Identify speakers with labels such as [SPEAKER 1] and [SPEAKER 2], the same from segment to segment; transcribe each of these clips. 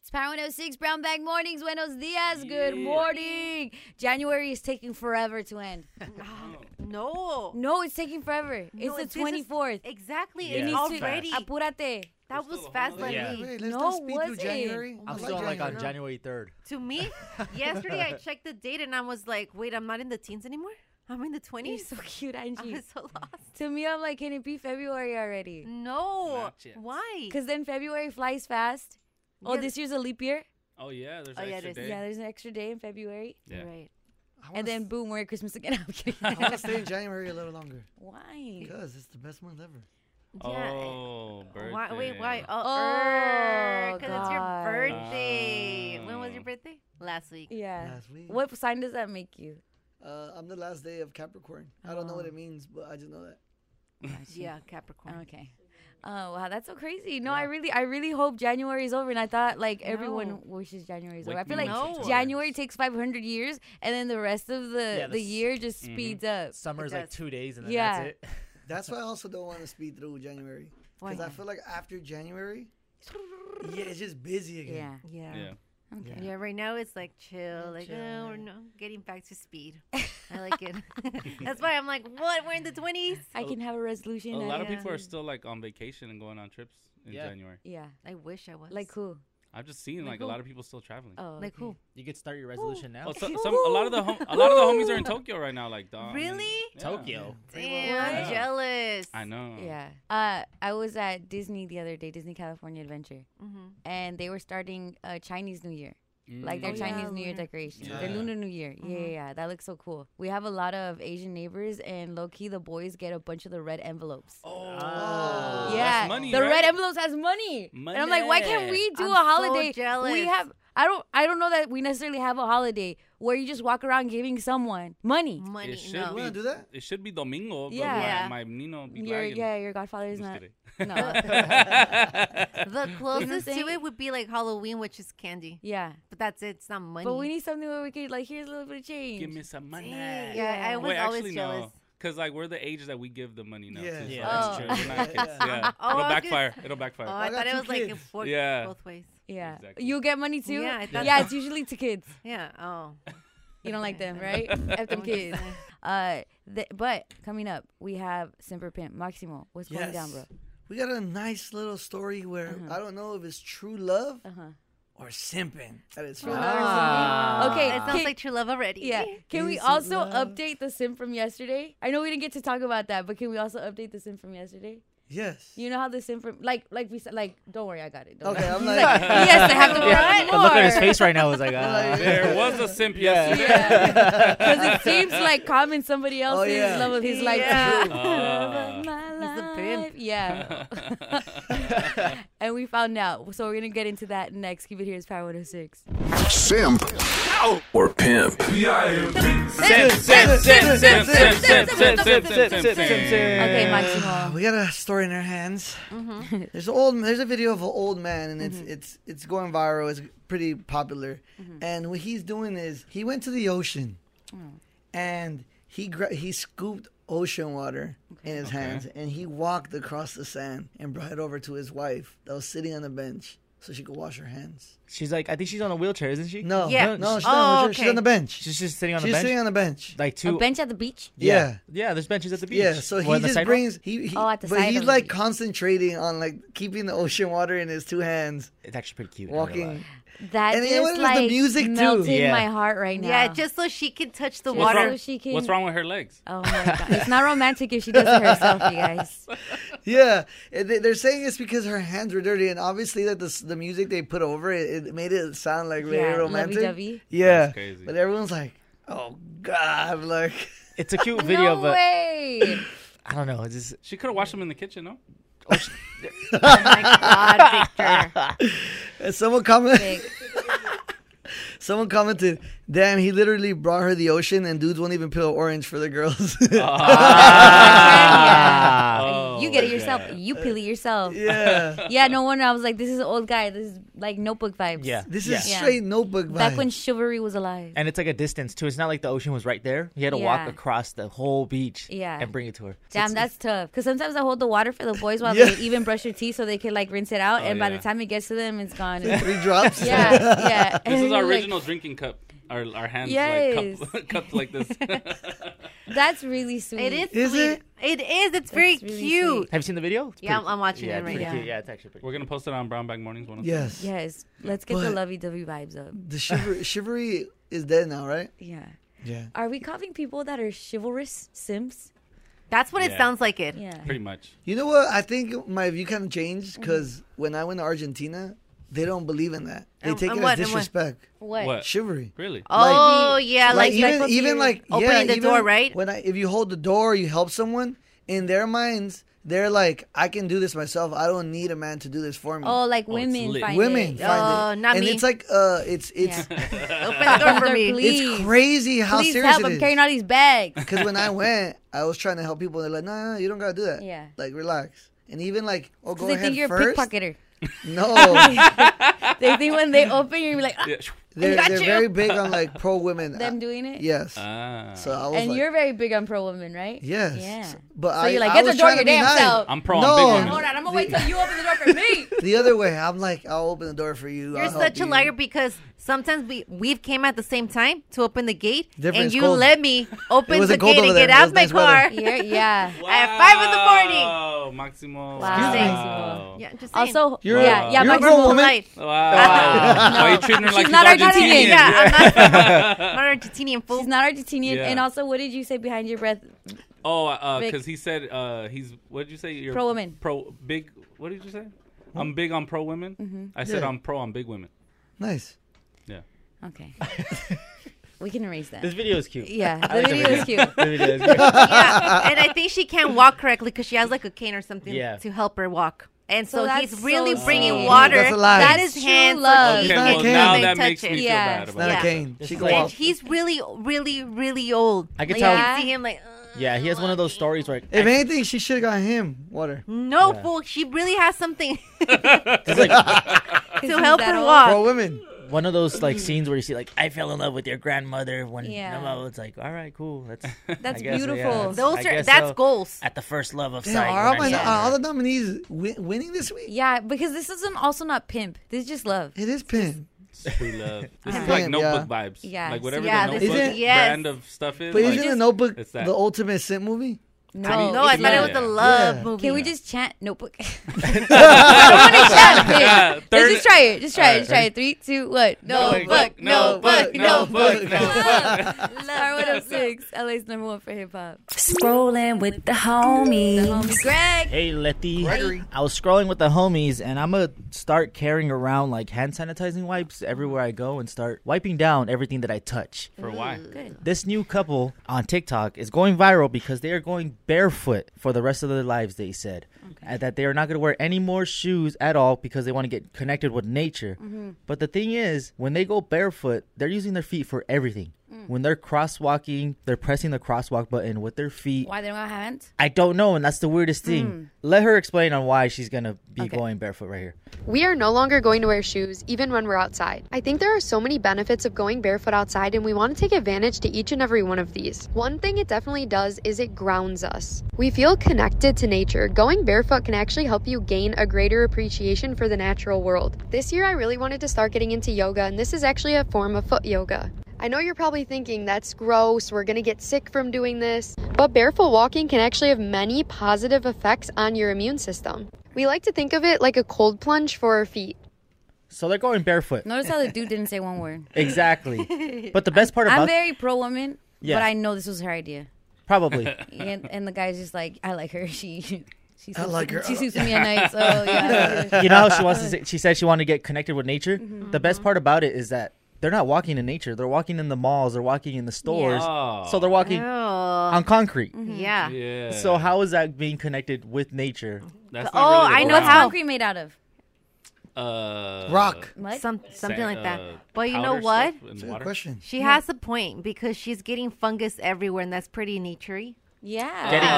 [SPEAKER 1] It's Power 106 Brown Bag Mornings. Buenos dias. Good morning. January is taking forever to end.
[SPEAKER 2] No.
[SPEAKER 1] No, it's taking forever.
[SPEAKER 2] No,
[SPEAKER 1] it's the
[SPEAKER 2] this is-
[SPEAKER 1] 24th.
[SPEAKER 2] Exactly.
[SPEAKER 3] Yeah,
[SPEAKER 2] and
[SPEAKER 3] it's
[SPEAKER 2] already.
[SPEAKER 3] fast.
[SPEAKER 1] Apúrate.
[SPEAKER 2] That was fast like
[SPEAKER 3] Yeah.
[SPEAKER 2] me.
[SPEAKER 4] Wait, let's
[SPEAKER 1] Oh, No,
[SPEAKER 4] not speed through
[SPEAKER 1] wasn't.
[SPEAKER 4] January.
[SPEAKER 1] Oh
[SPEAKER 3] I'm
[SPEAKER 4] I
[SPEAKER 3] still like on
[SPEAKER 4] January.
[SPEAKER 3] January 3rd.
[SPEAKER 2] To me, yesterday I checked the date and I was like, wait, I'm not in the teens anymore? I'm in the 20s?
[SPEAKER 1] You're so cute,
[SPEAKER 2] I
[SPEAKER 1] Angie.
[SPEAKER 2] was so lost.
[SPEAKER 1] To me, I'm like, can it be February already?
[SPEAKER 2] No.
[SPEAKER 5] Not yet.
[SPEAKER 2] Why?
[SPEAKER 1] Because then February flies fast. Oh,
[SPEAKER 2] Yeah.
[SPEAKER 1] this year's a leap year.
[SPEAKER 5] Oh yeah, there's
[SPEAKER 2] Oh,
[SPEAKER 5] an
[SPEAKER 2] yeah,
[SPEAKER 5] extra
[SPEAKER 2] there's-
[SPEAKER 5] day.
[SPEAKER 1] Yeah, there's an extra day in February.
[SPEAKER 5] Yeah.
[SPEAKER 2] Right.
[SPEAKER 4] I wanna
[SPEAKER 1] And then
[SPEAKER 4] s-
[SPEAKER 1] boom, Merry Christmas again. I'm kidding.
[SPEAKER 4] I want to stay in January a little longer
[SPEAKER 1] Why?
[SPEAKER 4] because it's the best month ever.
[SPEAKER 2] Yeah.
[SPEAKER 5] Oh,
[SPEAKER 2] eh,
[SPEAKER 5] birthday.
[SPEAKER 2] Why, wait, why? Uh,
[SPEAKER 1] Oh,
[SPEAKER 2] Oh, because it's your
[SPEAKER 1] God.
[SPEAKER 2] birthday. When was your
[SPEAKER 5] Oh.
[SPEAKER 2] birthday? Last week.
[SPEAKER 1] Yeah.
[SPEAKER 4] Last week.
[SPEAKER 1] What sign does that make you?
[SPEAKER 4] Uh, I'm the last day of Capricorn. I don't know
[SPEAKER 1] Oh.
[SPEAKER 4] what it means, but I just know that.
[SPEAKER 2] Yeah, Capricorn.
[SPEAKER 1] Okay. Oh wow, that's so crazy. No, I really, I really hope January is over, and I thought like
[SPEAKER 2] No.
[SPEAKER 1] everyone wishes January is over. I
[SPEAKER 5] Wake
[SPEAKER 1] feel
[SPEAKER 5] me
[SPEAKER 1] like
[SPEAKER 2] up No.
[SPEAKER 1] January takes 500 years, and then the rest of the
[SPEAKER 3] Yeah,
[SPEAKER 1] the
[SPEAKER 3] this-
[SPEAKER 1] year just speeds up.
[SPEAKER 3] Summer
[SPEAKER 2] It
[SPEAKER 3] is like
[SPEAKER 2] does.
[SPEAKER 3] two days and then
[SPEAKER 1] Yeah.
[SPEAKER 3] that's it.
[SPEAKER 4] That's why I also don't want to speed through January
[SPEAKER 2] Why
[SPEAKER 4] because I
[SPEAKER 2] not?
[SPEAKER 4] feel like after January, yeah, it's just busy again.
[SPEAKER 1] Yeah.
[SPEAKER 2] Yeah.
[SPEAKER 5] Yeah.
[SPEAKER 1] Okay.
[SPEAKER 2] Yeah. right now it's like chill, like
[SPEAKER 4] chill,
[SPEAKER 2] oh, we're
[SPEAKER 4] yeah.
[SPEAKER 2] no, getting back to speed. I like it. That's why I'm like, what? We're in the twenties.
[SPEAKER 1] I can have a resolution.
[SPEAKER 5] A
[SPEAKER 1] I-
[SPEAKER 5] lot of
[SPEAKER 2] Yeah.
[SPEAKER 5] people are still like on vacation and going on trips in
[SPEAKER 3] Yeah.
[SPEAKER 5] January.
[SPEAKER 1] yeah.
[SPEAKER 2] I wish I was
[SPEAKER 1] Like who?
[SPEAKER 5] I've just seen
[SPEAKER 2] Like
[SPEAKER 5] like,
[SPEAKER 2] who?
[SPEAKER 5] a lot of people still traveling.
[SPEAKER 1] Oh.
[SPEAKER 2] Like who?
[SPEAKER 3] You could start your resolution now.
[SPEAKER 5] Oh, so, some a lot of the hom- a lot of the homies are in
[SPEAKER 1] Ooh.
[SPEAKER 5] Tokyo right now. Like dog.
[SPEAKER 2] Really?
[SPEAKER 3] Tokyo.
[SPEAKER 2] Damn,
[SPEAKER 5] Yeah.
[SPEAKER 2] I'm jealous.
[SPEAKER 5] I know.
[SPEAKER 1] Yeah. Uh, I was at Disney the other day, Disney California Adventure,
[SPEAKER 2] Mm-hmm.
[SPEAKER 1] and they were starting uh, Chinese New Year.
[SPEAKER 5] Mm.
[SPEAKER 1] like their
[SPEAKER 2] Oh, yeah,
[SPEAKER 1] Chinese New Year
[SPEAKER 2] lunar- Mm-hmm.
[SPEAKER 1] decorations, their
[SPEAKER 3] Yeah.
[SPEAKER 1] Lunar New Year. Yeah, yeah, yeah, that looks so cool. We have a lot of Asian neighbors, and low key, the boys get a bunch of the red envelopes.
[SPEAKER 3] Ah.
[SPEAKER 2] Oh.
[SPEAKER 4] that's
[SPEAKER 1] yeah,
[SPEAKER 5] Oh. money,
[SPEAKER 1] the
[SPEAKER 5] right?
[SPEAKER 1] red envelopes has money. And I'm like, why can't
[SPEAKER 5] Money.
[SPEAKER 1] we do
[SPEAKER 2] I'm
[SPEAKER 1] a
[SPEAKER 2] so
[SPEAKER 1] holiday?
[SPEAKER 2] jealous.
[SPEAKER 1] We have. I don't. I don't know that we necessarily have a holiday where you just walk around giving someone money.
[SPEAKER 2] Money.
[SPEAKER 5] It should
[SPEAKER 2] No.
[SPEAKER 4] You wanna
[SPEAKER 5] be-
[SPEAKER 4] do that?
[SPEAKER 5] It should be Domingo. But
[SPEAKER 1] Yeah.
[SPEAKER 5] yeah. My, my Nino be
[SPEAKER 1] Your
[SPEAKER 5] lagging.
[SPEAKER 1] yeah, your godfather
[SPEAKER 5] I'm
[SPEAKER 1] is
[SPEAKER 5] just
[SPEAKER 1] not.
[SPEAKER 5] kidding.
[SPEAKER 1] No.
[SPEAKER 2] The closest to
[SPEAKER 1] saying?
[SPEAKER 2] it would be like Halloween, which is candy.
[SPEAKER 1] yeah,
[SPEAKER 2] But that's it. It's not money.
[SPEAKER 1] but we need something where we could like here's a little bit of change.
[SPEAKER 5] Give me some money.
[SPEAKER 2] Yeah,
[SPEAKER 1] Yeah.
[SPEAKER 2] I was
[SPEAKER 5] Wait,
[SPEAKER 2] always
[SPEAKER 5] actually
[SPEAKER 2] jealous.
[SPEAKER 5] no, because like we're the age that we give the money now. too,
[SPEAKER 4] Yeah.
[SPEAKER 5] so
[SPEAKER 3] Yeah.
[SPEAKER 5] that's
[SPEAKER 1] Oh.
[SPEAKER 5] true. We're not kids.
[SPEAKER 4] Yeah.
[SPEAKER 2] Oh, I
[SPEAKER 5] Yeah, it'll
[SPEAKER 2] was gonna
[SPEAKER 5] backfire. It'll backfire.
[SPEAKER 2] Oh, I,
[SPEAKER 4] I got
[SPEAKER 2] thought it
[SPEAKER 4] two
[SPEAKER 2] was like it
[SPEAKER 4] kids.
[SPEAKER 2] worked
[SPEAKER 5] Yeah.
[SPEAKER 2] both ways.
[SPEAKER 1] yeah,
[SPEAKER 5] Exactly.
[SPEAKER 1] you get money too.
[SPEAKER 2] Yeah, I thought
[SPEAKER 1] yeah,
[SPEAKER 2] so.
[SPEAKER 1] it's usually to kids.
[SPEAKER 2] Yeah. Oh.
[SPEAKER 1] You don't like them, right? F them
[SPEAKER 2] I'm just
[SPEAKER 1] kids.
[SPEAKER 2] saying.
[SPEAKER 1] Uh, th- but coming up, we have Semper Pimp Maximo. What's going down, bro? Uh-huh.
[SPEAKER 4] Yes. We got a nice little story where I don't know if it's true love
[SPEAKER 1] Uh huh.
[SPEAKER 4] or simping at its
[SPEAKER 2] True love
[SPEAKER 4] finest.
[SPEAKER 2] or
[SPEAKER 3] Ah.
[SPEAKER 2] something.
[SPEAKER 1] Okay,
[SPEAKER 2] It sounds
[SPEAKER 1] can-
[SPEAKER 2] like true love already.
[SPEAKER 1] Yeah. Can we
[SPEAKER 4] Is it
[SPEAKER 1] also
[SPEAKER 4] love?
[SPEAKER 1] update the sim from yesterday? I know we didn't get to talk about that, but can we also update the sim from yesterday?
[SPEAKER 4] Yes.
[SPEAKER 1] You know how the sim from like like we said like don't worry, I got it. Don't
[SPEAKER 4] Okay,
[SPEAKER 1] worry.
[SPEAKER 4] I'm
[SPEAKER 1] He's
[SPEAKER 4] like-
[SPEAKER 1] yes, I have to
[SPEAKER 2] Yeah,
[SPEAKER 1] be
[SPEAKER 3] The look on his face right now was like, ah.
[SPEAKER 5] There was a simp
[SPEAKER 3] Yeah.
[SPEAKER 5] yesterday.
[SPEAKER 1] because it seems like common somebody
[SPEAKER 4] Oh,
[SPEAKER 1] else's
[SPEAKER 4] yeah.
[SPEAKER 1] love of his life.
[SPEAKER 2] Yeah.
[SPEAKER 5] Uh.
[SPEAKER 1] Love of my
[SPEAKER 2] He's a pimp.
[SPEAKER 1] life. Yeah, and we found out. So we're gonna get into that next. Keep it here. It's Power 106.
[SPEAKER 6] simp or pimp.
[SPEAKER 5] Simp, simp, simp, simp, simp, simp, simp, simp, simp, simp.
[SPEAKER 1] Okay, Maximo.
[SPEAKER 4] We got a story in our hands. There's an old. There's a video of an old man, and it's it's it's going viral. It's pretty popular. And what he's doing is he went to the ocean, and he gra- he scooped ocean water in his hands, and he walked across the sand and brought it over to his wife that was sitting on the bench. So she could wash her hands.
[SPEAKER 3] She's like, I think she's on a wheelchair, isn't she?
[SPEAKER 4] No,
[SPEAKER 2] Yeah.
[SPEAKER 4] no, she's,
[SPEAKER 2] Oh,
[SPEAKER 4] not on the bench. she's
[SPEAKER 2] okay.
[SPEAKER 4] on the bench. She's,
[SPEAKER 3] She's just sitting on a bench.
[SPEAKER 4] sitting on the bench.
[SPEAKER 3] like
[SPEAKER 1] A
[SPEAKER 3] two.
[SPEAKER 1] bench at the beach.
[SPEAKER 4] Yeah.
[SPEAKER 3] Yeah, there's benches at the beach.
[SPEAKER 4] Yeah, so
[SPEAKER 3] What,
[SPEAKER 4] he
[SPEAKER 3] on the
[SPEAKER 4] just
[SPEAKER 3] sidewalk?
[SPEAKER 4] brings he, he
[SPEAKER 1] Oh, at the
[SPEAKER 4] but
[SPEAKER 1] side
[SPEAKER 4] he's
[SPEAKER 1] of
[SPEAKER 4] like
[SPEAKER 1] it.
[SPEAKER 4] concentrating on like keeping the ocean water in his two hands,
[SPEAKER 3] It's actually pretty cute. I'm not gonna
[SPEAKER 4] walking.
[SPEAKER 3] lie.
[SPEAKER 1] That
[SPEAKER 4] And you know
[SPEAKER 1] just
[SPEAKER 4] what? It was
[SPEAKER 1] like
[SPEAKER 4] the music, too.
[SPEAKER 1] melted
[SPEAKER 3] Yeah.
[SPEAKER 1] my heart right now.
[SPEAKER 2] Yeah, just so she can touch the
[SPEAKER 1] What's
[SPEAKER 5] What's
[SPEAKER 2] water.
[SPEAKER 1] wrong- she can-
[SPEAKER 5] wrong- What's wrong with her legs?
[SPEAKER 1] Oh my god, it's not romantic if she does it herself, you guys.
[SPEAKER 4] Yeah, And they- they're saying it's because her hands were dirty, and obviously that the s- the music they put over it, it made it sound like really
[SPEAKER 1] Yeah,
[SPEAKER 4] romantic.
[SPEAKER 1] lovey-dovey.
[SPEAKER 4] Yeah,
[SPEAKER 5] That's crazy.
[SPEAKER 4] but everyone's like, "Oh God!" Like,
[SPEAKER 3] It's a cute video,
[SPEAKER 1] no
[SPEAKER 3] but
[SPEAKER 1] way.
[SPEAKER 3] I don't know. It's just Oh,
[SPEAKER 5] She could have washed them in the kitchen, no?
[SPEAKER 2] Oh my God, Victor.
[SPEAKER 4] and someone comment,
[SPEAKER 1] Big.
[SPEAKER 4] Someone commented, "Damn, he literally brought her the ocean, and dudes won't even peel orange for the girls."
[SPEAKER 1] Ah. you
[SPEAKER 3] Oh,
[SPEAKER 1] get it yourself.
[SPEAKER 5] yeah.
[SPEAKER 1] You peel it yourself.
[SPEAKER 4] yeah,
[SPEAKER 1] Yeah, no wonder I was like, this is old guy. This is like notebook vibes.
[SPEAKER 3] Yeah.
[SPEAKER 4] this
[SPEAKER 3] Yeah.
[SPEAKER 4] is
[SPEAKER 1] Yeah.
[SPEAKER 4] straight notebook vibes.
[SPEAKER 1] Back when chivalry was alive.
[SPEAKER 3] And it's like a distance too. It's not like the ocean was right there. He had to
[SPEAKER 1] Yeah.
[SPEAKER 3] walk across the whole beach
[SPEAKER 1] Yeah.
[SPEAKER 3] and bring it to her. So
[SPEAKER 1] Damn,
[SPEAKER 3] it's-
[SPEAKER 1] that's tough. Because sometimes I hold the water for the boys while
[SPEAKER 4] Yeah.
[SPEAKER 1] they even brush their teeth so they can like rinse it out.
[SPEAKER 5] Oh,
[SPEAKER 1] and by
[SPEAKER 5] yeah.
[SPEAKER 1] the time it gets to them, it's gone. yeah,
[SPEAKER 4] three drops.
[SPEAKER 1] yeah.
[SPEAKER 5] This is our
[SPEAKER 1] Like,
[SPEAKER 5] original drinking cup. Our, our hands like cup, cupped like this.
[SPEAKER 1] that's really sweet.
[SPEAKER 2] It is.
[SPEAKER 4] Is
[SPEAKER 2] sweet.
[SPEAKER 4] it?
[SPEAKER 2] It is. It's very
[SPEAKER 1] really
[SPEAKER 2] cute.
[SPEAKER 1] sweet.
[SPEAKER 3] Have you seen the video? It's
[SPEAKER 2] Yeah,
[SPEAKER 3] pretty-
[SPEAKER 2] I'm- I'm watching
[SPEAKER 3] yeah,
[SPEAKER 2] it
[SPEAKER 3] it's
[SPEAKER 2] right
[SPEAKER 3] pretty
[SPEAKER 2] now.
[SPEAKER 3] cute. Yeah, it's actually pretty.
[SPEAKER 5] We're gonna post it on Brown Bag Mornings. One
[SPEAKER 4] Yes.
[SPEAKER 1] Yes. Let's get the
[SPEAKER 4] But-
[SPEAKER 1] lovey dovey vibes up.
[SPEAKER 4] The chivalry, chivalry is dead now, right?
[SPEAKER 1] Yeah.
[SPEAKER 4] Yeah.
[SPEAKER 1] Are we calling people that are chivalrous simps?
[SPEAKER 2] That's what it
[SPEAKER 5] Yeah.
[SPEAKER 2] sounds like. It.
[SPEAKER 1] Yeah.
[SPEAKER 5] Pretty much.
[SPEAKER 4] You know what? I think my view kind of changed because when I went to Argentina, they don't believe in that. They
[SPEAKER 2] And-
[SPEAKER 4] take
[SPEAKER 2] and
[SPEAKER 4] it
[SPEAKER 2] what-
[SPEAKER 4] as
[SPEAKER 2] and what?
[SPEAKER 4] disrespect.
[SPEAKER 1] What?
[SPEAKER 5] What?
[SPEAKER 4] Chivalry.
[SPEAKER 5] Really?
[SPEAKER 2] Oh yeah, like,
[SPEAKER 4] like even
[SPEAKER 1] like
[SPEAKER 4] even
[SPEAKER 1] you're
[SPEAKER 4] like
[SPEAKER 2] opening
[SPEAKER 4] yeah,
[SPEAKER 2] the
[SPEAKER 4] even
[SPEAKER 2] door, right?
[SPEAKER 4] When I, if you hold the door, you help someone. In their minds, they're like, I can do this myself. I don't need a man to do this for me.
[SPEAKER 1] Oh, like women.
[SPEAKER 5] lit.
[SPEAKER 1] find
[SPEAKER 4] Women,
[SPEAKER 1] it.
[SPEAKER 4] find
[SPEAKER 2] Oh,
[SPEAKER 4] it.
[SPEAKER 2] not
[SPEAKER 4] and
[SPEAKER 2] me.
[SPEAKER 4] it's like uh, it's it's
[SPEAKER 1] Yeah.
[SPEAKER 2] open the door for
[SPEAKER 1] They're
[SPEAKER 2] me.
[SPEAKER 1] cle-
[SPEAKER 4] it's
[SPEAKER 1] Please.
[SPEAKER 4] crazy how
[SPEAKER 1] Please
[SPEAKER 4] serious
[SPEAKER 1] help!
[SPEAKER 4] it
[SPEAKER 1] I'm
[SPEAKER 4] is.
[SPEAKER 1] carrying all these bags.
[SPEAKER 4] Because when I went, I was trying to help people. They're like, no, no, no, you don't gotta do that.
[SPEAKER 1] Yeah.
[SPEAKER 4] Like, relax. And even like, oh, go
[SPEAKER 1] Because they
[SPEAKER 4] ahead
[SPEAKER 1] think you're
[SPEAKER 4] first. Oh.
[SPEAKER 1] a pickpocketer.
[SPEAKER 4] No,
[SPEAKER 1] They think when they open, you're gonna be like, ah,
[SPEAKER 5] Yeah.
[SPEAKER 4] they're,
[SPEAKER 2] Got
[SPEAKER 4] they're
[SPEAKER 2] you.
[SPEAKER 4] very big on like pro women.
[SPEAKER 1] them doing it.
[SPEAKER 4] Yes.
[SPEAKER 5] Ah.
[SPEAKER 4] so I was
[SPEAKER 1] And
[SPEAKER 4] like,
[SPEAKER 1] you're very big on pro women, right?
[SPEAKER 4] yes.
[SPEAKER 1] Yeah.
[SPEAKER 4] But
[SPEAKER 1] So
[SPEAKER 4] I,
[SPEAKER 1] you're like,
[SPEAKER 4] I
[SPEAKER 1] get the
[SPEAKER 4] was
[SPEAKER 1] door
[SPEAKER 4] trying to
[SPEAKER 1] your
[SPEAKER 4] be
[SPEAKER 1] damn
[SPEAKER 4] nice.
[SPEAKER 1] self.
[SPEAKER 5] I'm pro
[SPEAKER 4] No.
[SPEAKER 5] on big
[SPEAKER 1] Hold
[SPEAKER 5] women.
[SPEAKER 1] on, I'm gonna wait till you open the door for me.
[SPEAKER 4] The other way, I'm like, I'll open the door for you.
[SPEAKER 2] You're
[SPEAKER 4] I'll help
[SPEAKER 2] such a
[SPEAKER 4] you.
[SPEAKER 2] liar because sometimes we we've came at the same time to open the gate,
[SPEAKER 4] Different,
[SPEAKER 2] and
[SPEAKER 4] it's
[SPEAKER 2] you
[SPEAKER 4] cold.
[SPEAKER 2] let me
[SPEAKER 4] It
[SPEAKER 2] open
[SPEAKER 4] was
[SPEAKER 2] the
[SPEAKER 4] a cold
[SPEAKER 2] gate and
[SPEAKER 4] over there.
[SPEAKER 2] get
[SPEAKER 4] It
[SPEAKER 2] out
[SPEAKER 4] was
[SPEAKER 2] my
[SPEAKER 4] nice
[SPEAKER 2] car.
[SPEAKER 4] weather.
[SPEAKER 1] You're, yeah.
[SPEAKER 2] At five in the morning.
[SPEAKER 5] Wow, Maximo.
[SPEAKER 1] Wow.
[SPEAKER 2] Excuse me.
[SPEAKER 5] Wow.
[SPEAKER 2] Yeah, just saying.
[SPEAKER 1] Also,
[SPEAKER 4] You're a-
[SPEAKER 1] yeah, yeah.
[SPEAKER 4] you're
[SPEAKER 1] My
[SPEAKER 4] a grown
[SPEAKER 1] grandma-
[SPEAKER 4] woman.
[SPEAKER 2] Polite.
[SPEAKER 5] Wow. Why are you treating her like she's
[SPEAKER 1] not
[SPEAKER 5] Argentinian?
[SPEAKER 1] Argentinian.
[SPEAKER 2] Yeah, I'm not, I'm not Argentinian fool.
[SPEAKER 1] She's not Argentinian.
[SPEAKER 5] Yeah.
[SPEAKER 1] And also, what did you say behind your breath?
[SPEAKER 5] Oh,
[SPEAKER 1] Big-
[SPEAKER 5] because he said uh, he's. What did you say? You're
[SPEAKER 1] Pro women.
[SPEAKER 5] Pro big. What did you say? I'm big on pro women. I said
[SPEAKER 4] Yeah.
[SPEAKER 5] I'm pro on big women.
[SPEAKER 4] Nice.
[SPEAKER 1] Okay. we can erase
[SPEAKER 3] This
[SPEAKER 1] that.
[SPEAKER 3] video is cute.
[SPEAKER 1] Yeah,
[SPEAKER 3] I
[SPEAKER 1] the
[SPEAKER 3] like the
[SPEAKER 1] video is cute.
[SPEAKER 3] The video is cute.
[SPEAKER 2] yeah, and I think she can't walk correctly because she has like a cane or something
[SPEAKER 3] Yeah.
[SPEAKER 2] to help her walk. And
[SPEAKER 1] So
[SPEAKER 2] so, he's
[SPEAKER 1] that's
[SPEAKER 2] really
[SPEAKER 1] so
[SPEAKER 2] bringing
[SPEAKER 1] sweet.
[SPEAKER 2] water.
[SPEAKER 4] That's a lie.
[SPEAKER 2] That
[SPEAKER 1] It's
[SPEAKER 2] is
[SPEAKER 1] true
[SPEAKER 2] hand
[SPEAKER 1] love.
[SPEAKER 2] So
[SPEAKER 5] Okay,
[SPEAKER 2] she
[SPEAKER 4] not a
[SPEAKER 5] well
[SPEAKER 2] can
[SPEAKER 4] cane.
[SPEAKER 5] now
[SPEAKER 2] come
[SPEAKER 5] that
[SPEAKER 2] and
[SPEAKER 5] makes
[SPEAKER 2] touch
[SPEAKER 5] me
[SPEAKER 2] it.
[SPEAKER 5] feel
[SPEAKER 1] Yeah.
[SPEAKER 5] bad
[SPEAKER 4] It's
[SPEAKER 5] about
[SPEAKER 4] not
[SPEAKER 5] it.
[SPEAKER 2] Yeah.
[SPEAKER 4] a cane.
[SPEAKER 3] Just
[SPEAKER 4] She can
[SPEAKER 3] like-
[SPEAKER 2] And
[SPEAKER 4] walk.
[SPEAKER 2] he's really, really, really old.
[SPEAKER 3] I could
[SPEAKER 2] like,
[SPEAKER 3] tell-
[SPEAKER 2] You see him like. "Ugh,
[SPEAKER 3] Yeah, he has one of those
[SPEAKER 2] walking."
[SPEAKER 3] stories where
[SPEAKER 4] If anything, she should have got him water.
[SPEAKER 2] No
[SPEAKER 3] Yeah.
[SPEAKER 2] fool. She really has something
[SPEAKER 3] it's like
[SPEAKER 2] to help
[SPEAKER 1] that
[SPEAKER 2] her
[SPEAKER 1] old?
[SPEAKER 2] walk.
[SPEAKER 4] Pro women.
[SPEAKER 3] one of those like scenes where you see like I fell in love with your grandmother when
[SPEAKER 1] Yeah.
[SPEAKER 3] yeah. it's like all right, cool. That's
[SPEAKER 1] That's
[SPEAKER 3] I guess, yeah,
[SPEAKER 1] beautiful.
[SPEAKER 3] that's-
[SPEAKER 2] Those
[SPEAKER 3] I
[SPEAKER 2] are
[SPEAKER 3] guess
[SPEAKER 2] that's
[SPEAKER 3] so.
[SPEAKER 2] goals.
[SPEAKER 3] at the first love of
[SPEAKER 4] Damn,
[SPEAKER 3] sight.
[SPEAKER 4] are uh, all,
[SPEAKER 3] when
[SPEAKER 4] my,
[SPEAKER 3] I saw
[SPEAKER 4] are all
[SPEAKER 3] her.
[SPEAKER 4] the nominees wi- winning this week?
[SPEAKER 1] Yeah, because this isn't also not pimp. This is just love.
[SPEAKER 4] It is pin.
[SPEAKER 5] True love. This is
[SPEAKER 4] Yeah.
[SPEAKER 5] like
[SPEAKER 4] Yeah.
[SPEAKER 5] notebook vibes.
[SPEAKER 1] Yeah.
[SPEAKER 5] Like whatever
[SPEAKER 2] Yeah,
[SPEAKER 5] the
[SPEAKER 2] this
[SPEAKER 5] notebook
[SPEAKER 4] is-
[SPEAKER 2] Yes.
[SPEAKER 5] brand of stuff is.
[SPEAKER 4] But
[SPEAKER 5] like,
[SPEAKER 4] isn't the notebook
[SPEAKER 5] it's that.
[SPEAKER 4] the ultimate simp movie?
[SPEAKER 1] No,
[SPEAKER 2] No, I
[SPEAKER 1] it's
[SPEAKER 2] thought it
[SPEAKER 1] love.
[SPEAKER 2] was the
[SPEAKER 5] Yeah.
[SPEAKER 2] love
[SPEAKER 4] Yeah.
[SPEAKER 2] movie.
[SPEAKER 1] Can we just chant notebook? I want to chant. it.
[SPEAKER 5] Yeah, third-
[SPEAKER 1] Let's just try it. Just try it. Just try
[SPEAKER 5] Alright.
[SPEAKER 1] it. Three, two, one.
[SPEAKER 5] Notebook,
[SPEAKER 1] Notebook,
[SPEAKER 5] notebook,
[SPEAKER 1] notebook,
[SPEAKER 5] notebook,
[SPEAKER 1] notebook.
[SPEAKER 5] notebook.
[SPEAKER 1] Star 106, LA's number one for hip hop.
[SPEAKER 7] Scrolling with
[SPEAKER 1] The
[SPEAKER 7] the homies.
[SPEAKER 1] homie Greg.
[SPEAKER 3] Hey, Letty.
[SPEAKER 4] Gregory.
[SPEAKER 3] I was scrolling with the homies, and I'm gonna start carrying around like hand sanitizing wipes everywhere I go, and start wiping down everything that I touch. Mm,
[SPEAKER 5] For why?
[SPEAKER 3] This new couple on TikTok is going viral because they are going barefoot for the rest of their lives, they said. And that they are not going to wear any more shoes at all because they want to get connected with nature. But the thing is, when they go barefoot, they're using their feet for everything. When they're crosswalking, they're pressing the crosswalk button with their feet.
[SPEAKER 1] Why they don't have hands?
[SPEAKER 3] I don't know, and that's the weirdest thing. Let her explain on why she's going to be
[SPEAKER 1] Hmm. Okay.
[SPEAKER 3] going barefoot right here.
[SPEAKER 8] We are no longer going to wear shoes even when we're outside. I think there are so many benefits of going barefoot outside and we want to take advantage to each and every one of these. One thing it definitely does is it grounds us. We feel connected to nature. Going barefoot can actually help you gain a greater appreciation for the natural world. This year I really wanted to start getting into yoga and this is actually a form of foot yoga. I know you're probably thinking that's gross, we're gonna get sick from doing this, but barefoot walking can actually have many positive effects on your immune system. We like to think of it like a cold plunge for our feet.
[SPEAKER 3] So they're going barefoot.
[SPEAKER 1] Notice how the dude didn't say one word.
[SPEAKER 3] Exactly. but the best part
[SPEAKER 1] I'm
[SPEAKER 3] about
[SPEAKER 1] very pro woman,
[SPEAKER 3] Yeah.
[SPEAKER 1] but I know this was her idea.
[SPEAKER 3] probably
[SPEAKER 1] And, and the guy's just like, I like her. She. She sleeps,
[SPEAKER 4] like her.
[SPEAKER 1] She sleeps with me at night, so yeah.
[SPEAKER 3] you know how she wants to say, she said she wanted to get connected with nature
[SPEAKER 1] Mm-hmm.
[SPEAKER 3] the best part about it is that they're not walking in nature they're walking in the malls they're walking in the stores
[SPEAKER 5] Oh.
[SPEAKER 3] so they're walking
[SPEAKER 2] Oh,
[SPEAKER 3] on concrete
[SPEAKER 1] Mm-hmm.
[SPEAKER 2] yeah.
[SPEAKER 5] Yeah.
[SPEAKER 3] so how is that being connected with nature
[SPEAKER 5] That's
[SPEAKER 2] Oh,
[SPEAKER 5] not really the
[SPEAKER 2] I know
[SPEAKER 1] What's
[SPEAKER 5] ground.
[SPEAKER 2] how-
[SPEAKER 1] concrete made out of?
[SPEAKER 5] uh,
[SPEAKER 4] Rock.
[SPEAKER 1] What?
[SPEAKER 2] Some, something like that.
[SPEAKER 5] uh,
[SPEAKER 2] but you know
[SPEAKER 5] powder
[SPEAKER 2] what?
[SPEAKER 5] stuff in
[SPEAKER 4] It's a
[SPEAKER 5] the
[SPEAKER 4] good
[SPEAKER 5] water?
[SPEAKER 4] question.
[SPEAKER 2] She has a point because she's getting fungus everywhere, and that's pretty naturey.
[SPEAKER 1] yeah.
[SPEAKER 5] Getting,
[SPEAKER 1] the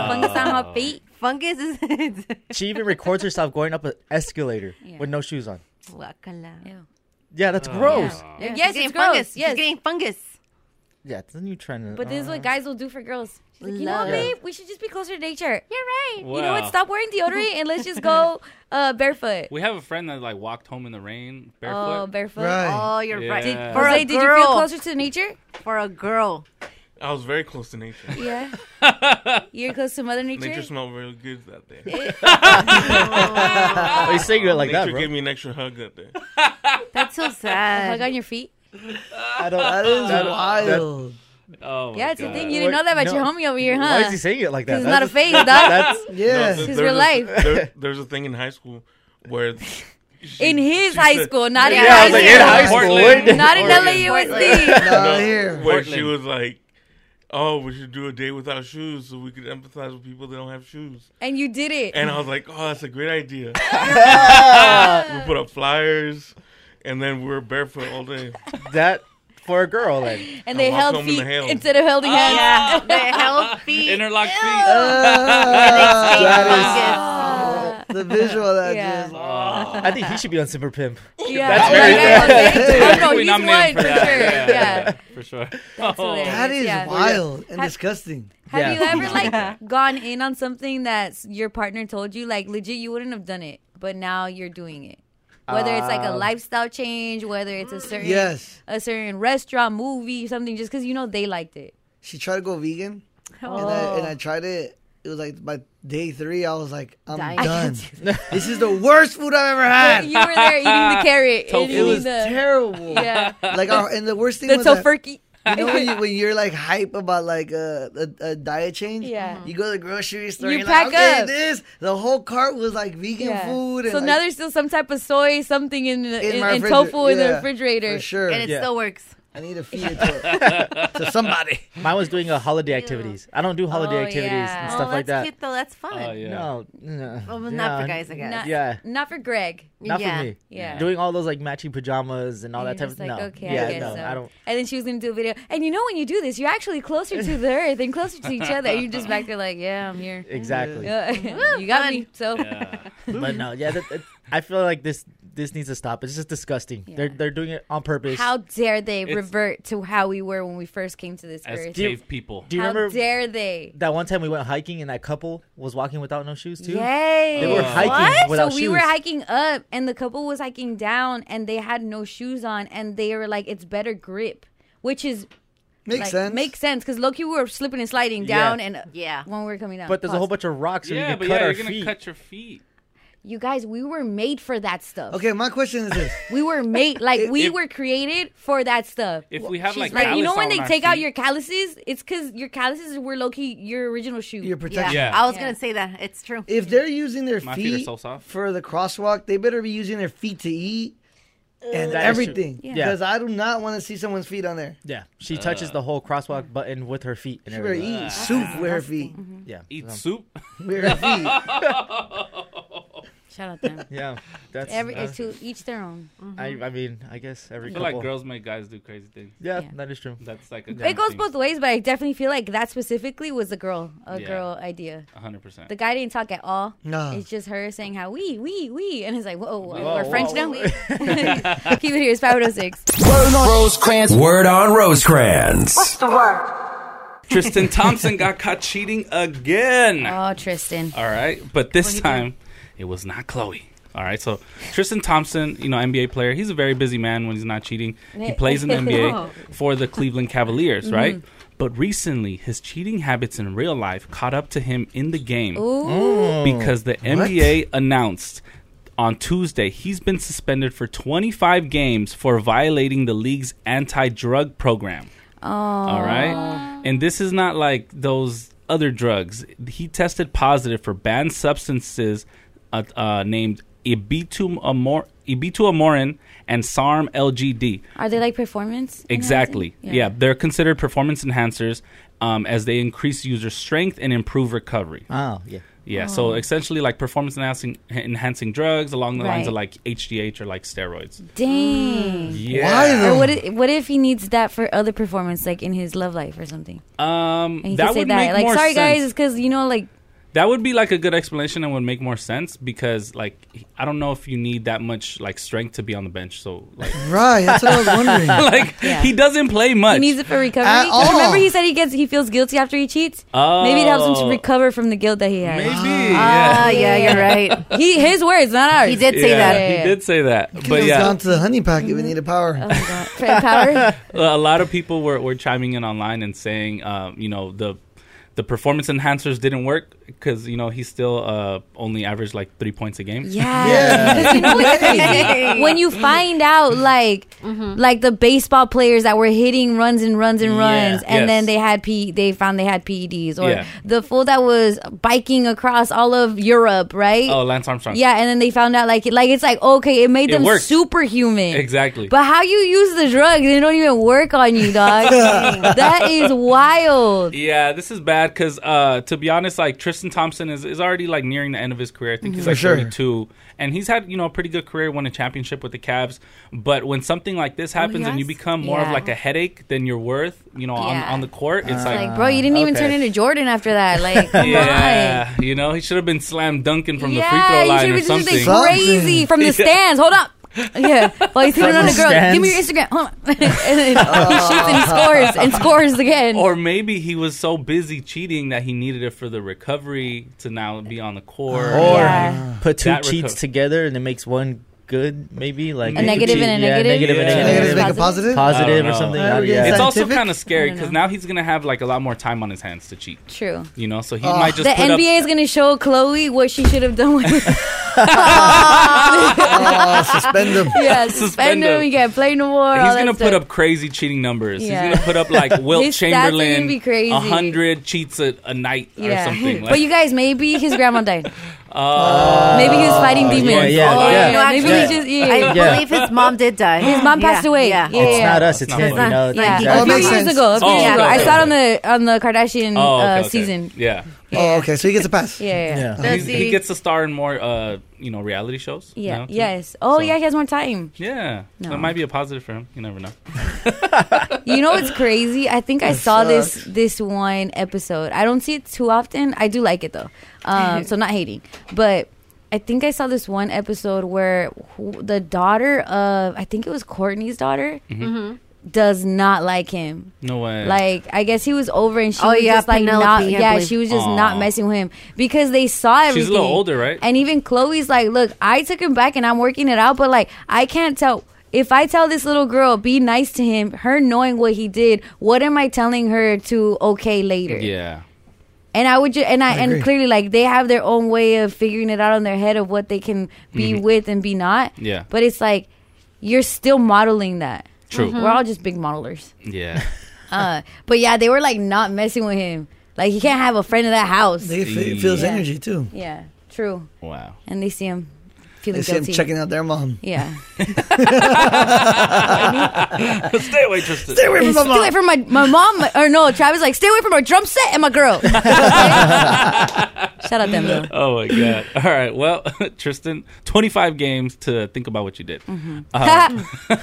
[SPEAKER 5] uh,
[SPEAKER 1] fungus on her feet.
[SPEAKER 2] Fungus is
[SPEAKER 3] She even records herself going up an escalator
[SPEAKER 1] Yeah.
[SPEAKER 3] with no shoes on.
[SPEAKER 2] Guacala.
[SPEAKER 1] Ew.
[SPEAKER 3] Yeah,
[SPEAKER 5] Oh.
[SPEAKER 3] that's gross.
[SPEAKER 1] Yeah.
[SPEAKER 2] Yeah, she's
[SPEAKER 1] Yes,
[SPEAKER 2] getting
[SPEAKER 1] it's gross.
[SPEAKER 2] fungus.
[SPEAKER 1] Yes.
[SPEAKER 2] She's getting fungus.
[SPEAKER 3] Yeah, it's a new trend.
[SPEAKER 1] But this is
[SPEAKER 3] Uh,
[SPEAKER 1] what guys will do for girls. She's like, you know, what,
[SPEAKER 2] Love
[SPEAKER 1] babe, we should just be closer to nature. You're right. You know
[SPEAKER 5] Wow.
[SPEAKER 1] what? Stop wearing deodorant and let's just go uh, barefoot.
[SPEAKER 5] We have a friend that like walked home in the rain barefoot.
[SPEAKER 1] Oh, barefoot.
[SPEAKER 4] Right.
[SPEAKER 2] Oh, you're
[SPEAKER 5] Yeah.
[SPEAKER 2] right.
[SPEAKER 5] Did-
[SPEAKER 2] for
[SPEAKER 1] Jose,
[SPEAKER 2] a
[SPEAKER 1] did you feel
[SPEAKER 2] girl.
[SPEAKER 1] closer to nature?
[SPEAKER 2] For a girl.
[SPEAKER 7] I was very close to nature.
[SPEAKER 1] Yeah. You're close to Mother Nature.
[SPEAKER 7] Nature smelled really good that day.
[SPEAKER 3] Oh, you say it like
[SPEAKER 7] nature
[SPEAKER 3] that, bro.
[SPEAKER 7] gave me an extra hug that day.
[SPEAKER 2] That's so
[SPEAKER 1] Hug
[SPEAKER 2] sad.
[SPEAKER 1] on your feet.
[SPEAKER 3] I don't,
[SPEAKER 4] That is
[SPEAKER 3] that-
[SPEAKER 4] wild.
[SPEAKER 5] Oh my
[SPEAKER 1] Yeah, it's a
[SPEAKER 5] God.
[SPEAKER 1] thing. You didn't
[SPEAKER 3] What-
[SPEAKER 1] know that about your
[SPEAKER 3] no.
[SPEAKER 1] homie over here,
[SPEAKER 3] Why is
[SPEAKER 1] huh?
[SPEAKER 3] he saying it like that?
[SPEAKER 1] Because it's not a phase, dog.
[SPEAKER 3] That's
[SPEAKER 4] yeah.
[SPEAKER 7] th-
[SPEAKER 1] She's
[SPEAKER 7] there's
[SPEAKER 1] real
[SPEAKER 7] a-
[SPEAKER 1] life.
[SPEAKER 7] there- there's a thing in high school where she-
[SPEAKER 1] in his
[SPEAKER 7] she
[SPEAKER 1] high
[SPEAKER 7] said-
[SPEAKER 1] school, not
[SPEAKER 2] Yeah,
[SPEAKER 1] in
[SPEAKER 2] I
[SPEAKER 1] high
[SPEAKER 2] was like,
[SPEAKER 1] school.
[SPEAKER 2] in high
[SPEAKER 3] school,
[SPEAKER 7] Portland.
[SPEAKER 1] Not in
[SPEAKER 7] Oregon.
[SPEAKER 1] LAUSD.
[SPEAKER 4] Not
[SPEAKER 7] No,
[SPEAKER 4] here.
[SPEAKER 7] Where she
[SPEAKER 5] Portland.
[SPEAKER 7] was like, "Oh, we should do a day without shoes so we could empathize with people that don't have shoes."
[SPEAKER 1] and you did it.
[SPEAKER 7] And I was like, "Oh, that's a great idea." we put up flyers, and then we were barefoot all day.
[SPEAKER 3] that for a girl. Then
[SPEAKER 1] And they
[SPEAKER 7] I walked
[SPEAKER 1] held
[SPEAKER 7] home in
[SPEAKER 1] feet
[SPEAKER 7] the hail.
[SPEAKER 1] instead of holding hands.
[SPEAKER 2] Yeah. The healthy.
[SPEAKER 5] Interlocked feet.
[SPEAKER 4] Ah, that
[SPEAKER 2] fungus.
[SPEAKER 4] is the visual that
[SPEAKER 1] Yeah.
[SPEAKER 5] Oh.
[SPEAKER 4] just.
[SPEAKER 3] I think he should be on Simper Pimp.
[SPEAKER 1] Yeah.
[SPEAKER 3] That's
[SPEAKER 1] oh
[SPEAKER 3] very
[SPEAKER 1] my God, Jose.
[SPEAKER 5] I
[SPEAKER 1] Oh,
[SPEAKER 5] think
[SPEAKER 1] no,
[SPEAKER 5] we
[SPEAKER 1] he's
[SPEAKER 5] nominate
[SPEAKER 1] one
[SPEAKER 5] him
[SPEAKER 1] for, sure. Yeah.
[SPEAKER 5] for sure.
[SPEAKER 1] hilarious.
[SPEAKER 5] Oh.
[SPEAKER 4] That is
[SPEAKER 1] Yeah.
[SPEAKER 4] wild and
[SPEAKER 1] Have-
[SPEAKER 4] disgusting.
[SPEAKER 1] Have
[SPEAKER 3] Yeah.
[SPEAKER 1] you ever like gone in on something that s- your partner told you? Like legit, you wouldn't have done it, but now you're doing it. Whether it's like a
[SPEAKER 3] Um,
[SPEAKER 1] lifestyle change, whether it's a certain
[SPEAKER 4] Yes.
[SPEAKER 1] a certain restaurant, movie, something, just because you know they liked it.
[SPEAKER 4] She tried to go vegan, and, I,
[SPEAKER 1] Oh.
[SPEAKER 4] and I tried it. It was like by day three, I was like, I'm
[SPEAKER 2] Dying.
[SPEAKER 4] done. this is the worst food I've ever had.
[SPEAKER 1] you were there eating the carrot. and
[SPEAKER 5] Tofu.
[SPEAKER 1] eating
[SPEAKER 4] It was
[SPEAKER 1] the,
[SPEAKER 4] terrible.
[SPEAKER 1] Yeah,
[SPEAKER 4] Like, our, and the worst thing
[SPEAKER 1] the
[SPEAKER 4] was that-
[SPEAKER 1] tofurkey.
[SPEAKER 4] You know when, you, when you're like hype about like a, a, a diet change,
[SPEAKER 1] Yeah.
[SPEAKER 4] You go to the grocery store,
[SPEAKER 1] You
[SPEAKER 4] you are pack
[SPEAKER 1] pack
[SPEAKER 4] like, okay,
[SPEAKER 1] up.
[SPEAKER 4] this. The whole cart was like vegan
[SPEAKER 1] Yeah.
[SPEAKER 4] food. And
[SPEAKER 1] So
[SPEAKER 4] like,
[SPEAKER 1] now there's still some type of soy, something in the, in,
[SPEAKER 4] my
[SPEAKER 1] in
[SPEAKER 4] refrigerator.
[SPEAKER 1] tofu in the
[SPEAKER 4] Yeah,
[SPEAKER 1] refrigerator.
[SPEAKER 4] for sure.
[SPEAKER 2] And it
[SPEAKER 3] Yeah.
[SPEAKER 2] still works.
[SPEAKER 4] I need to feed it to, to somebody.
[SPEAKER 3] Mine was doing a holiday activities. I don't do holiday
[SPEAKER 1] Oh,
[SPEAKER 3] activities
[SPEAKER 1] yeah.
[SPEAKER 3] and
[SPEAKER 1] Oh,
[SPEAKER 3] stuff
[SPEAKER 2] oh,
[SPEAKER 3] like
[SPEAKER 2] that's
[SPEAKER 3] that.
[SPEAKER 2] cute though. That's fun.
[SPEAKER 5] Oh, yeah.
[SPEAKER 3] No, no.
[SPEAKER 2] Well,
[SPEAKER 3] yeah,
[SPEAKER 2] not for guys, I guess.
[SPEAKER 1] Not,
[SPEAKER 3] Yeah.
[SPEAKER 1] not for Greg.
[SPEAKER 3] Not
[SPEAKER 2] Yeah.
[SPEAKER 3] for me.
[SPEAKER 1] Yeah.
[SPEAKER 3] Doing all those like matching pajamas and all
[SPEAKER 1] And
[SPEAKER 3] that
[SPEAKER 1] you're
[SPEAKER 3] type of
[SPEAKER 1] just like,
[SPEAKER 3] no.
[SPEAKER 1] okay, I
[SPEAKER 3] yeah,
[SPEAKER 1] guess
[SPEAKER 3] no,
[SPEAKER 1] so.
[SPEAKER 3] I don't.
[SPEAKER 1] And then she was gonna do a video. And you know when you do this, you're actually closer to the earth and closer to each other. You're just back there like, yeah, I'm here.
[SPEAKER 3] Exactly.
[SPEAKER 1] Yeah. you got me. So
[SPEAKER 5] Yeah.
[SPEAKER 3] But no, yeah, that, that- I feel like this this needs to stop. It's just disgusting. They're they're doing it on purpose.
[SPEAKER 1] how dare they
[SPEAKER 5] It's-
[SPEAKER 1] revert to how we were when we first came to this
[SPEAKER 5] As
[SPEAKER 1] earth?
[SPEAKER 5] cave people.
[SPEAKER 3] do you
[SPEAKER 1] how
[SPEAKER 3] remember
[SPEAKER 1] dare they?
[SPEAKER 3] that one time we went hiking and that couple was walking without no shoes too?
[SPEAKER 1] Yay!
[SPEAKER 3] They were hiking
[SPEAKER 1] What?
[SPEAKER 3] without
[SPEAKER 1] so we were
[SPEAKER 3] shoes.
[SPEAKER 1] hiking up, and the couple was hiking down, and they had no shoes on, and they were like, "It's better grip," which is
[SPEAKER 4] Makes
[SPEAKER 1] like,
[SPEAKER 4] sense.
[SPEAKER 1] Makes sense because Loki we were slipping and sliding
[SPEAKER 3] Yeah.
[SPEAKER 1] down, and
[SPEAKER 2] Yeah.
[SPEAKER 1] when we were coming down.
[SPEAKER 3] But there's a whole
[SPEAKER 1] Pause.
[SPEAKER 3] bunch of rocks, so
[SPEAKER 5] yeah,
[SPEAKER 3] you
[SPEAKER 5] but
[SPEAKER 3] can cut
[SPEAKER 5] yeah,
[SPEAKER 3] our
[SPEAKER 5] you're gonna
[SPEAKER 3] feet.
[SPEAKER 5] cut your feet.
[SPEAKER 1] You guys, we were made for that stuff.
[SPEAKER 4] Okay, my question is this:
[SPEAKER 1] We were made like we
[SPEAKER 5] If-
[SPEAKER 1] were created for that stuff.
[SPEAKER 5] If we have
[SPEAKER 1] She's
[SPEAKER 5] like,
[SPEAKER 1] right. you know
[SPEAKER 5] callus
[SPEAKER 1] when
[SPEAKER 5] on
[SPEAKER 1] they
[SPEAKER 5] our
[SPEAKER 1] take out
[SPEAKER 5] feet-
[SPEAKER 1] your calluses, it's because your calluses were low key your original shoe.
[SPEAKER 4] your
[SPEAKER 2] Yeah.
[SPEAKER 4] protection.
[SPEAKER 5] Yeah.
[SPEAKER 2] I was
[SPEAKER 1] Yeah.
[SPEAKER 2] going to say that. It's true.
[SPEAKER 4] If they're using their
[SPEAKER 5] My
[SPEAKER 4] feet,
[SPEAKER 5] feet are so soft.
[SPEAKER 4] for the crosswalk, they better be using their feet to eat and
[SPEAKER 3] That is true.
[SPEAKER 4] everything.
[SPEAKER 3] Yeah.
[SPEAKER 4] Because I do not want to see someone's feet on there.
[SPEAKER 3] Yeah, she
[SPEAKER 5] Uh.
[SPEAKER 3] touches the whole crosswalk button with her feet. And
[SPEAKER 4] She better
[SPEAKER 3] everything.
[SPEAKER 4] eat soup with her feet.
[SPEAKER 1] Mm-hmm.
[SPEAKER 3] Yeah,
[SPEAKER 5] eat
[SPEAKER 3] so-
[SPEAKER 5] soup.
[SPEAKER 4] With her feet.
[SPEAKER 1] Shout out them.
[SPEAKER 3] Yeah, that's.
[SPEAKER 1] Every
[SPEAKER 3] uh,
[SPEAKER 1] it's to each their own.
[SPEAKER 2] Mm-hmm.
[SPEAKER 3] I, I mean, I guess every
[SPEAKER 5] I feel
[SPEAKER 3] couple.
[SPEAKER 5] like girls make guys do crazy things.
[SPEAKER 3] yeah,
[SPEAKER 1] Yeah.
[SPEAKER 3] that is true.
[SPEAKER 5] That's like a
[SPEAKER 1] It goes both ways, but I definitely feel like that specifically was a girl, a
[SPEAKER 5] Yeah.
[SPEAKER 1] girl idea.
[SPEAKER 5] 100. percent
[SPEAKER 1] The guy didn't talk at all.
[SPEAKER 4] No.
[SPEAKER 1] It's just her saying how we, we, we, and it's like whoa, whoa,
[SPEAKER 5] Whoa,
[SPEAKER 1] we're French
[SPEAKER 5] whoa,
[SPEAKER 1] now. Keep it here. It's five hundred six.
[SPEAKER 9] Word on Rosecrans.
[SPEAKER 5] Tristan Thompson got caught cheating again.
[SPEAKER 1] Oh, Tristan.
[SPEAKER 5] All right, but this time it was not Chloe. All right, so Tristan Thompson, you know, NBA player, he's a very busy man when he's not cheating. He plays in the NBA for the Cleveland Cavaliers, right?
[SPEAKER 1] Mm-hmm.
[SPEAKER 5] But recently, his cheating habits in real life caught up to him in the game because the NBA announced on Tuesday he's been suspended for 25 games for violating the league's anti-drug program. All right. And this is not like those other drugs. He tested positive for banned substances uh, uh, named ibituamor- ibituamorin and SARM LGD.
[SPEAKER 1] Are they like performance?
[SPEAKER 5] Exactly.
[SPEAKER 1] enhancing?
[SPEAKER 5] Yeah. they're considered performance enhancers um, as they increase user strength and improve recovery.
[SPEAKER 3] Oh yeah.
[SPEAKER 5] Yeah, so essentially like performance enhancing enhancing drugs along the lines of like HGH or like steroids.
[SPEAKER 1] Dang.
[SPEAKER 5] Yeah.
[SPEAKER 1] Or what if, what if he needs that for other performance, like in his love life or something?
[SPEAKER 5] Um
[SPEAKER 1] And he
[SPEAKER 5] that
[SPEAKER 1] could say
[SPEAKER 5] would
[SPEAKER 1] that,
[SPEAKER 5] make
[SPEAKER 1] like,
[SPEAKER 5] more
[SPEAKER 1] sorry guys,
[SPEAKER 5] sense.
[SPEAKER 1] it's because you know, like,
[SPEAKER 5] That would be like a good explanation and would make more sense because like I don't know if you need that much like strength to be on the bench. So like
[SPEAKER 4] Right. That's what I was wondering.
[SPEAKER 5] like
[SPEAKER 1] Yeah.
[SPEAKER 5] he doesn't play much.
[SPEAKER 1] he needs it for recovery.
[SPEAKER 4] At all.
[SPEAKER 1] Remember, he said he gets he feels guilty after he cheats.
[SPEAKER 5] Oh.
[SPEAKER 1] Maybe it helps him to recover from the guilt that he
[SPEAKER 5] Maybe.
[SPEAKER 1] has.
[SPEAKER 2] Ah,
[SPEAKER 5] yeah.
[SPEAKER 2] yeah, you're right.
[SPEAKER 1] He his words, not ours.
[SPEAKER 2] He did say
[SPEAKER 5] Yeah,
[SPEAKER 2] that.
[SPEAKER 1] Yeah.
[SPEAKER 5] He did say that.
[SPEAKER 4] Could
[SPEAKER 5] But
[SPEAKER 4] have
[SPEAKER 5] yeah.
[SPEAKER 4] gone to the honey packet. We need a power.
[SPEAKER 1] Oh my God. Fred Power.
[SPEAKER 5] a lot of people were, were chiming in online and saying, um, you know, the the performance enhancers didn't work because you know he still uh, only averaged like three points a game.
[SPEAKER 4] Yeah.
[SPEAKER 1] Yeah. Because you know what's crazy?
[SPEAKER 2] Hey.
[SPEAKER 1] when you find out like like the baseball players that were hitting runs and runs and
[SPEAKER 5] Yeah.
[SPEAKER 1] runs and
[SPEAKER 5] Yes.
[SPEAKER 1] then they had P they found they had PEDs or
[SPEAKER 5] Yeah.
[SPEAKER 1] the fool that was biking across all of Europe, right?
[SPEAKER 5] Oh, Lance Armstrong.
[SPEAKER 1] Yeah, and then they found out like it, like it's like okay, it made
[SPEAKER 5] It
[SPEAKER 1] them
[SPEAKER 5] worked.
[SPEAKER 1] superhuman.
[SPEAKER 5] Exactly.
[SPEAKER 1] But how you use the drugs, they don't even work on you, dog. that is wild.
[SPEAKER 5] Yeah, this is bad because uh, to be honest, like Tristan Thompson is, is already like nearing the end of his career. I think he's like
[SPEAKER 4] For sure.
[SPEAKER 5] 32, and he's had you know a pretty good career, won a championship with the Cavs. But when something like this happens and
[SPEAKER 2] has?
[SPEAKER 5] you become more of
[SPEAKER 1] Oh, Yeah.
[SPEAKER 5] like a headache than you're worth, you know,
[SPEAKER 1] Yeah.
[SPEAKER 5] on, on the court, it's
[SPEAKER 1] It's
[SPEAKER 5] like,
[SPEAKER 1] like, bro, you didn't even
[SPEAKER 5] okay.
[SPEAKER 1] turn into Jordan after that. Like, come on.
[SPEAKER 5] yeah, you know, he should have been slam dunking from the free throw line
[SPEAKER 1] you should
[SPEAKER 5] or
[SPEAKER 1] be
[SPEAKER 5] something.
[SPEAKER 1] doing something crazy from the stands. Hold up. Yeah, while he's hitting on a
[SPEAKER 3] the
[SPEAKER 1] girl. Give me your
[SPEAKER 3] stands?
[SPEAKER 1] Instagram. Hold on. and then he shoots and scores and scores again.
[SPEAKER 5] Or maybe he was so busy cheating that he needed it for the recovery to now be on the court.
[SPEAKER 3] Or
[SPEAKER 1] Yeah.
[SPEAKER 3] put two
[SPEAKER 5] That
[SPEAKER 3] cheats
[SPEAKER 5] reco-
[SPEAKER 3] together and it makes one good, maybe like
[SPEAKER 5] A
[SPEAKER 3] you could
[SPEAKER 1] negative
[SPEAKER 3] cheat-
[SPEAKER 1] and a
[SPEAKER 3] yeah,
[SPEAKER 1] negative?
[SPEAKER 3] negative and a
[SPEAKER 5] Yeah.
[SPEAKER 4] Negative
[SPEAKER 3] negative,
[SPEAKER 4] make a positive.
[SPEAKER 5] I
[SPEAKER 3] positive
[SPEAKER 5] don't
[SPEAKER 3] or
[SPEAKER 5] know.
[SPEAKER 3] something.
[SPEAKER 4] Uh,
[SPEAKER 3] yeah.
[SPEAKER 4] yeah.
[SPEAKER 5] it's also
[SPEAKER 4] Scientific?
[SPEAKER 5] kind of scary
[SPEAKER 1] I don't
[SPEAKER 5] because
[SPEAKER 1] know.
[SPEAKER 5] now he's gonna have like a lot more time on his hands to cheat.
[SPEAKER 1] True.
[SPEAKER 5] You know, so he might just
[SPEAKER 1] The
[SPEAKER 5] put up.
[SPEAKER 1] NBA is going to show Chloe what she should have done with
[SPEAKER 4] Oh, suspend them.
[SPEAKER 1] Yeah,
[SPEAKER 5] Suspend
[SPEAKER 1] suspend him.
[SPEAKER 5] him.
[SPEAKER 1] You can't play no more.
[SPEAKER 5] He's
[SPEAKER 1] all
[SPEAKER 5] gonna
[SPEAKER 1] that
[SPEAKER 5] put
[SPEAKER 1] stuff.
[SPEAKER 5] up crazy cheating numbers.
[SPEAKER 1] Yeah.
[SPEAKER 5] He's gonna put up like Wilt
[SPEAKER 1] His stats are gonna
[SPEAKER 5] Chamberlain,
[SPEAKER 1] be crazy.
[SPEAKER 5] hundred cheats a, a night or something. Like, uh,
[SPEAKER 1] but you guys, maybe his grandma died. maybe he was fighting demons.
[SPEAKER 3] yeah, yeah,
[SPEAKER 1] oh,
[SPEAKER 3] yeah.
[SPEAKER 2] No,
[SPEAKER 1] Maybe
[SPEAKER 2] actually,
[SPEAKER 1] he just.
[SPEAKER 2] I
[SPEAKER 1] Yeah.
[SPEAKER 3] Yeah.
[SPEAKER 2] believe his mom did die. His
[SPEAKER 1] mom passed away.
[SPEAKER 2] Yeah.
[SPEAKER 1] Yeah.
[SPEAKER 3] It's not us.
[SPEAKER 5] That's
[SPEAKER 3] It's
[SPEAKER 5] not
[SPEAKER 3] him.
[SPEAKER 5] funny.
[SPEAKER 3] You know,
[SPEAKER 2] Yeah.
[SPEAKER 1] a
[SPEAKER 3] exactly.
[SPEAKER 4] Oh,
[SPEAKER 1] few
[SPEAKER 4] makes
[SPEAKER 1] years
[SPEAKER 4] sense.
[SPEAKER 1] ago, a few
[SPEAKER 5] Oh,
[SPEAKER 1] years
[SPEAKER 5] okay,
[SPEAKER 1] ago, I
[SPEAKER 5] okay,
[SPEAKER 1] saw it on
[SPEAKER 5] okay.
[SPEAKER 1] the on the Kardashian
[SPEAKER 5] oh, okay,
[SPEAKER 1] uh,
[SPEAKER 5] okay.
[SPEAKER 1] season.
[SPEAKER 5] Yeah,
[SPEAKER 4] Oh, okay. So he gets a pass.
[SPEAKER 1] Yeah, yeah, yeah.
[SPEAKER 3] Yeah.
[SPEAKER 2] Does
[SPEAKER 5] He's- he
[SPEAKER 2] he-
[SPEAKER 5] gets to star in more, uh, you know, reality shows.
[SPEAKER 1] Yeah.
[SPEAKER 5] now, too.
[SPEAKER 1] yes. Oh,
[SPEAKER 5] So-
[SPEAKER 1] yeah. He has more time.
[SPEAKER 5] Yeah,
[SPEAKER 1] No.
[SPEAKER 5] that might be a positive for him. You never know.
[SPEAKER 1] You know what's crazy? I think I saw this this one episode. I don't see it too often. I do like it though. Um, so not hating, but I think I saw this one episode where who, the daughter of I think it was Courtney's daughter
[SPEAKER 5] Mm-hmm.
[SPEAKER 1] does not like him.
[SPEAKER 5] No way.
[SPEAKER 1] Like I guess he was over and she
[SPEAKER 2] Oh,
[SPEAKER 1] was
[SPEAKER 2] yeah,
[SPEAKER 1] just like
[SPEAKER 2] Penelope,
[SPEAKER 1] not
[SPEAKER 2] I
[SPEAKER 1] yeah
[SPEAKER 2] believe.
[SPEAKER 1] she was just
[SPEAKER 5] Aw.
[SPEAKER 1] not messing with him because they saw everything.
[SPEAKER 5] She's a little older, right?
[SPEAKER 1] And even Chloe's like, look, I took him back and I'm working it out, but like I can't tell. If I tell this little girl be nice to him, her knowing what he did, what am I telling her to okay later?
[SPEAKER 5] yeah.
[SPEAKER 1] And I would just and I,
[SPEAKER 4] agree.
[SPEAKER 1] and clearly like they have their own way of figuring it out on their head of what they can be with and be not.
[SPEAKER 5] Mm-hmm. Yeah.
[SPEAKER 1] But it's like you're still modeling that.
[SPEAKER 5] True.
[SPEAKER 1] We're all just big modelers.
[SPEAKER 5] Yeah.
[SPEAKER 1] Uh, but yeah, they were like not messing with him. Like he can't have a friend in that house.
[SPEAKER 4] They fe- it feels
[SPEAKER 1] Yeah.
[SPEAKER 4] energy too.
[SPEAKER 1] yeah, true.
[SPEAKER 5] Wow.
[SPEAKER 1] And they see him
[SPEAKER 4] They
[SPEAKER 1] feeling
[SPEAKER 4] see him
[SPEAKER 1] guilty.
[SPEAKER 4] checking out their mom.
[SPEAKER 1] yeah,
[SPEAKER 5] Stay away, Tristan.
[SPEAKER 4] Stay away from my
[SPEAKER 1] stay away
[SPEAKER 4] mom.
[SPEAKER 1] from my my mom. Or no, Travis like stay away from my drum set and my girl. Shout out them though.
[SPEAKER 5] Oh my god. All right. Well, Tristan, 25 games to think about what you did.
[SPEAKER 1] Mm-hmm.
[SPEAKER 3] Uh-huh.
[SPEAKER 5] All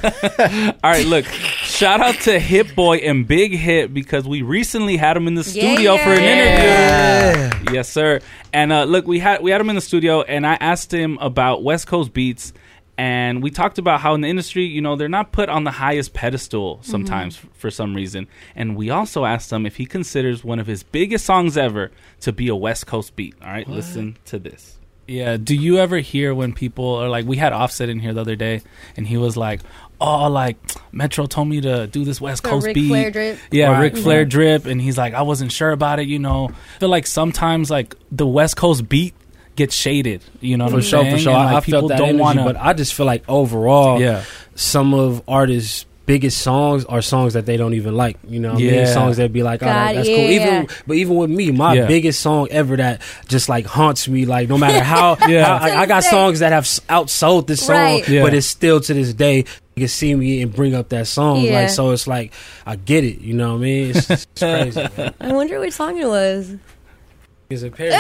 [SPEAKER 5] right, look. Shout out to Hit Boy and Big Hit because we recently had him in the studio for an
[SPEAKER 1] Yeah.
[SPEAKER 5] interview. Yes, sir. And uh, look, we had we had him in the studio and I asked him about West Coast beats and we talked about how in the industry, you know, they're not put on the highest pedestal sometimes f- for some reason. And we also asked him if he considers one of his biggest songs ever to be a West Coast beat. All right, listen to this. Yeah. Do you ever hear when people are like, we had Offset in here the other day, and he was like, "Oh, like Metro told me to do this West
[SPEAKER 1] The
[SPEAKER 5] Coast
[SPEAKER 1] Ric
[SPEAKER 5] beat."
[SPEAKER 1] Flair drip. Mm-hmm.
[SPEAKER 5] Yeah,
[SPEAKER 3] Right,
[SPEAKER 5] Ric Flair
[SPEAKER 3] right.
[SPEAKER 5] drip, and he's like, "I wasn't sure about it." You know, I feel like sometimes like the West Coast beat gets shaded. You know, what
[SPEAKER 10] For
[SPEAKER 5] I'm
[SPEAKER 10] sure,
[SPEAKER 5] saying?
[SPEAKER 10] for sure.
[SPEAKER 5] And,
[SPEAKER 10] I,
[SPEAKER 5] like,
[SPEAKER 10] I felt that energy,
[SPEAKER 5] wanna-
[SPEAKER 10] but I just feel like overall,
[SPEAKER 5] yeah,
[SPEAKER 10] some of artists' biggest songs are songs that they don't even like. You know, what I mean?
[SPEAKER 5] Yeah.
[SPEAKER 10] songs that be like, oh, that-
[SPEAKER 1] God,
[SPEAKER 10] that's
[SPEAKER 1] yeah.
[SPEAKER 10] cool. Even but even with me, my
[SPEAKER 5] Yeah.
[SPEAKER 10] biggest song ever that just like haunts me. Like no matter how,
[SPEAKER 5] Yeah.
[SPEAKER 10] how- I, I got
[SPEAKER 1] That's
[SPEAKER 10] songs that have s- outsold this song,
[SPEAKER 1] Right.
[SPEAKER 5] Yeah.
[SPEAKER 10] but it's still to this day. You can see me and bring up that song,
[SPEAKER 1] Yeah.
[SPEAKER 10] like so. It's like I get it, you know what I mean? It's, it's crazy. man.
[SPEAKER 1] I wonder which song it was.
[SPEAKER 10] is in Paris.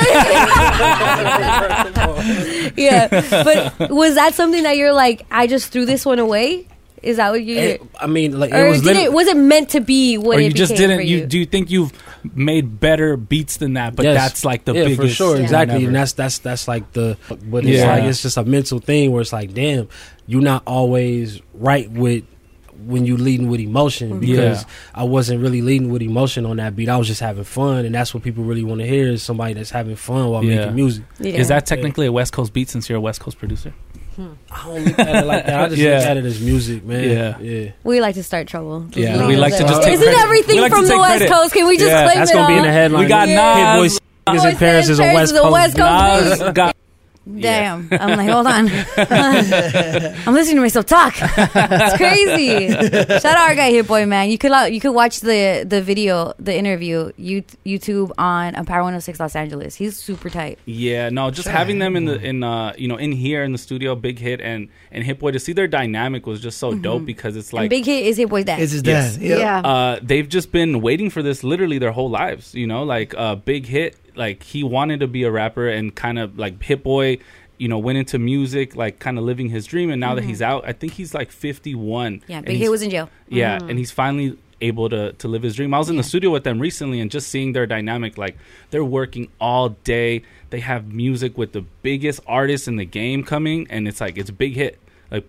[SPEAKER 1] yeah, but was that something that you're like? I just threw this one away. Is that what you?
[SPEAKER 10] It- I mean, like
[SPEAKER 1] or
[SPEAKER 10] it was
[SPEAKER 1] did
[SPEAKER 10] lit-
[SPEAKER 1] it was it meant to be what
[SPEAKER 5] or
[SPEAKER 1] it
[SPEAKER 5] you just
[SPEAKER 1] became
[SPEAKER 5] didn't.
[SPEAKER 1] for
[SPEAKER 5] you.
[SPEAKER 1] you?
[SPEAKER 5] do you think you've made better beats than that? But
[SPEAKER 10] Yes.
[SPEAKER 5] that's like the
[SPEAKER 10] yeah,
[SPEAKER 5] biggest.
[SPEAKER 10] for sure,
[SPEAKER 5] one
[SPEAKER 10] exactly,
[SPEAKER 5] ever.
[SPEAKER 10] and that's that's that's like the. But it's
[SPEAKER 5] Yeah.
[SPEAKER 10] like it's just a mental thing where it's like, damn, you're not always right with when you leading with
[SPEAKER 1] Mm-hmm.
[SPEAKER 10] emotion because
[SPEAKER 5] Yeah.
[SPEAKER 10] I wasn't really leading with emotion on that beat. I was just having fun, and that's what people really want to hear is somebody that's having fun while
[SPEAKER 5] Yeah.
[SPEAKER 10] making music.
[SPEAKER 5] Is that technically a West Coast beat since you're a West Coast producer?
[SPEAKER 1] Hmm.
[SPEAKER 10] I don't look at it like that. I just
[SPEAKER 5] Yeah.
[SPEAKER 10] look at it as music, man.
[SPEAKER 5] Yeah.
[SPEAKER 10] yeah.
[SPEAKER 1] We like to start trouble.
[SPEAKER 5] Yeah,
[SPEAKER 1] leave
[SPEAKER 5] we
[SPEAKER 1] it
[SPEAKER 5] like to
[SPEAKER 1] there.
[SPEAKER 5] just take
[SPEAKER 1] Isn't
[SPEAKER 5] credit.
[SPEAKER 1] everything
[SPEAKER 5] We like to
[SPEAKER 1] from the
[SPEAKER 5] take
[SPEAKER 1] West
[SPEAKER 5] credit.
[SPEAKER 1] Coast? Can we just
[SPEAKER 5] Yeah,
[SPEAKER 1] claim
[SPEAKER 10] That's
[SPEAKER 1] it
[SPEAKER 10] gonna
[SPEAKER 1] all?
[SPEAKER 10] be in the headline.
[SPEAKER 5] We got
[SPEAKER 10] Hit
[SPEAKER 5] Nas.
[SPEAKER 10] Boys is in
[SPEAKER 1] Boys
[SPEAKER 10] Paris is a
[SPEAKER 1] Paris
[SPEAKER 10] West
[SPEAKER 1] is a West
[SPEAKER 10] Coast.
[SPEAKER 1] Coast
[SPEAKER 5] Nas
[SPEAKER 1] beat.
[SPEAKER 5] got
[SPEAKER 1] Damn. I'm like, hold on. I'm listening to myself talk. It's crazy. Shout out our guy Hit Boy man. You could lo- you could watch the the video, the interview, you, YouTube on Power 106 Los Angeles. He's super tight.
[SPEAKER 5] Yeah, no, just having them in the in uh you know in here in the studio, Big Hit and and Hip Boy to see their dynamic was just so dope because it's
[SPEAKER 1] Mm-hmm. and
[SPEAKER 5] like
[SPEAKER 1] Big Hit is Hit Boy's dad.
[SPEAKER 4] It's his
[SPEAKER 5] Yes.
[SPEAKER 4] dad. Yeah.
[SPEAKER 5] uh they've just been waiting for this literally their whole lives, you know, like uh Big Hit like he wanted to be a rapper and kind of like Hip Boy you know, went into music, like kind of living his dream, and now that he's out, I think he's like fifty-one.
[SPEAKER 1] Mm-hmm. yeah,
[SPEAKER 5] and
[SPEAKER 1] Big
[SPEAKER 5] he's-
[SPEAKER 1] Hit was in jail. Mm-hmm.
[SPEAKER 5] yeah, and he's finally able to to live his dream. I was in the studio with them recently and just seeing their dynamic like they're working all day. They have music with the biggest artists in the game coming and it's like it's a big hit. Like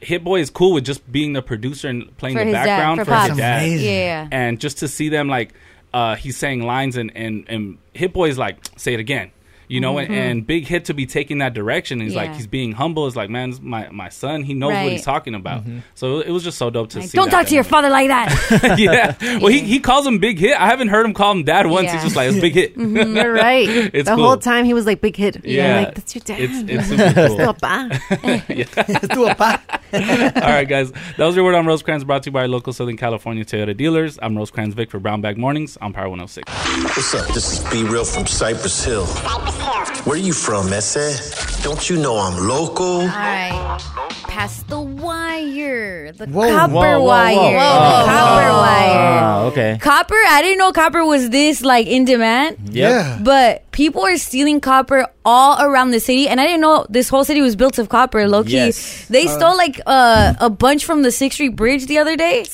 [SPEAKER 5] Hit Boy is cool with just being the producer and playing
[SPEAKER 1] For
[SPEAKER 5] the
[SPEAKER 1] his dad,
[SPEAKER 5] background
[SPEAKER 1] for
[SPEAKER 5] for his
[SPEAKER 1] Pops.
[SPEAKER 5] dad
[SPEAKER 1] Yeah.
[SPEAKER 4] Amazing.
[SPEAKER 5] and just to see them like uh, he's saying lines and and and Hit Boy's like say it again, you know, and, and Big Hit to be taking that direction. He's like
[SPEAKER 1] Mm-hmm. Yeah.
[SPEAKER 5] he's being humble. It's like man, this is my my son, he knows what
[SPEAKER 1] Right.
[SPEAKER 5] he's talking about. So it was just so dope to
[SPEAKER 1] Like,
[SPEAKER 5] see.
[SPEAKER 1] don't
[SPEAKER 5] that
[SPEAKER 1] talk to your father like that.
[SPEAKER 5] yeah. Well, he, he calls him Big Hit. I haven't heard him call him Dad once.
[SPEAKER 1] Yeah. Mm-hmm.
[SPEAKER 5] He's just like it's Big Hit.
[SPEAKER 2] You're right.
[SPEAKER 5] It's
[SPEAKER 2] the
[SPEAKER 5] cool.
[SPEAKER 2] whole time he was like big hit. Yeah,
[SPEAKER 5] Yeah.
[SPEAKER 2] like that's your dad.
[SPEAKER 5] It's it's super cool.
[SPEAKER 2] Stop, ah.
[SPEAKER 4] Do a pa-
[SPEAKER 5] All right, guys. That was your word on Rosecrans, brought to you by local Southern California Toyota dealers. I'm Rosecrans Vic for Brown Bag Mornings on Power 106.
[SPEAKER 11] What's up? This is Be Real from Cypress Hill. Where you from, Messe? Don't you know I'm local?
[SPEAKER 1] all right. Past the wire. The
[SPEAKER 4] Whoa,
[SPEAKER 1] copper
[SPEAKER 3] whoa, Uh, whoa,
[SPEAKER 1] wire.
[SPEAKER 3] whoa.
[SPEAKER 1] The
[SPEAKER 3] Whoa,
[SPEAKER 1] copper
[SPEAKER 2] whoa.
[SPEAKER 1] wire.
[SPEAKER 3] Ah, okay.
[SPEAKER 1] Copper, I didn't know copper was this like in demand.
[SPEAKER 4] Yeah.
[SPEAKER 1] But people are stealing copper all around the city, and I didn't know this whole city was built of copper. Low key,
[SPEAKER 3] Yes.
[SPEAKER 1] they stole like uh, a bunch from the Sixth Street Bridge the other day.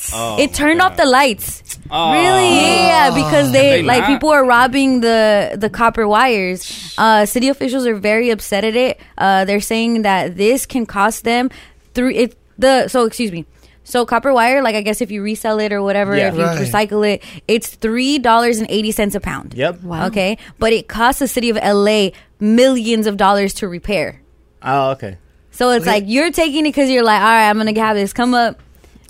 [SPEAKER 1] it turned off the lights. Really? Yeah, because they,
[SPEAKER 5] Ah. They
[SPEAKER 1] like
[SPEAKER 5] not?
[SPEAKER 1] people are robbing the the copper wires. Uh, city officials are very upset at it. Uh, they're saying that this can cost them three. It the so excuse me. So copper wire, like I guess if you resell it or whatever,
[SPEAKER 3] Yeah.
[SPEAKER 1] if you
[SPEAKER 4] Right.
[SPEAKER 1] recycle it, it's three dollars and eighty cents a pound.
[SPEAKER 3] Yep.
[SPEAKER 1] Okay, but it costs the city of LA millions of dollars to repair.
[SPEAKER 3] Oh, okay.
[SPEAKER 1] So it's like you're taking it because you're like, all right, I'm gonna have this come up,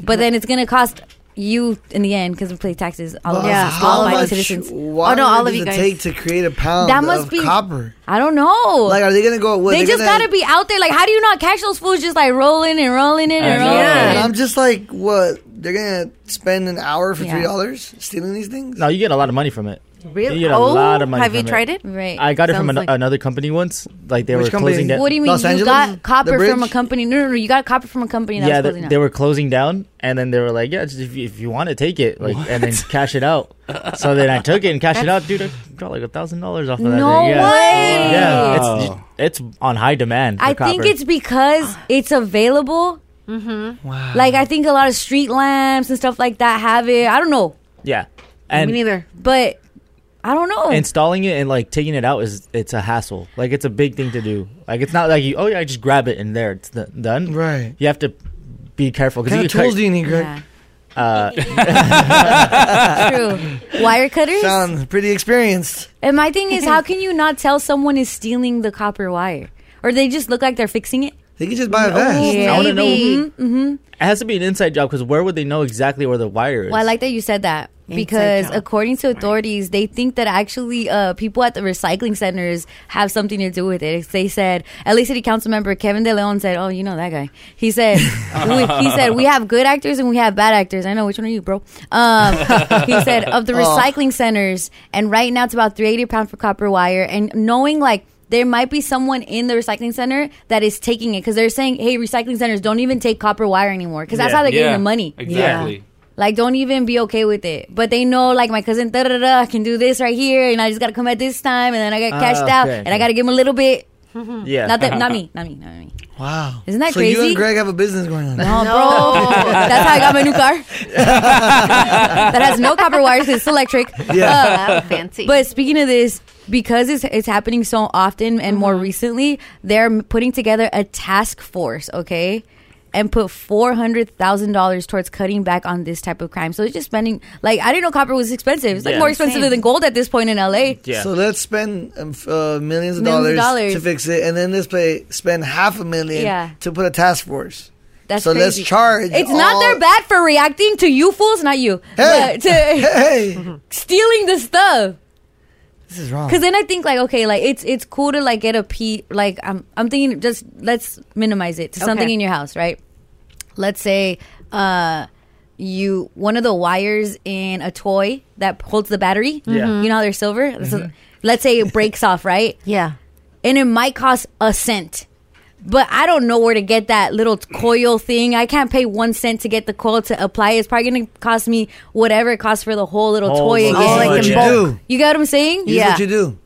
[SPEAKER 1] but then it's gonna cost you in the end because we pay taxes. All of
[SPEAKER 2] Yeah,
[SPEAKER 1] us, as law-abiding
[SPEAKER 4] much
[SPEAKER 1] citizens.
[SPEAKER 4] wire
[SPEAKER 2] Oh, no, all of
[SPEAKER 4] does
[SPEAKER 2] you
[SPEAKER 4] it
[SPEAKER 2] guys.
[SPEAKER 4] take to create a pound
[SPEAKER 1] That must
[SPEAKER 4] of
[SPEAKER 1] be-
[SPEAKER 4] copper?
[SPEAKER 1] I don't know.
[SPEAKER 4] Like, are they gonna go? What,
[SPEAKER 1] they just
[SPEAKER 4] gonna,
[SPEAKER 1] gotta be out there. Like, how do you not catch those fools just like rolling and rolling in and
[SPEAKER 5] I know.
[SPEAKER 1] rolling?
[SPEAKER 5] Yeah.
[SPEAKER 4] And
[SPEAKER 1] in?
[SPEAKER 4] I'm just like, what? They're gonna spend an hour for
[SPEAKER 1] Yeah.
[SPEAKER 4] three dollars stealing these things?
[SPEAKER 3] No, you get a lot of money from it.
[SPEAKER 2] Really?
[SPEAKER 3] You get a
[SPEAKER 2] oh,
[SPEAKER 3] lot of money
[SPEAKER 2] have you
[SPEAKER 3] from it.
[SPEAKER 2] tried it?
[SPEAKER 1] right.
[SPEAKER 3] I got it from
[SPEAKER 2] Sounds
[SPEAKER 3] an,
[SPEAKER 2] like-
[SPEAKER 3] another company once. Like they
[SPEAKER 4] Which
[SPEAKER 3] were
[SPEAKER 4] company?
[SPEAKER 3] closing down.
[SPEAKER 1] what do you mean?
[SPEAKER 4] Los
[SPEAKER 1] you
[SPEAKER 4] Angeles?
[SPEAKER 1] got copper
[SPEAKER 4] The
[SPEAKER 1] from a
[SPEAKER 4] bridge?
[SPEAKER 1] company? No, no, no. You got copper from a company that
[SPEAKER 3] yeah,
[SPEAKER 1] was
[SPEAKER 3] they,
[SPEAKER 1] closing up.
[SPEAKER 3] they were closing down, and then they were like, "Yeah, just if you, if you want to take it, like, and then cash it out." So then I took it and cashed it out, dude. I got like a thousand dollars off of that.
[SPEAKER 1] No
[SPEAKER 3] thing. Yeah.
[SPEAKER 1] way!
[SPEAKER 3] Yeah, it's it's on high demand. for
[SPEAKER 1] I think
[SPEAKER 3] copper.
[SPEAKER 1] it's because it's available.
[SPEAKER 2] Mm-hmm.
[SPEAKER 4] Wow.
[SPEAKER 1] Like I think a lot of street lamps and stuff like that have it. I don't know,
[SPEAKER 3] yeah, and
[SPEAKER 2] Me neither.
[SPEAKER 1] but I don't know.
[SPEAKER 3] installing it and like taking it out is it's a hassle. Like it's a big thing to do. Like it's not like you oh yeah, I just grab it and there it's d- done.
[SPEAKER 4] Right.
[SPEAKER 3] You have to be careful
[SPEAKER 4] What kind
[SPEAKER 3] you
[SPEAKER 4] of tools
[SPEAKER 3] cut-
[SPEAKER 4] do you need, Greg?
[SPEAKER 1] yeah,
[SPEAKER 3] uh,
[SPEAKER 1] true. Wire cutters.
[SPEAKER 4] Sound pretty experienced.
[SPEAKER 1] and my thing is, how can you not tell someone is stealing the copper wire, or they just look like they're fixing it?
[SPEAKER 4] They can just buy a vest.
[SPEAKER 3] I wanna know.
[SPEAKER 1] Mhm, mhm.
[SPEAKER 3] It has to be an inside job because where would they know exactly where the wire is?
[SPEAKER 1] Well, I like that you said that because according to authorities, they think that actually uh, people at the recycling centers have something to do with it. They said, LA City Council member Kevin De Leon said, "Oh, you know that guy." He said, we, "He said we have good actors and we have bad actors. I know which one are you, bro." Um, he said of
[SPEAKER 3] Oh.
[SPEAKER 1] the recycling centers, and right now it's about three eighty pound for copper wire, and knowing like. There might be someone in the recycling center that is taking it because they're saying, "Hey, recycling centers don't even take copper wire anymore because that's
[SPEAKER 3] Yeah.
[SPEAKER 1] how they're getting the money."
[SPEAKER 5] Exactly.
[SPEAKER 1] Like, don't even be okay with it. But they know, like, my cousin, da da da, I can do this right here, and I just gotta come at this time, and then I
[SPEAKER 4] Ah,
[SPEAKER 1] got cashed out,
[SPEAKER 4] okay,
[SPEAKER 1] and I
[SPEAKER 4] okay.
[SPEAKER 1] gotta give him a little bit.
[SPEAKER 4] Yeah.
[SPEAKER 1] Not that, not me, not me, not me.
[SPEAKER 4] Wow.
[SPEAKER 1] Isn't that
[SPEAKER 4] so
[SPEAKER 1] crazy?
[SPEAKER 4] you and Greg have a business going on.
[SPEAKER 1] No, bro. That's how I got my new car. that has no copper wires 'cause it's electric.
[SPEAKER 2] Yeah.
[SPEAKER 1] Uh,
[SPEAKER 2] Fancy.
[SPEAKER 1] But speaking of this, because it's, it's happening so often and
[SPEAKER 4] Uh-huh.
[SPEAKER 1] more recently, they're m- putting together a task force, okay? And put four hundred thousand dollars towards cutting back on this type of crime. So it's just spending like I didn't know copper was expensive. It's like
[SPEAKER 4] Yeah.
[SPEAKER 1] more expensive
[SPEAKER 4] Same.
[SPEAKER 1] than gold at this point in LA.
[SPEAKER 4] So let's spend um, f- uh, millions, of,
[SPEAKER 1] Millions of
[SPEAKER 4] dollars
[SPEAKER 1] dollars.
[SPEAKER 4] to fix it, and then let's pay, spend half a million
[SPEAKER 1] Yeah.
[SPEAKER 4] to put a task force.
[SPEAKER 1] That's
[SPEAKER 4] so
[SPEAKER 1] crazy.
[SPEAKER 4] let's charge.
[SPEAKER 1] It's not
[SPEAKER 4] all-
[SPEAKER 1] their bad for reacting to you fools, not you.
[SPEAKER 4] Hey.
[SPEAKER 1] but to
[SPEAKER 4] Hey.
[SPEAKER 1] stealing the stuff.
[SPEAKER 4] This is wrong.
[SPEAKER 1] Because then I think like okay, like it's it's cool to like get a p like I'm I'm thinking just let's minimize it to something
[SPEAKER 2] Okay.
[SPEAKER 1] in your house, right? Let's say uh you one of the wires in a toy that holds the battery.
[SPEAKER 2] Yeah.
[SPEAKER 1] You know how they're silver. So, let's say it breaks off, right?
[SPEAKER 2] Yeah.
[SPEAKER 1] And it might cost a cent. But I don't know where to get that little coil thing. I can't pay one cent to get the coil to apply. It's probably going to cost me whatever it costs for the whole little
[SPEAKER 4] Oh,
[SPEAKER 1] toy
[SPEAKER 4] so
[SPEAKER 1] again.
[SPEAKER 4] this is what you do.
[SPEAKER 1] You got what I'm saying?
[SPEAKER 4] Here's what you do.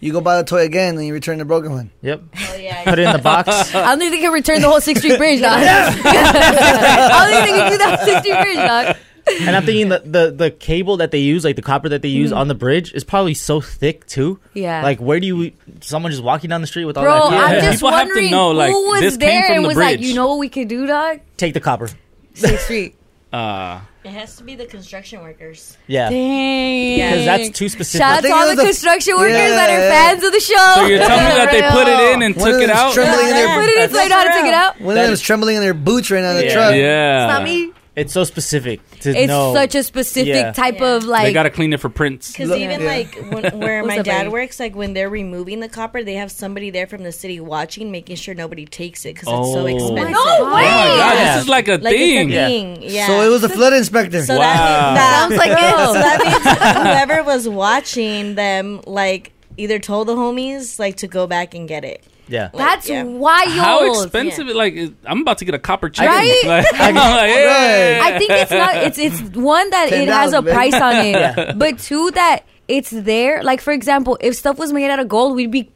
[SPEAKER 4] You go buy the toy again, and you return the broken one.
[SPEAKER 3] Yep. Put it in the box.
[SPEAKER 1] I don't think they can return the whole Sixth Street Bridge, dog. I don't think they can do that Sixth Street Bridge, dog.
[SPEAKER 3] and I'm thinking the, the the cable that they use, like the copper that they use
[SPEAKER 1] Mhm.
[SPEAKER 3] on the bridge, is probably so thick too.
[SPEAKER 1] Yeah.
[SPEAKER 3] Like, where do you? Someone just walking down the street with all
[SPEAKER 1] Bro,
[SPEAKER 3] that.
[SPEAKER 1] I'm
[SPEAKER 3] Yeah.
[SPEAKER 1] just wondering who was there and was like, you know what we could do, dog?
[SPEAKER 3] take the copper.
[SPEAKER 1] Sixth Street.
[SPEAKER 5] Uh,
[SPEAKER 12] It has to be the construction workers.
[SPEAKER 3] yeah.
[SPEAKER 1] Dang.
[SPEAKER 3] Because that's too specific.
[SPEAKER 1] Shout out to all the construction workers that are fans of the show.
[SPEAKER 3] So you're telling me that they put it in and
[SPEAKER 4] One of them's Trembling in
[SPEAKER 1] They
[SPEAKER 4] their,
[SPEAKER 1] put it in, so I know how to take it out.
[SPEAKER 4] One of them's trembling in their boots right now in the
[SPEAKER 3] Yeah.
[SPEAKER 4] truck.
[SPEAKER 5] Yeah.
[SPEAKER 1] It's not me.
[SPEAKER 3] It's so specific to
[SPEAKER 1] It's
[SPEAKER 3] know.
[SPEAKER 1] such a specific
[SPEAKER 3] Yeah.
[SPEAKER 1] type of
[SPEAKER 5] they
[SPEAKER 1] like.
[SPEAKER 5] gotta clean it for prints.
[SPEAKER 12] Because even like when, where my dad works, like when they're removing the copper, they have somebody there from the city watching, making sure nobody takes it because it's so
[SPEAKER 5] Oh.
[SPEAKER 12] expensive.
[SPEAKER 5] No
[SPEAKER 12] Oh
[SPEAKER 5] way! Oh my God, this is like a thing.
[SPEAKER 12] It's
[SPEAKER 5] Yeah.
[SPEAKER 12] a thing. Yeah.
[SPEAKER 4] So it was a flood inspector.
[SPEAKER 12] So that means that,
[SPEAKER 1] Sounds like
[SPEAKER 12] so
[SPEAKER 1] it.
[SPEAKER 12] that means whoever was watching them, like either told the homies like to go back and get it.
[SPEAKER 3] Yeah.
[SPEAKER 1] That's wild.
[SPEAKER 5] How expensive? it Like, is- I'm about to get a copper chain.
[SPEAKER 1] Right?
[SPEAKER 5] Like, I'm like, hey.
[SPEAKER 1] I think it's not. It's it's one that it has a
[SPEAKER 5] $10, baby.
[SPEAKER 1] price on it,
[SPEAKER 5] Yeah.
[SPEAKER 1] but two that it's there. Like for example, if stuff was made out of gold, we'd be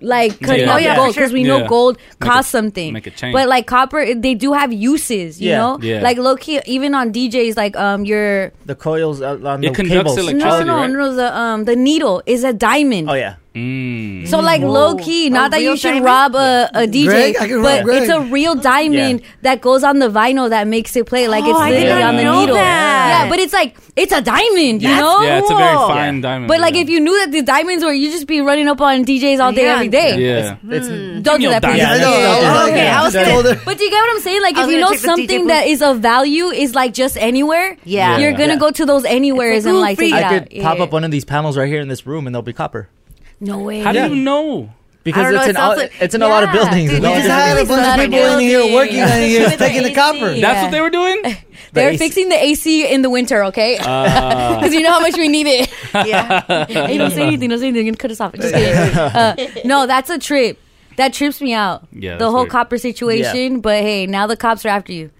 [SPEAKER 1] like cutting
[SPEAKER 5] Yeah.
[SPEAKER 1] out
[SPEAKER 5] Oh, yeah,
[SPEAKER 1] the gold
[SPEAKER 5] for sure.
[SPEAKER 1] because we know
[SPEAKER 5] Yeah.
[SPEAKER 1] gold
[SPEAKER 5] Make
[SPEAKER 1] costs
[SPEAKER 5] a-
[SPEAKER 1] something.
[SPEAKER 5] make a change.
[SPEAKER 1] But like copper, it- they do have uses. You
[SPEAKER 3] Yeah.
[SPEAKER 1] know,
[SPEAKER 3] Yeah.
[SPEAKER 1] like low key, even on DJs, like um your.
[SPEAKER 3] the coils out on
[SPEAKER 5] It
[SPEAKER 3] the
[SPEAKER 5] conducts
[SPEAKER 3] cables.
[SPEAKER 1] no, no, no, no. The um, the needle is a diamond.
[SPEAKER 3] Oh yeah.
[SPEAKER 5] Mm.
[SPEAKER 1] So like low key, not that you should rob a, a DJ,
[SPEAKER 3] Greg, I can rob
[SPEAKER 1] but
[SPEAKER 3] Greg.
[SPEAKER 1] it's a real diamond
[SPEAKER 3] Yeah.
[SPEAKER 1] that goes on the vinyl that makes it play like it's
[SPEAKER 12] Oh, I
[SPEAKER 1] literally
[SPEAKER 5] didn't
[SPEAKER 1] on the
[SPEAKER 5] know
[SPEAKER 1] needle.
[SPEAKER 5] that.
[SPEAKER 1] Yeah, but it's like it's a diamond, you
[SPEAKER 5] Yeah.
[SPEAKER 1] know?
[SPEAKER 5] Yeah, it's a very fine diamond,
[SPEAKER 1] But like
[SPEAKER 5] yeah.
[SPEAKER 1] if you knew that the diamonds were, you just be running up on DJs all day,
[SPEAKER 2] Yeah.
[SPEAKER 1] every day.
[SPEAKER 5] Yeah.
[SPEAKER 3] It's,
[SPEAKER 1] Don't do
[SPEAKER 5] your
[SPEAKER 1] that, please.
[SPEAKER 5] diamond. Yeah, I know,
[SPEAKER 1] Yeah.
[SPEAKER 5] I was-
[SPEAKER 1] Okay,
[SPEAKER 5] yeah.
[SPEAKER 1] I was
[SPEAKER 5] That's
[SPEAKER 1] gonna-
[SPEAKER 5] older.
[SPEAKER 1] But do you get what I'm saying? Like,
[SPEAKER 2] I
[SPEAKER 1] if
[SPEAKER 2] was
[SPEAKER 1] you
[SPEAKER 2] gonna
[SPEAKER 1] know
[SPEAKER 2] check the DJ
[SPEAKER 1] something
[SPEAKER 2] booth.
[SPEAKER 1] that is of value is like just anywhere,
[SPEAKER 2] Yeah.
[SPEAKER 1] you're gonna
[SPEAKER 3] Yeah.
[SPEAKER 1] go to those anywheres and like take it
[SPEAKER 3] I
[SPEAKER 1] out.
[SPEAKER 3] could pop
[SPEAKER 1] Yeah.
[SPEAKER 3] up one of these panels right here in this room, and they'll be copper.
[SPEAKER 1] No way.
[SPEAKER 5] How do you know?
[SPEAKER 3] Because
[SPEAKER 1] don't know,
[SPEAKER 3] it's
[SPEAKER 1] it
[SPEAKER 3] in all,
[SPEAKER 1] sounds like-
[SPEAKER 3] it's in a lot of
[SPEAKER 1] Yeah.
[SPEAKER 3] buildings.
[SPEAKER 1] Dude,
[SPEAKER 3] a
[SPEAKER 1] we
[SPEAKER 3] lot of
[SPEAKER 1] just
[SPEAKER 3] different
[SPEAKER 1] had a
[SPEAKER 3] buildings.
[SPEAKER 1] bunch of Not a people in here building. working on here, Especially taking with the the copper. AC,
[SPEAKER 5] That's
[SPEAKER 1] yeah.
[SPEAKER 5] what they were doing.
[SPEAKER 1] They're fixing the AC in the winter, okay?
[SPEAKER 5] Ah.
[SPEAKER 1] Because you know how much we need it. hey, don't say anything. Don't say anything. You're gonna cut us off. Just kidding. Uh, no, that's a trip. That trips me out.
[SPEAKER 2] Yeah,
[SPEAKER 1] the
[SPEAKER 2] that's
[SPEAKER 1] whole
[SPEAKER 2] weird.
[SPEAKER 1] copper situation. But hey, now the cops are after you.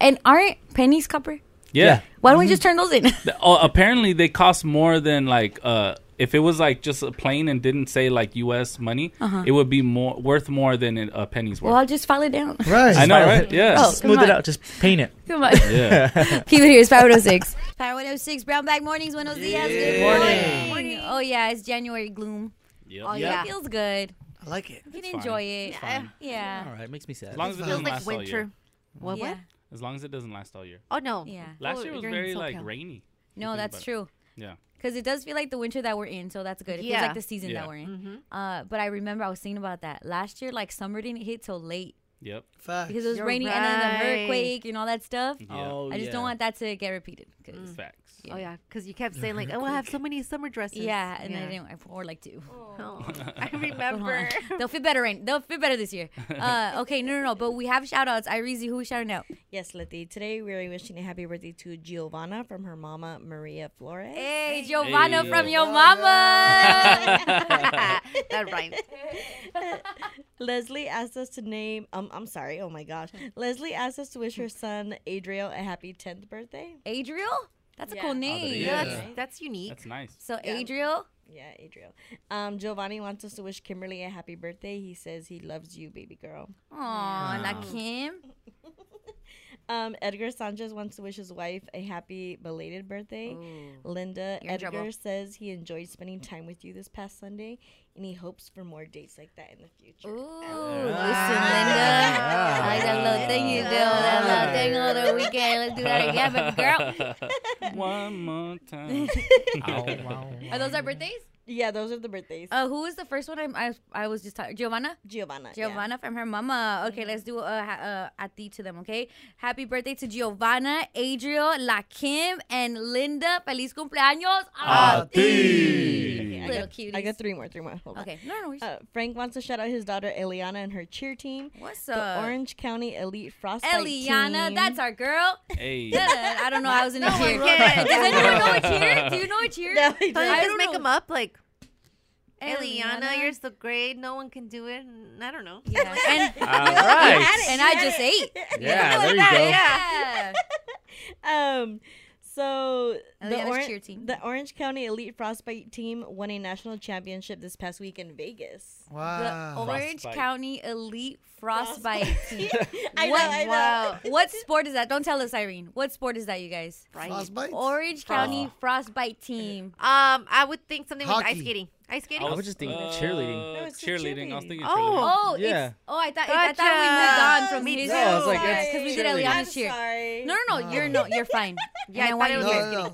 [SPEAKER 1] And aren't pennies copper?
[SPEAKER 5] Yeah.
[SPEAKER 1] Why don't we just turn those in?
[SPEAKER 5] The- Oh, apparently they cost more than like uh if it was like just a plane and didn't say like U.S. money,
[SPEAKER 1] Uh-huh.
[SPEAKER 5] it would be more worth more than a a penny's worth.
[SPEAKER 1] well, I'll just file it down.
[SPEAKER 5] I know, right? Yeah.
[SPEAKER 1] Oh,
[SPEAKER 3] Smooth
[SPEAKER 1] come
[SPEAKER 3] it
[SPEAKER 1] on.
[SPEAKER 3] out. Just paint it.
[SPEAKER 1] Come on.
[SPEAKER 5] Yeah.
[SPEAKER 1] Keep it here. It's Power 106. Power 106, Brown Bag Mornings, Buenos Dias. Good
[SPEAKER 4] morning.
[SPEAKER 1] morning. Oh, yeah, it's January gloom. Oh, yeah.
[SPEAKER 4] Yeah.
[SPEAKER 1] It feels good.
[SPEAKER 4] I like it.
[SPEAKER 1] You
[SPEAKER 5] It's
[SPEAKER 1] can
[SPEAKER 5] fine.
[SPEAKER 1] enjoy it. Yeah.
[SPEAKER 3] All right, makes me sad.
[SPEAKER 5] As long as it
[SPEAKER 2] Feels
[SPEAKER 5] doesn't
[SPEAKER 2] like
[SPEAKER 5] last all
[SPEAKER 2] winter.
[SPEAKER 5] year.
[SPEAKER 2] What? What?
[SPEAKER 5] As long as it doesn't last all year.
[SPEAKER 2] Oh no.
[SPEAKER 1] Yeah.
[SPEAKER 5] Last
[SPEAKER 1] Oh,
[SPEAKER 5] year was
[SPEAKER 1] you're in
[SPEAKER 5] very like
[SPEAKER 1] SoCal.
[SPEAKER 5] rainy. if you
[SPEAKER 1] No,
[SPEAKER 5] think
[SPEAKER 1] that's
[SPEAKER 5] about it.
[SPEAKER 1] true.
[SPEAKER 5] Yeah.
[SPEAKER 1] Because it does feel like the winter that we're in, so that's good. It feels
[SPEAKER 2] Yeah. Mm-hmm.
[SPEAKER 1] like the season
[SPEAKER 5] Yeah.
[SPEAKER 1] that we're in. Uh, but I remember I was thinking about that last year. Like summer didn't hit till late
[SPEAKER 5] Yep.
[SPEAKER 1] because it was
[SPEAKER 2] You're
[SPEAKER 1] raining and then the
[SPEAKER 2] right.
[SPEAKER 1] earthquake and all that stuff.
[SPEAKER 5] Yeah. Oh,
[SPEAKER 1] I just
[SPEAKER 5] yeah.
[SPEAKER 1] don't want that to get repeated. 'cause-
[SPEAKER 5] Facts.
[SPEAKER 2] Oh yeah, because you kept saying like, "Oh, I have so many summer dresses."
[SPEAKER 1] Yeah, and I didn't. I wore like two.
[SPEAKER 2] Oh, I remember.
[SPEAKER 1] They'll fit better. Rain. They'll fit better this year. Uh, okay, no, no, no. But we have shout outs. Ireezy, who we shouting out?
[SPEAKER 12] Yes, Letty. Today we're wishing a happy birthday to Giovanna from her mama Maria Flores.
[SPEAKER 1] Hey, Giovanna from your mama.
[SPEAKER 2] that rhymes.
[SPEAKER 12] Leslie asked us to name. Um, I'm sorry. Oh my gosh. Leslie asked us to wish her son Adriel a happy 10th birthday.
[SPEAKER 1] Adriel? That's a cool name.
[SPEAKER 12] Yeah.
[SPEAKER 1] That's-
[SPEAKER 12] that's unique.
[SPEAKER 5] That's nice.
[SPEAKER 1] So Adriel?
[SPEAKER 12] Yeah, Adriel. Um, Giovanni wants us to wish Kimberly a happy birthday. He says he loves you, baby girl.
[SPEAKER 1] Aw, la Kim.
[SPEAKER 12] Um, Edgar Sanchez wants to wish his wife a happy belated birthday. Linda
[SPEAKER 1] You're in
[SPEAKER 12] Edgar
[SPEAKER 1] trouble.
[SPEAKER 12] says he enjoyed spending time with you this past Sunday, and he hopes for more dates like that in the future.
[SPEAKER 1] Ooh, listen, Linda. I like that little thing you do, that little thing over the weekend. Let's do that again, baby girl.
[SPEAKER 5] girl. One more time.
[SPEAKER 1] Ow, Are those our birthdays?
[SPEAKER 12] Yeah, those are the birthdays.
[SPEAKER 1] Uh, who was the first one? I I, I was just talking. Giovanna.
[SPEAKER 12] Giovanna.
[SPEAKER 1] Giovanna from her mama. Okay, let's do a, ha- a ati to them. Okay, happy birthday to Giovanna, Adriel, La Kim, and Linda. Feliz cumpleaños
[SPEAKER 3] Oh, Ah,
[SPEAKER 1] a ti.
[SPEAKER 12] I
[SPEAKER 1] Little
[SPEAKER 12] got,
[SPEAKER 1] cuties.
[SPEAKER 12] I got three more, three more. Hold
[SPEAKER 1] Okay,
[SPEAKER 12] on.
[SPEAKER 1] no, no worries.
[SPEAKER 12] Uh, Frank wants to shout out his daughter Eliana and her cheer team.
[SPEAKER 1] What's
[SPEAKER 12] The
[SPEAKER 1] up?
[SPEAKER 12] Orange County Elite Frostbite
[SPEAKER 1] Eliana,
[SPEAKER 12] team.
[SPEAKER 1] that's our girl.
[SPEAKER 5] Hey.
[SPEAKER 1] I don't know. I was in a
[SPEAKER 12] No one
[SPEAKER 1] cheer.
[SPEAKER 12] cares.
[SPEAKER 1] Oh Does anyone know a cheer? Do you know a cheer?
[SPEAKER 2] Don't you just make them up? Like, Eliana,
[SPEAKER 1] Eliana.
[SPEAKER 2] you're so great. No one can do it. Mm, I don't know.
[SPEAKER 1] And,
[SPEAKER 5] All right.
[SPEAKER 1] and I just ate.
[SPEAKER 5] Yeah, there you go.
[SPEAKER 1] Yeah.
[SPEAKER 12] um so the,
[SPEAKER 1] Eliana's
[SPEAKER 12] Oran-
[SPEAKER 1] cheer team.
[SPEAKER 12] the Orange County Elite Frostbite team won a national championship this past week in Vegas.
[SPEAKER 1] The Orange County Elite Frostbite team.
[SPEAKER 12] I know,
[SPEAKER 1] what,
[SPEAKER 12] I know.
[SPEAKER 1] Wow. what sport is that? Don't tell us, Irene. What sport is that, you guys?
[SPEAKER 2] Frostbite?
[SPEAKER 1] Orange County Frostbite team.
[SPEAKER 2] Um, I would think something with
[SPEAKER 1] Hockey.
[SPEAKER 2] ice skating. Ice skating.
[SPEAKER 3] I was just thinking cheerleading.
[SPEAKER 5] Uh, cheerleading. I was thinking cheerleading.
[SPEAKER 1] Oh, oh,
[SPEAKER 3] Yeah.
[SPEAKER 1] it's, oh! I thought I thought we moved on from
[SPEAKER 2] Gotcha.
[SPEAKER 1] his
[SPEAKER 3] No, I was like, that's
[SPEAKER 1] because we did
[SPEAKER 3] cheerleading.
[SPEAKER 1] Eliana's cheer. No, no, no, you're no, you're fine.
[SPEAKER 2] Yeah, I
[SPEAKER 1] And want
[SPEAKER 2] thought it
[SPEAKER 1] you
[SPEAKER 2] was
[SPEAKER 1] to-
[SPEAKER 2] ice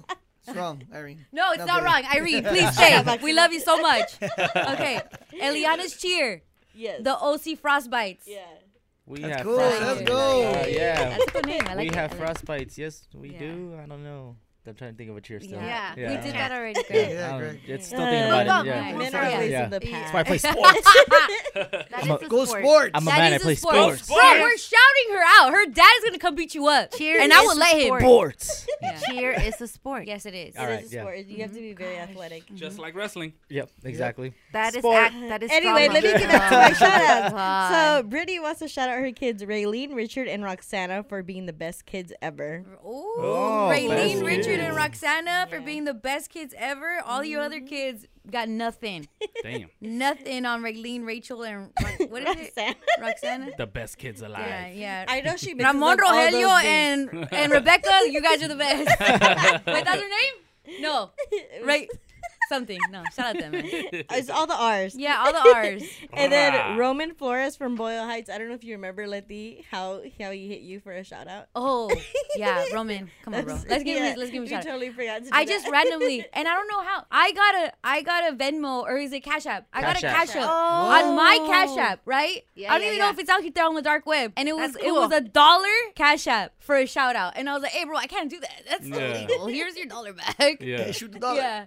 [SPEAKER 4] No, it's wrong, Irene.
[SPEAKER 1] No, it's
[SPEAKER 4] No,
[SPEAKER 1] not
[SPEAKER 4] kidding.
[SPEAKER 1] wrong. Irene, please stay. we love you so much. Okay. Eliana's cheer.
[SPEAKER 12] Yes.
[SPEAKER 1] The OC Frostbites. Yeah.
[SPEAKER 5] We
[SPEAKER 3] That's
[SPEAKER 5] have
[SPEAKER 3] cool.
[SPEAKER 5] frostbites.
[SPEAKER 3] Let's go.
[SPEAKER 5] Uh, yeah.
[SPEAKER 1] That's a good name. I like
[SPEAKER 3] we
[SPEAKER 1] it.
[SPEAKER 3] have
[SPEAKER 1] I like it.
[SPEAKER 3] frostbites. Yes, we do. I don't know. I'm trying to think of a cheer still.
[SPEAKER 1] Yeah. We did that already, Greg.
[SPEAKER 3] Yeah,
[SPEAKER 1] Yeah,
[SPEAKER 3] I don't-
[SPEAKER 1] Greg.
[SPEAKER 3] It's
[SPEAKER 1] Yeah.
[SPEAKER 3] still thinking
[SPEAKER 1] Uh,
[SPEAKER 3] about
[SPEAKER 1] Move on,
[SPEAKER 3] it. Yeah.
[SPEAKER 1] Greg. Men are always
[SPEAKER 3] yeah.
[SPEAKER 1] in the
[SPEAKER 3] That's why I play
[SPEAKER 1] past.
[SPEAKER 3] sports.
[SPEAKER 1] That
[SPEAKER 3] I'm a-
[SPEAKER 1] is a
[SPEAKER 3] Go
[SPEAKER 1] sport.
[SPEAKER 3] sport. I'm a
[SPEAKER 1] That is
[SPEAKER 3] man. I
[SPEAKER 1] a
[SPEAKER 3] play
[SPEAKER 1] sport.
[SPEAKER 3] sports.
[SPEAKER 1] Bro, we're shouting her out. Her dad is gonna come beat you up.
[SPEAKER 2] Cheer
[SPEAKER 1] and I
[SPEAKER 2] is a
[SPEAKER 1] will let him.
[SPEAKER 2] sport.
[SPEAKER 3] Sports.
[SPEAKER 2] Cheer is a sport.
[SPEAKER 1] Yes, it is. Oh,
[SPEAKER 3] All right, yeah.
[SPEAKER 12] You have to be very athletic.
[SPEAKER 5] Just like wrestling.
[SPEAKER 3] Yep, exactly.
[SPEAKER 2] That is
[SPEAKER 12] Sport.
[SPEAKER 2] act- that is
[SPEAKER 12] anyway.
[SPEAKER 2] drama.
[SPEAKER 12] Let me get back to my shout
[SPEAKER 1] God.
[SPEAKER 12] outs. So Brittany wants to shout out her kids Raylene, Richard, and Roxana for being the best kids ever.
[SPEAKER 1] Ooh,
[SPEAKER 12] Oh,
[SPEAKER 1] Raylene,
[SPEAKER 12] best
[SPEAKER 1] Richard,
[SPEAKER 12] kids.
[SPEAKER 1] and Roxana for being the best kids ever. All your other kids got nothing.
[SPEAKER 5] Damn.
[SPEAKER 1] nothing on Raylene, Rachel, and Ro- what is it? Roxana?
[SPEAKER 5] The best kids alive.
[SPEAKER 1] Yeah, Uh, yeah.
[SPEAKER 12] I know she mixes
[SPEAKER 1] Ramon
[SPEAKER 12] up all those
[SPEAKER 1] Rogelio
[SPEAKER 12] things.
[SPEAKER 1] and and Rebecca, you guys are the best. Wait, that's her name? No. Right. Something. No. Shout out to them. man.
[SPEAKER 12] It's all the R's.
[SPEAKER 1] Yeah, all the R's.
[SPEAKER 12] and then
[SPEAKER 3] Ah.
[SPEAKER 1] Rah.
[SPEAKER 12] Roman Flores from Boyle Heights. I don't know if you remember, Letty, how how he hit you for a shout out.
[SPEAKER 1] Oh, yeah, Roman. Come on, bro.
[SPEAKER 12] That's-
[SPEAKER 1] Let's give
[SPEAKER 12] yeah,
[SPEAKER 1] him let's give him a
[SPEAKER 12] you
[SPEAKER 1] shout out.
[SPEAKER 12] totally forgot to do
[SPEAKER 1] I just
[SPEAKER 12] that.
[SPEAKER 1] randomly and I don't know how I got a I got a Venmo or is it Cash App? I got a
[SPEAKER 12] Cash
[SPEAKER 1] Cash
[SPEAKER 12] App.
[SPEAKER 1] App
[SPEAKER 12] Oh.
[SPEAKER 1] on my Cash App, right?
[SPEAKER 12] Yeah,
[SPEAKER 1] I don't
[SPEAKER 12] yeah,
[SPEAKER 1] even
[SPEAKER 12] yeah.
[SPEAKER 1] know if it's out there on the dark web. And it was
[SPEAKER 12] That's
[SPEAKER 1] it
[SPEAKER 12] cool.
[SPEAKER 1] was a dollar Cash App for a shout out. And I was like, hey bro, I can't do that. That's
[SPEAKER 5] Yeah.
[SPEAKER 1] illegal. Here's your dollar back.
[SPEAKER 5] Yeah. Hey,
[SPEAKER 1] shoot the dollar. Yeah.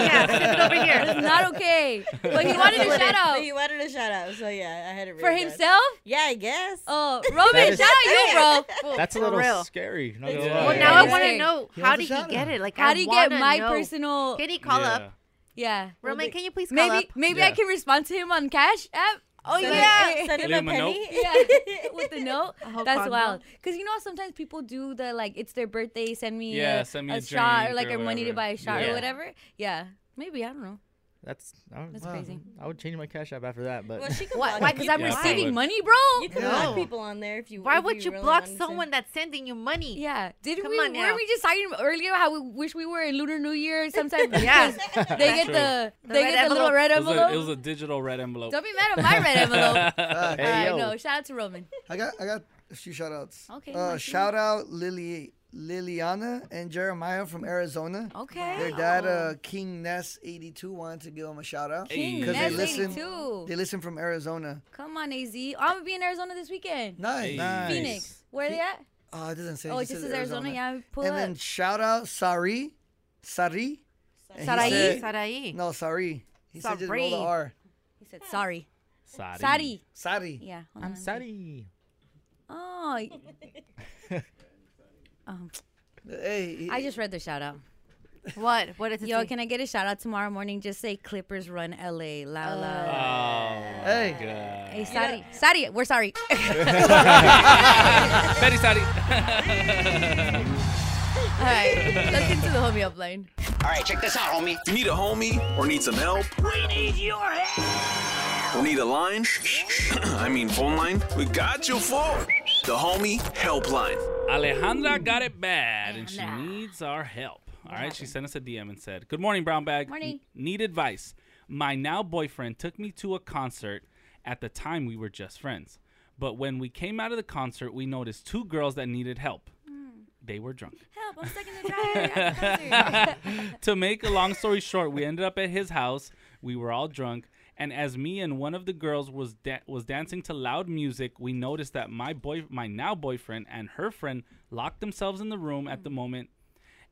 [SPEAKER 1] yeah, send it over here. It's not okay. But he wanted a shout out.
[SPEAKER 12] But He wanted a shout out. So yeah, I had it
[SPEAKER 1] For
[SPEAKER 12] really good.
[SPEAKER 1] himself?
[SPEAKER 12] Yeah, I guess.
[SPEAKER 1] Oh,
[SPEAKER 3] That
[SPEAKER 1] Roman,
[SPEAKER 3] is-
[SPEAKER 1] shout out you, bro.
[SPEAKER 3] That's a little scary. Not gonna lie.
[SPEAKER 2] Well, now I
[SPEAKER 1] Yeah.
[SPEAKER 2] want
[SPEAKER 1] Hey.
[SPEAKER 2] to know
[SPEAKER 1] He
[SPEAKER 2] how
[SPEAKER 1] wants
[SPEAKER 2] did
[SPEAKER 1] a
[SPEAKER 2] he get
[SPEAKER 1] shout-out.
[SPEAKER 2] it? Like,
[SPEAKER 1] How
[SPEAKER 2] I
[SPEAKER 1] do you get
[SPEAKER 2] wanna
[SPEAKER 1] my
[SPEAKER 2] know.
[SPEAKER 1] personal?
[SPEAKER 2] Can he call up?
[SPEAKER 1] Yeah.
[SPEAKER 2] Roman,
[SPEAKER 1] Well,
[SPEAKER 2] can you please call
[SPEAKER 1] maybe,
[SPEAKER 2] up?
[SPEAKER 1] Maybe I
[SPEAKER 2] Yeah.
[SPEAKER 1] can respond to him on Cash App. Oh
[SPEAKER 2] Send him-
[SPEAKER 1] yeah,
[SPEAKER 2] send him
[SPEAKER 5] a Leave him a penny. note.
[SPEAKER 1] yeah, with the note.
[SPEAKER 2] whole
[SPEAKER 1] That's
[SPEAKER 2] condom.
[SPEAKER 1] wild. Cause you know how sometimes people do the like it's their birthday, send me
[SPEAKER 5] Yeah,
[SPEAKER 1] a,
[SPEAKER 5] send me
[SPEAKER 1] shot
[SPEAKER 5] a
[SPEAKER 1] or
[SPEAKER 5] drink
[SPEAKER 1] like
[SPEAKER 5] or
[SPEAKER 1] or money to
[SPEAKER 5] whatever.
[SPEAKER 1] buy a shot
[SPEAKER 5] Yeah.
[SPEAKER 1] or whatever. Yeah, maybe I don't know.
[SPEAKER 3] That's I don't-
[SPEAKER 1] That's
[SPEAKER 3] wow.
[SPEAKER 1] crazy.
[SPEAKER 3] I would change my cash app after that, but
[SPEAKER 12] Well, she could
[SPEAKER 1] Why?
[SPEAKER 12] block
[SPEAKER 1] Why?
[SPEAKER 12] people.
[SPEAKER 1] Because I'm
[SPEAKER 3] Yeah, I
[SPEAKER 1] receiving
[SPEAKER 3] would.
[SPEAKER 1] money, bro.
[SPEAKER 12] You can block people on there if you.
[SPEAKER 2] Why
[SPEAKER 12] if
[SPEAKER 2] would you
[SPEAKER 12] really
[SPEAKER 2] block
[SPEAKER 12] wanted to.
[SPEAKER 2] someone that's sending you money?
[SPEAKER 1] Yeah. Did
[SPEAKER 2] Come
[SPEAKER 1] we?
[SPEAKER 2] on now.
[SPEAKER 1] weren't we just talking about earlier how we wish we were in Lunar New Year sometime?
[SPEAKER 2] Yeah.
[SPEAKER 1] because they get
[SPEAKER 5] True.
[SPEAKER 1] the
[SPEAKER 2] The
[SPEAKER 1] they
[SPEAKER 2] red
[SPEAKER 1] get the little
[SPEAKER 2] envelope.
[SPEAKER 1] red
[SPEAKER 5] It was,
[SPEAKER 1] envelope.
[SPEAKER 5] a, it was a digital red envelope.
[SPEAKER 1] Don't be mad at my red envelope.
[SPEAKER 5] Hey,
[SPEAKER 1] All right,
[SPEAKER 5] yo.
[SPEAKER 1] no. Shout out to Roman.
[SPEAKER 4] I got I got a few shout outs.
[SPEAKER 1] Okay,
[SPEAKER 4] Uh,
[SPEAKER 1] Mikey.
[SPEAKER 4] shout out Lily Liliana and Jeremiah from Arizona.
[SPEAKER 1] Okay.
[SPEAKER 4] Their dad, uh, King Ness eighty two, wanted to give them a shout out
[SPEAKER 1] King
[SPEAKER 4] they
[SPEAKER 1] Ness
[SPEAKER 4] listen.
[SPEAKER 1] 82.
[SPEAKER 4] They listen from Arizona.
[SPEAKER 1] Come on, AZ. I'm gonna be in Arizona this weekend.
[SPEAKER 4] Nice. Nice.
[SPEAKER 1] Phoenix. Where are they at?
[SPEAKER 4] Oh, it doesn't say.
[SPEAKER 1] Oh, it
[SPEAKER 4] it
[SPEAKER 1] just
[SPEAKER 4] says
[SPEAKER 1] says Arizona. Yeah, pull
[SPEAKER 4] and
[SPEAKER 1] up.
[SPEAKER 4] then shout out Sari, Sari, And he
[SPEAKER 1] Sarai?
[SPEAKER 4] said-
[SPEAKER 2] Sarai.
[SPEAKER 4] No, Sari. He said just roll the
[SPEAKER 1] Sari.
[SPEAKER 4] R.
[SPEAKER 1] He said sorry.
[SPEAKER 5] Sorry.
[SPEAKER 1] Sari.
[SPEAKER 4] Sari.
[SPEAKER 1] Yeah. hold
[SPEAKER 3] I'm
[SPEAKER 1] on.
[SPEAKER 3] sorry.
[SPEAKER 1] Oh. Um, y- um,
[SPEAKER 4] Hey,
[SPEAKER 1] I just read the shout out.
[SPEAKER 2] What? What is it?
[SPEAKER 1] Yo, can I get a shout out tomorrow morning? Just say Clippers run LA. La la.
[SPEAKER 5] Oh,
[SPEAKER 1] Hey.
[SPEAKER 5] God.
[SPEAKER 1] Hey, sorry. Sorry. We're sorry.
[SPEAKER 5] Very sorry.
[SPEAKER 1] All right. Let's get to the homie upline.
[SPEAKER 9] All right, check this out, homie.
[SPEAKER 6] Need a homie or need some help?
[SPEAKER 9] We need your help.
[SPEAKER 6] Need a line? I mean, phone line? We got you for the homie helpline.
[SPEAKER 5] Alejandra got it bad and she needs our help. All right, she sent us a DM and said, Good morning, Brown Bag.
[SPEAKER 1] Morning.
[SPEAKER 5] N- need advice. My now boyfriend took me to a concert at the time we were just friends. But when we came out of the concert, we noticed two girls that needed help. They were drunk.
[SPEAKER 1] Help, I'm stuck in the
[SPEAKER 5] to make a long story short, we ended up at his house. We were all drunk, and as me and one of the girls was da- was dancing to loud music, we noticed that my boy, my now boyfriend, and her friend locked themselves in the room
[SPEAKER 1] Mm.
[SPEAKER 5] at the moment,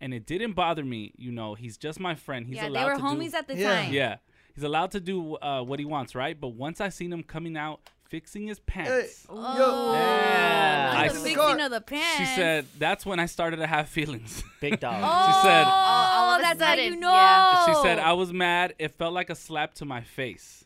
[SPEAKER 5] and it didn't bother me. You know, he's just my friend. He's
[SPEAKER 1] Yeah, they
[SPEAKER 5] allowed
[SPEAKER 1] were
[SPEAKER 5] to
[SPEAKER 1] homies
[SPEAKER 5] do-
[SPEAKER 1] at the Yeah. time.
[SPEAKER 5] Yeah, he's allowed to do uh, what he wants, right? But once I seen him coming out. Fixing his pants.
[SPEAKER 1] Oh,
[SPEAKER 5] Yeah.
[SPEAKER 1] like
[SPEAKER 5] I
[SPEAKER 1] the
[SPEAKER 5] s-
[SPEAKER 1] fixing of the pants.
[SPEAKER 5] She said that's when I started to have feelings.
[SPEAKER 3] Big dog.
[SPEAKER 5] she said
[SPEAKER 1] Oh,
[SPEAKER 2] of a
[SPEAKER 1] that's how
[SPEAKER 2] sudden,
[SPEAKER 1] you know.
[SPEAKER 2] yeah.
[SPEAKER 5] She said, I was mad. It felt like a slap to my face.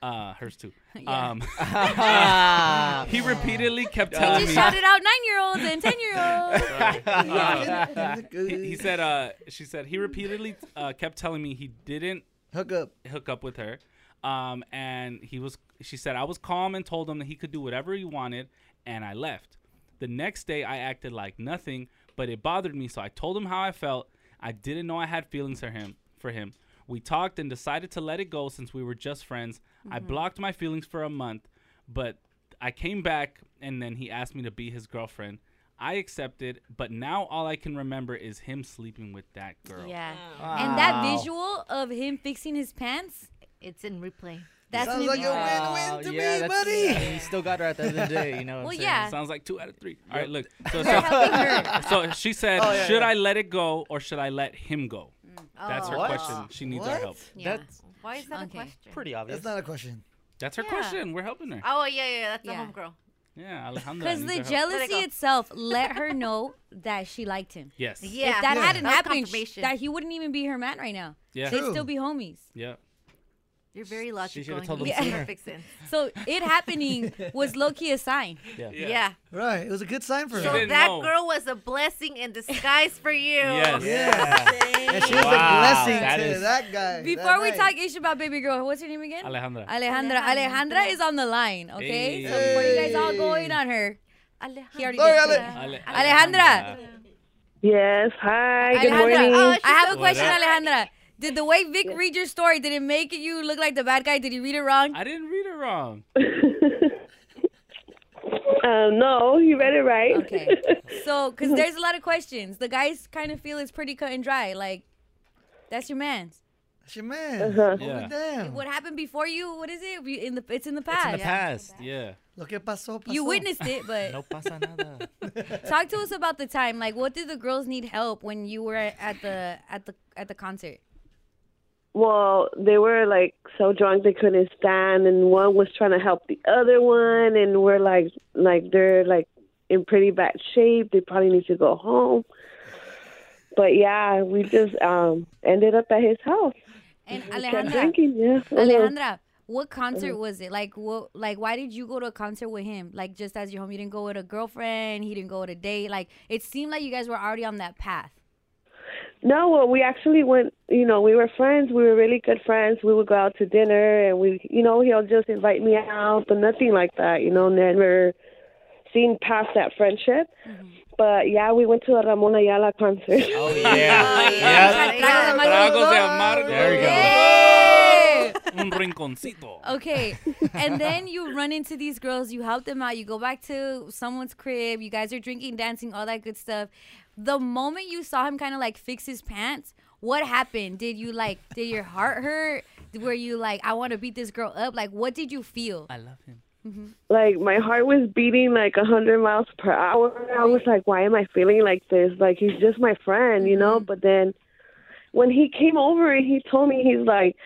[SPEAKER 5] Uh, hers too. Um, he repeatedly kept
[SPEAKER 1] I
[SPEAKER 5] telling
[SPEAKER 1] just
[SPEAKER 5] me.
[SPEAKER 1] shouted out nine year olds and 10 year
[SPEAKER 5] Uh,
[SPEAKER 1] olds.
[SPEAKER 5] he, he said, uh, she said, he repeatedly uh, kept telling me he didn't
[SPEAKER 4] hook up,
[SPEAKER 5] hook up with her. Um, and he was, she said, I was calm and told him that he could do whatever he wanted, and I left. The next day, I acted like nothing, but it bothered me, so I told him how I felt. I didn't know I had feelings for him. For him, we talked and decided to let it go since we were just friends. I
[SPEAKER 13] Mhm.
[SPEAKER 5] blocked my feelings for a month, but I came back, and then he asked me to be his girlfriend. I accepted, but now all I can remember is him sleeping with that girl.
[SPEAKER 1] Yeah. And that
[SPEAKER 5] Wow.
[SPEAKER 1] visual of him fixing his pants, it's in replay. That's
[SPEAKER 4] Sounds
[SPEAKER 1] in
[SPEAKER 4] like a
[SPEAKER 1] replay.
[SPEAKER 4] win-win to
[SPEAKER 3] yeah,
[SPEAKER 4] me,
[SPEAKER 3] that's-
[SPEAKER 4] buddy.
[SPEAKER 3] yeah, you still got her at the end of the day, you know.
[SPEAKER 1] Well, yeah.
[SPEAKER 5] Sounds like two out of three. All right, look. So,
[SPEAKER 1] You're helping
[SPEAKER 5] so, so she said,
[SPEAKER 3] Oh, yeah,
[SPEAKER 5] should
[SPEAKER 3] yeah.
[SPEAKER 5] I let it go or should I let him go?
[SPEAKER 1] Mm.
[SPEAKER 5] That's her
[SPEAKER 1] Oh.
[SPEAKER 3] What?
[SPEAKER 5] question. She needs our
[SPEAKER 3] What?
[SPEAKER 5] help.
[SPEAKER 2] Yeah.
[SPEAKER 3] That's-
[SPEAKER 2] Why is that
[SPEAKER 1] Okay.
[SPEAKER 2] a question?
[SPEAKER 3] Pretty obvious.
[SPEAKER 4] That's not a question.
[SPEAKER 5] That's her
[SPEAKER 2] Yeah.
[SPEAKER 5] question. We're helping her.
[SPEAKER 2] Oh yeah, yeah, that's
[SPEAKER 1] Yeah.
[SPEAKER 2] the homegirl.
[SPEAKER 5] Yeah, Alejandra.
[SPEAKER 1] Because
[SPEAKER 5] needs
[SPEAKER 1] the
[SPEAKER 5] our help.
[SPEAKER 1] jealousy itself let her know that she liked him.
[SPEAKER 5] Yes.
[SPEAKER 1] If
[SPEAKER 2] Yeah.
[SPEAKER 1] that
[SPEAKER 2] Yeah.
[SPEAKER 1] hadn't
[SPEAKER 2] That's
[SPEAKER 1] happened,
[SPEAKER 2] confirmation.
[SPEAKER 1] that he wouldn't even be her man right now.
[SPEAKER 5] Yeah.
[SPEAKER 1] They'd
[SPEAKER 5] True.
[SPEAKER 1] still be homies.
[SPEAKER 5] Yeah.
[SPEAKER 2] You're very logical.
[SPEAKER 5] should've
[SPEAKER 2] and
[SPEAKER 5] told
[SPEAKER 2] you make
[SPEAKER 5] him sooner.
[SPEAKER 2] perfect sense.
[SPEAKER 1] So it happening was low key a sign.
[SPEAKER 5] Yeah.
[SPEAKER 2] Yeah.
[SPEAKER 4] Right. It was a good sign for
[SPEAKER 2] So
[SPEAKER 4] her.
[SPEAKER 2] that girl was a blessing in disguise for you.
[SPEAKER 4] Yes. Yeah. And she was a
[SPEAKER 3] Wow,
[SPEAKER 4] blessing
[SPEAKER 3] that
[SPEAKER 4] to
[SPEAKER 3] is-
[SPEAKER 4] that guy.
[SPEAKER 1] Before we
[SPEAKER 4] that
[SPEAKER 1] talk ish about baby girl, what's her name again?
[SPEAKER 5] Alejandra.
[SPEAKER 1] Alejandra. Alejandra is on the line, okay? So before you guys all go in on her. He already
[SPEAKER 2] Sorry,
[SPEAKER 1] did.
[SPEAKER 2] Ale-
[SPEAKER 1] Alejandra.
[SPEAKER 14] Yes. Hi. Good
[SPEAKER 1] Alejandra, Oh,
[SPEAKER 14] morning.
[SPEAKER 1] I have a question,
[SPEAKER 14] Alejandra.
[SPEAKER 1] Alejandra. Did the way Vic read your story, did it make you look like the bad guy? Did he read it wrong?
[SPEAKER 5] I didn't read it wrong.
[SPEAKER 14] Um, no, you read it right.
[SPEAKER 1] Okay. So, because there's a lot of questions. The guys kind of feel it's pretty cut and dry. Like, that's your man's.
[SPEAKER 4] That's your man.
[SPEAKER 14] Uh-huh.
[SPEAKER 4] Yeah. Damn.
[SPEAKER 1] What happened before you? What is it? You- In the, it's in the past.
[SPEAKER 5] Yeah.
[SPEAKER 4] Lo que pasó, pasó.
[SPEAKER 1] You witnessed it, but
[SPEAKER 3] no pasa nada.
[SPEAKER 1] Talk to us about the time. Like, what did the girls need help when you were at the at the at the concert?
[SPEAKER 14] Well, they were like so drunk they couldn't stand, and one was trying to help the other one, and we're like, like they're like in pretty bad shape. They probably need to go home. But yeah, we just um ended up at his house.
[SPEAKER 1] And
[SPEAKER 14] Kept
[SPEAKER 1] Alejandra,
[SPEAKER 14] drinking, yeah. Uh-huh.
[SPEAKER 1] Alejandra, what concert
[SPEAKER 14] Mhm.
[SPEAKER 1] was it? Like, what? Like, why did you go to a concert with him? Like, just as your home, you didn't go with a girlfriend. He didn't go with a date. Like, it seemed like you guys were already on that path.
[SPEAKER 14] No, well, we actually went. You know, we were friends. We were really good friends. We would go out to dinner, and we, you know, he'll just invite me out, but nothing like that. You know, never seen past that friendship. But yeah, we went to a Ramon Ayala concert. Oh
[SPEAKER 5] yeah,
[SPEAKER 1] yeah.
[SPEAKER 5] Tragos de amargo.
[SPEAKER 1] There you go. Hey!
[SPEAKER 5] Un rinconcito.
[SPEAKER 1] Okay, and then you run into these girls. You help them out. You go back to someone's crib. You guys are drinking, dancing, all that good stuff. The moment you saw him, kind of like fix his pants. What happened? Did you like? Did your heart hurt? Were you like, I want to beat this girl up? Like, what did you feel? I
[SPEAKER 5] love him.
[SPEAKER 14] Like my heart was beating like a hundred miles per hour. I was like, why am I feeling like this? Like he's just my friend, you know. But then when he came over and he told me, he's like,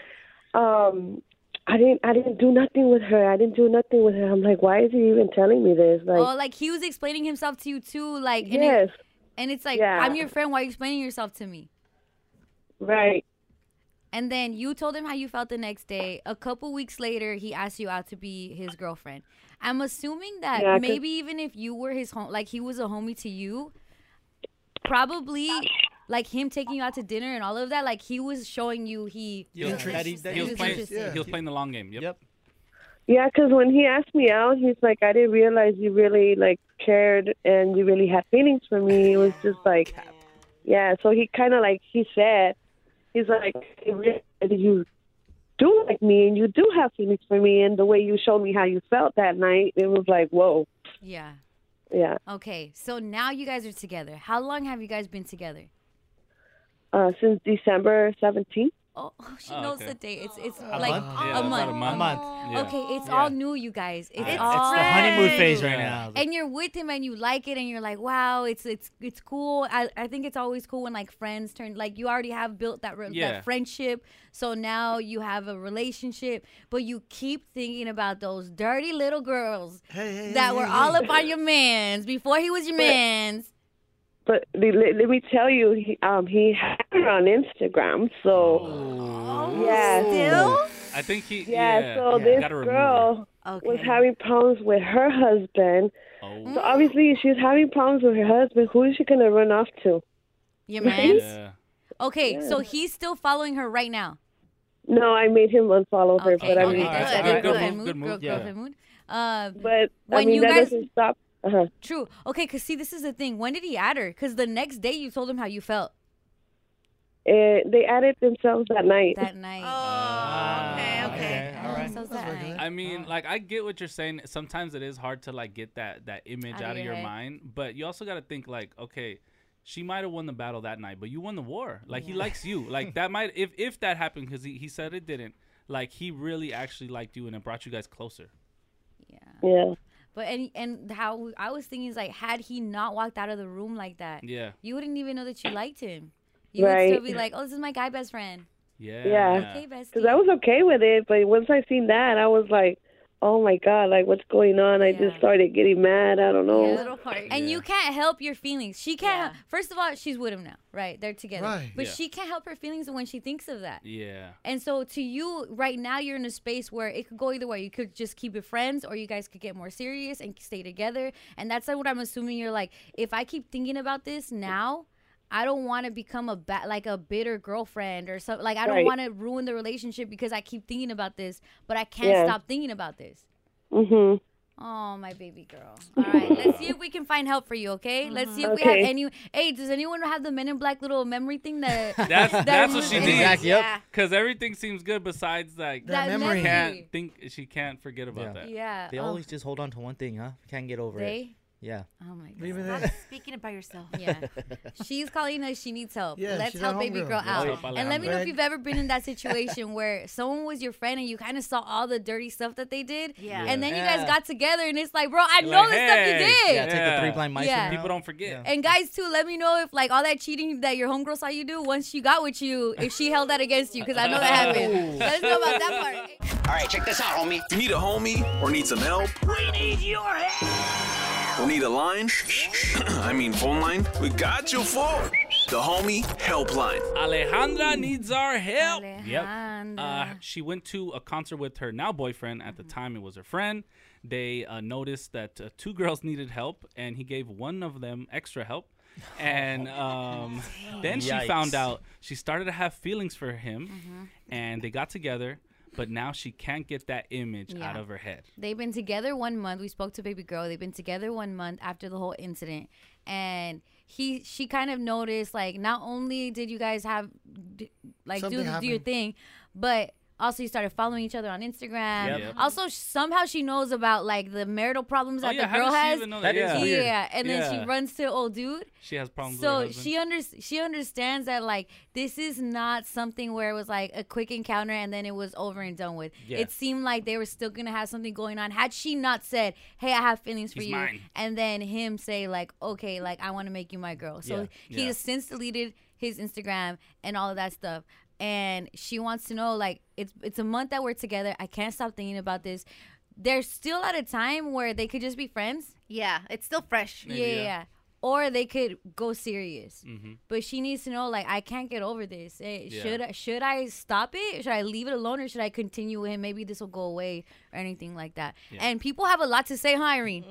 [SPEAKER 14] um, I didn't, I didn't do nothing with her. I didn't do nothing with her. I'm like, why is he even telling me this? Like,
[SPEAKER 1] oh, like he was explaining himself to you too. Like, and it-
[SPEAKER 14] Yes.
[SPEAKER 1] and it's like,
[SPEAKER 14] Yeah.
[SPEAKER 1] I'm your friend. Why are you explaining yourself to me?
[SPEAKER 14] Right.
[SPEAKER 1] And then you told him how you felt the next day. A couple weeks later, he asked you out to be his girlfriend. I'm assuming that
[SPEAKER 14] Yeah, 'cause-
[SPEAKER 1] maybe even if you were his home, like he was a homie to you, probably like him taking you out to dinner and all of that, like he was showing you he
[SPEAKER 5] He was,
[SPEAKER 1] that
[SPEAKER 5] he,
[SPEAKER 1] he- that
[SPEAKER 5] was
[SPEAKER 1] he's
[SPEAKER 5] playing,
[SPEAKER 1] interested.
[SPEAKER 5] he was playing the long game. Yep.
[SPEAKER 14] Yeah, 'cause when he asked me out, he's like, I didn't realize you really like cared and you really had feelings for me. It was just like, yeah. So he kind of like he said, he's like, I realized you do like me and you do have feelings for me, and the way you showed me how you felt that night, it was like, whoa,
[SPEAKER 1] Yeah.
[SPEAKER 14] yeah.
[SPEAKER 1] Okay. So now you guys are together. How long have you guys been together?
[SPEAKER 14] Uh, since December seventeenth.
[SPEAKER 1] Oh, she
[SPEAKER 14] Oh,
[SPEAKER 1] knows
[SPEAKER 14] okay.
[SPEAKER 1] the date. It's it's
[SPEAKER 14] A
[SPEAKER 1] like
[SPEAKER 14] month? Yeah,
[SPEAKER 1] a,
[SPEAKER 14] about
[SPEAKER 1] month.
[SPEAKER 14] a month. A month. Yeah.
[SPEAKER 1] Okay, it's all new, you guys. It's,
[SPEAKER 14] It's- it's
[SPEAKER 1] all
[SPEAKER 14] the honeymoon phase right
[SPEAKER 3] now.
[SPEAKER 1] And you're with him, and you like it, and you're like, wow, it's it's it's cool. I, I think it's always cool when like friends turn like you already have built that re-
[SPEAKER 13] Yeah.
[SPEAKER 1] that friendship. So now you have a relationship, but you keep thinking about those dirty little girls that were
[SPEAKER 14] hey,
[SPEAKER 1] all
[SPEAKER 14] hey.
[SPEAKER 1] up on your man's before he was your
[SPEAKER 14] But-
[SPEAKER 1] man's.
[SPEAKER 14] But le- le- let me tell you, he, um, he had her on Instagram, so yeah,
[SPEAKER 5] Still? I think he.
[SPEAKER 14] Yeah,
[SPEAKER 5] Yeah.
[SPEAKER 14] so
[SPEAKER 5] you
[SPEAKER 14] this
[SPEAKER 5] gotta remove her.
[SPEAKER 14] girl was having problems with her husband. So obviously, if she's having problems with her husband. Who is she going to run off to?
[SPEAKER 1] Your man's.
[SPEAKER 5] Yeah.
[SPEAKER 1] Okay,
[SPEAKER 14] Yeah.
[SPEAKER 1] so he's still following her right now.
[SPEAKER 14] No, I made him unfollow her, but I
[SPEAKER 1] Okay,
[SPEAKER 14] mean,
[SPEAKER 1] that's a good girlfriend mood. girl- girlfriend mood. Uh,
[SPEAKER 14] But
[SPEAKER 1] when
[SPEAKER 14] I mean,
[SPEAKER 1] you
[SPEAKER 14] that
[SPEAKER 1] guys,
[SPEAKER 14] doesn't stop. Uh-huh.
[SPEAKER 1] true. Okay, cause see, this is the thing. When did he add her? Cause the next day you told him how you felt
[SPEAKER 14] Uh, they added themselves that night.
[SPEAKER 1] that night.
[SPEAKER 5] Oh,
[SPEAKER 1] Ah,
[SPEAKER 5] All right.
[SPEAKER 1] Themselves that night.
[SPEAKER 5] Uh, I mean, like I get what you're saying. Sometimes it is hard to like get that that image
[SPEAKER 1] Out
[SPEAKER 5] out,
[SPEAKER 1] of
[SPEAKER 5] of
[SPEAKER 1] your
[SPEAKER 5] your,
[SPEAKER 1] head.
[SPEAKER 5] mind, but you also got to think like, okay, she might have won the battle that night, but you won the war. Like he
[SPEAKER 1] Yeah.
[SPEAKER 5] likes you. Like that might if if that happened because he he said it didn't. Like he really actually liked you and it brought you guys closer.
[SPEAKER 14] Yeah.
[SPEAKER 1] But and and how I was thinking is like, had he not walked out of the room like that,
[SPEAKER 5] Yeah.
[SPEAKER 1] you wouldn't even know that you liked him. You would still
[SPEAKER 14] Right.
[SPEAKER 1] be like, oh, this is my guy best friend.
[SPEAKER 5] Yeah.
[SPEAKER 14] Yeah,
[SPEAKER 1] Okay,
[SPEAKER 14] because
[SPEAKER 1] bestie.
[SPEAKER 14] I was okay with it, but once I seen that, I was like, "Oh my god, like what's going on?" I just started getting mad. I don't know.
[SPEAKER 1] And you can't help your feelings. She can't. First of all, she's with him now, right? They're together.
[SPEAKER 5] Right.
[SPEAKER 1] But
[SPEAKER 5] Yeah.
[SPEAKER 1] she can't help her feelings when she thinks of that.
[SPEAKER 5] Yeah.
[SPEAKER 1] And so to you right now you're in a space where it could go either way. You could just keep it friends or you guys could get more serious and stay together. And that's like what I'm assuming you're like if I keep thinking about this now, I don't want to become a ba- like a bitter girlfriend or something. Like I don't
[SPEAKER 14] Right.
[SPEAKER 1] want to ruin the relationship because I keep thinking about this, but I can't
[SPEAKER 14] Yeah.
[SPEAKER 1] stop thinking about this.
[SPEAKER 13] Mm-hmm.
[SPEAKER 14] hmm
[SPEAKER 1] Oh, my baby girl. All right, let's see if we can find help for you, okay? Let's see if we
[SPEAKER 14] Okay.
[SPEAKER 1] have any. Hey, does anyone have the Men in Black little memory thing that?
[SPEAKER 5] That's
[SPEAKER 1] that
[SPEAKER 5] that's what
[SPEAKER 1] removes-
[SPEAKER 5] she needs.
[SPEAKER 1] Exactly, yep. Yeah.
[SPEAKER 5] Because everything seems good besides like
[SPEAKER 1] That That memory. memory.
[SPEAKER 5] Can't think she can't forget about that.
[SPEAKER 1] Yeah,
[SPEAKER 3] They
[SPEAKER 1] oh.
[SPEAKER 3] always just hold on to one thing, huh? Can't get over it.
[SPEAKER 1] They?
[SPEAKER 3] Yeah.
[SPEAKER 1] Oh my god.
[SPEAKER 2] Stop speaking it by yourself.
[SPEAKER 1] Yeah. She's calling us. She needs help.
[SPEAKER 2] Yeah,
[SPEAKER 1] Let's
[SPEAKER 2] she's
[SPEAKER 1] help
[SPEAKER 2] our
[SPEAKER 1] baby
[SPEAKER 2] homegirl.
[SPEAKER 1] girl
[SPEAKER 2] Yeah.
[SPEAKER 1] out.
[SPEAKER 2] Help
[SPEAKER 1] and let me know if
[SPEAKER 2] Alejandra.
[SPEAKER 1] you've ever been in that situation where someone was your friend and you kind of saw all the dirty stuff that they did.
[SPEAKER 2] Yeah.
[SPEAKER 1] And then
[SPEAKER 2] Yeah.
[SPEAKER 1] you guys got together and it's like, bro, I know the stuff you did.
[SPEAKER 3] Yeah, take the three blind mice.
[SPEAKER 1] Yeah.
[SPEAKER 5] People don't forget.
[SPEAKER 1] And guys, too, let me know if like all that cheating that your homegirl saw you do once she got with you, if she held that against you, because I know that happened. Let us know about that part.
[SPEAKER 9] All right, check this out, homie.
[SPEAKER 6] If you need a homie or need some help
[SPEAKER 9] We need your help.
[SPEAKER 6] or need a line, I mean phone line, we got you for the homie helpline.
[SPEAKER 5] Alejandra needs our help. Yep. Uh, she went to a concert with her now boyfriend. At the
[SPEAKER 1] Mm-hmm.
[SPEAKER 5] time, it was her friend. They uh, noticed that uh, two girls needed help, and he gave one of them extra help. And
[SPEAKER 1] Oh,
[SPEAKER 5] um, then she
[SPEAKER 3] Yikes.
[SPEAKER 5] found out she started to have feelings for him,
[SPEAKER 1] Mm-hmm.
[SPEAKER 5] and they got together. But now she can't get that image out
[SPEAKER 1] Yeah.
[SPEAKER 5] of her head.
[SPEAKER 1] They've been together one month. We spoke to baby girl. They've been together one month after the whole incident, and he she kind of noticed like not only did you guys have d- like do,
[SPEAKER 13] Something
[SPEAKER 1] do your
[SPEAKER 13] happened.
[SPEAKER 1] thing, but also you started following each other on Instagram.
[SPEAKER 13] Yep. Yep.
[SPEAKER 1] Also somehow she knows about like the marital problems
[SPEAKER 5] Oh,
[SPEAKER 1] that
[SPEAKER 5] yeah,
[SPEAKER 1] the
[SPEAKER 5] how
[SPEAKER 1] girl
[SPEAKER 5] does she
[SPEAKER 1] has.
[SPEAKER 5] even know that? That is
[SPEAKER 1] yeah.
[SPEAKER 5] weird.
[SPEAKER 1] and then
[SPEAKER 5] Yeah.
[SPEAKER 1] she runs to old dude.
[SPEAKER 5] She has problems. with her
[SPEAKER 1] So
[SPEAKER 5] husband.
[SPEAKER 1] she under she understands that like this is not something where it was like a quick encounter and then it was over and done with.
[SPEAKER 13] Yeah.
[SPEAKER 1] It seemed like they were still gonna have something going on. Had she not said, "Hey, I have feelings for
[SPEAKER 13] He's
[SPEAKER 1] you,"
[SPEAKER 13] mine.
[SPEAKER 1] and then him say like, "Okay, like I want to make you my girl," so
[SPEAKER 13] Yeah.
[SPEAKER 1] he
[SPEAKER 13] Yeah.
[SPEAKER 1] has since deleted his Instagram and all of that stuff. And she wants to know like it's it's a month that we're together. I can't stop thinking about this. They're still at a time where they could just be friends.
[SPEAKER 2] Yeah, it's still fresh.
[SPEAKER 1] Yeah, yeah. yeah. or they could go serious.
[SPEAKER 12] Mm.
[SPEAKER 3] Mm-hmm.
[SPEAKER 5] Mhm.
[SPEAKER 1] But she needs to know, like, I can't get over this. Eh,
[SPEAKER 5] Yeah.
[SPEAKER 1] Should I, should I stop it? Should I leave it alone, or should I continue with him? Maybe this will go away, or anything like that.
[SPEAKER 5] Yeah.
[SPEAKER 1] And people have a lot to say, huh, Irene?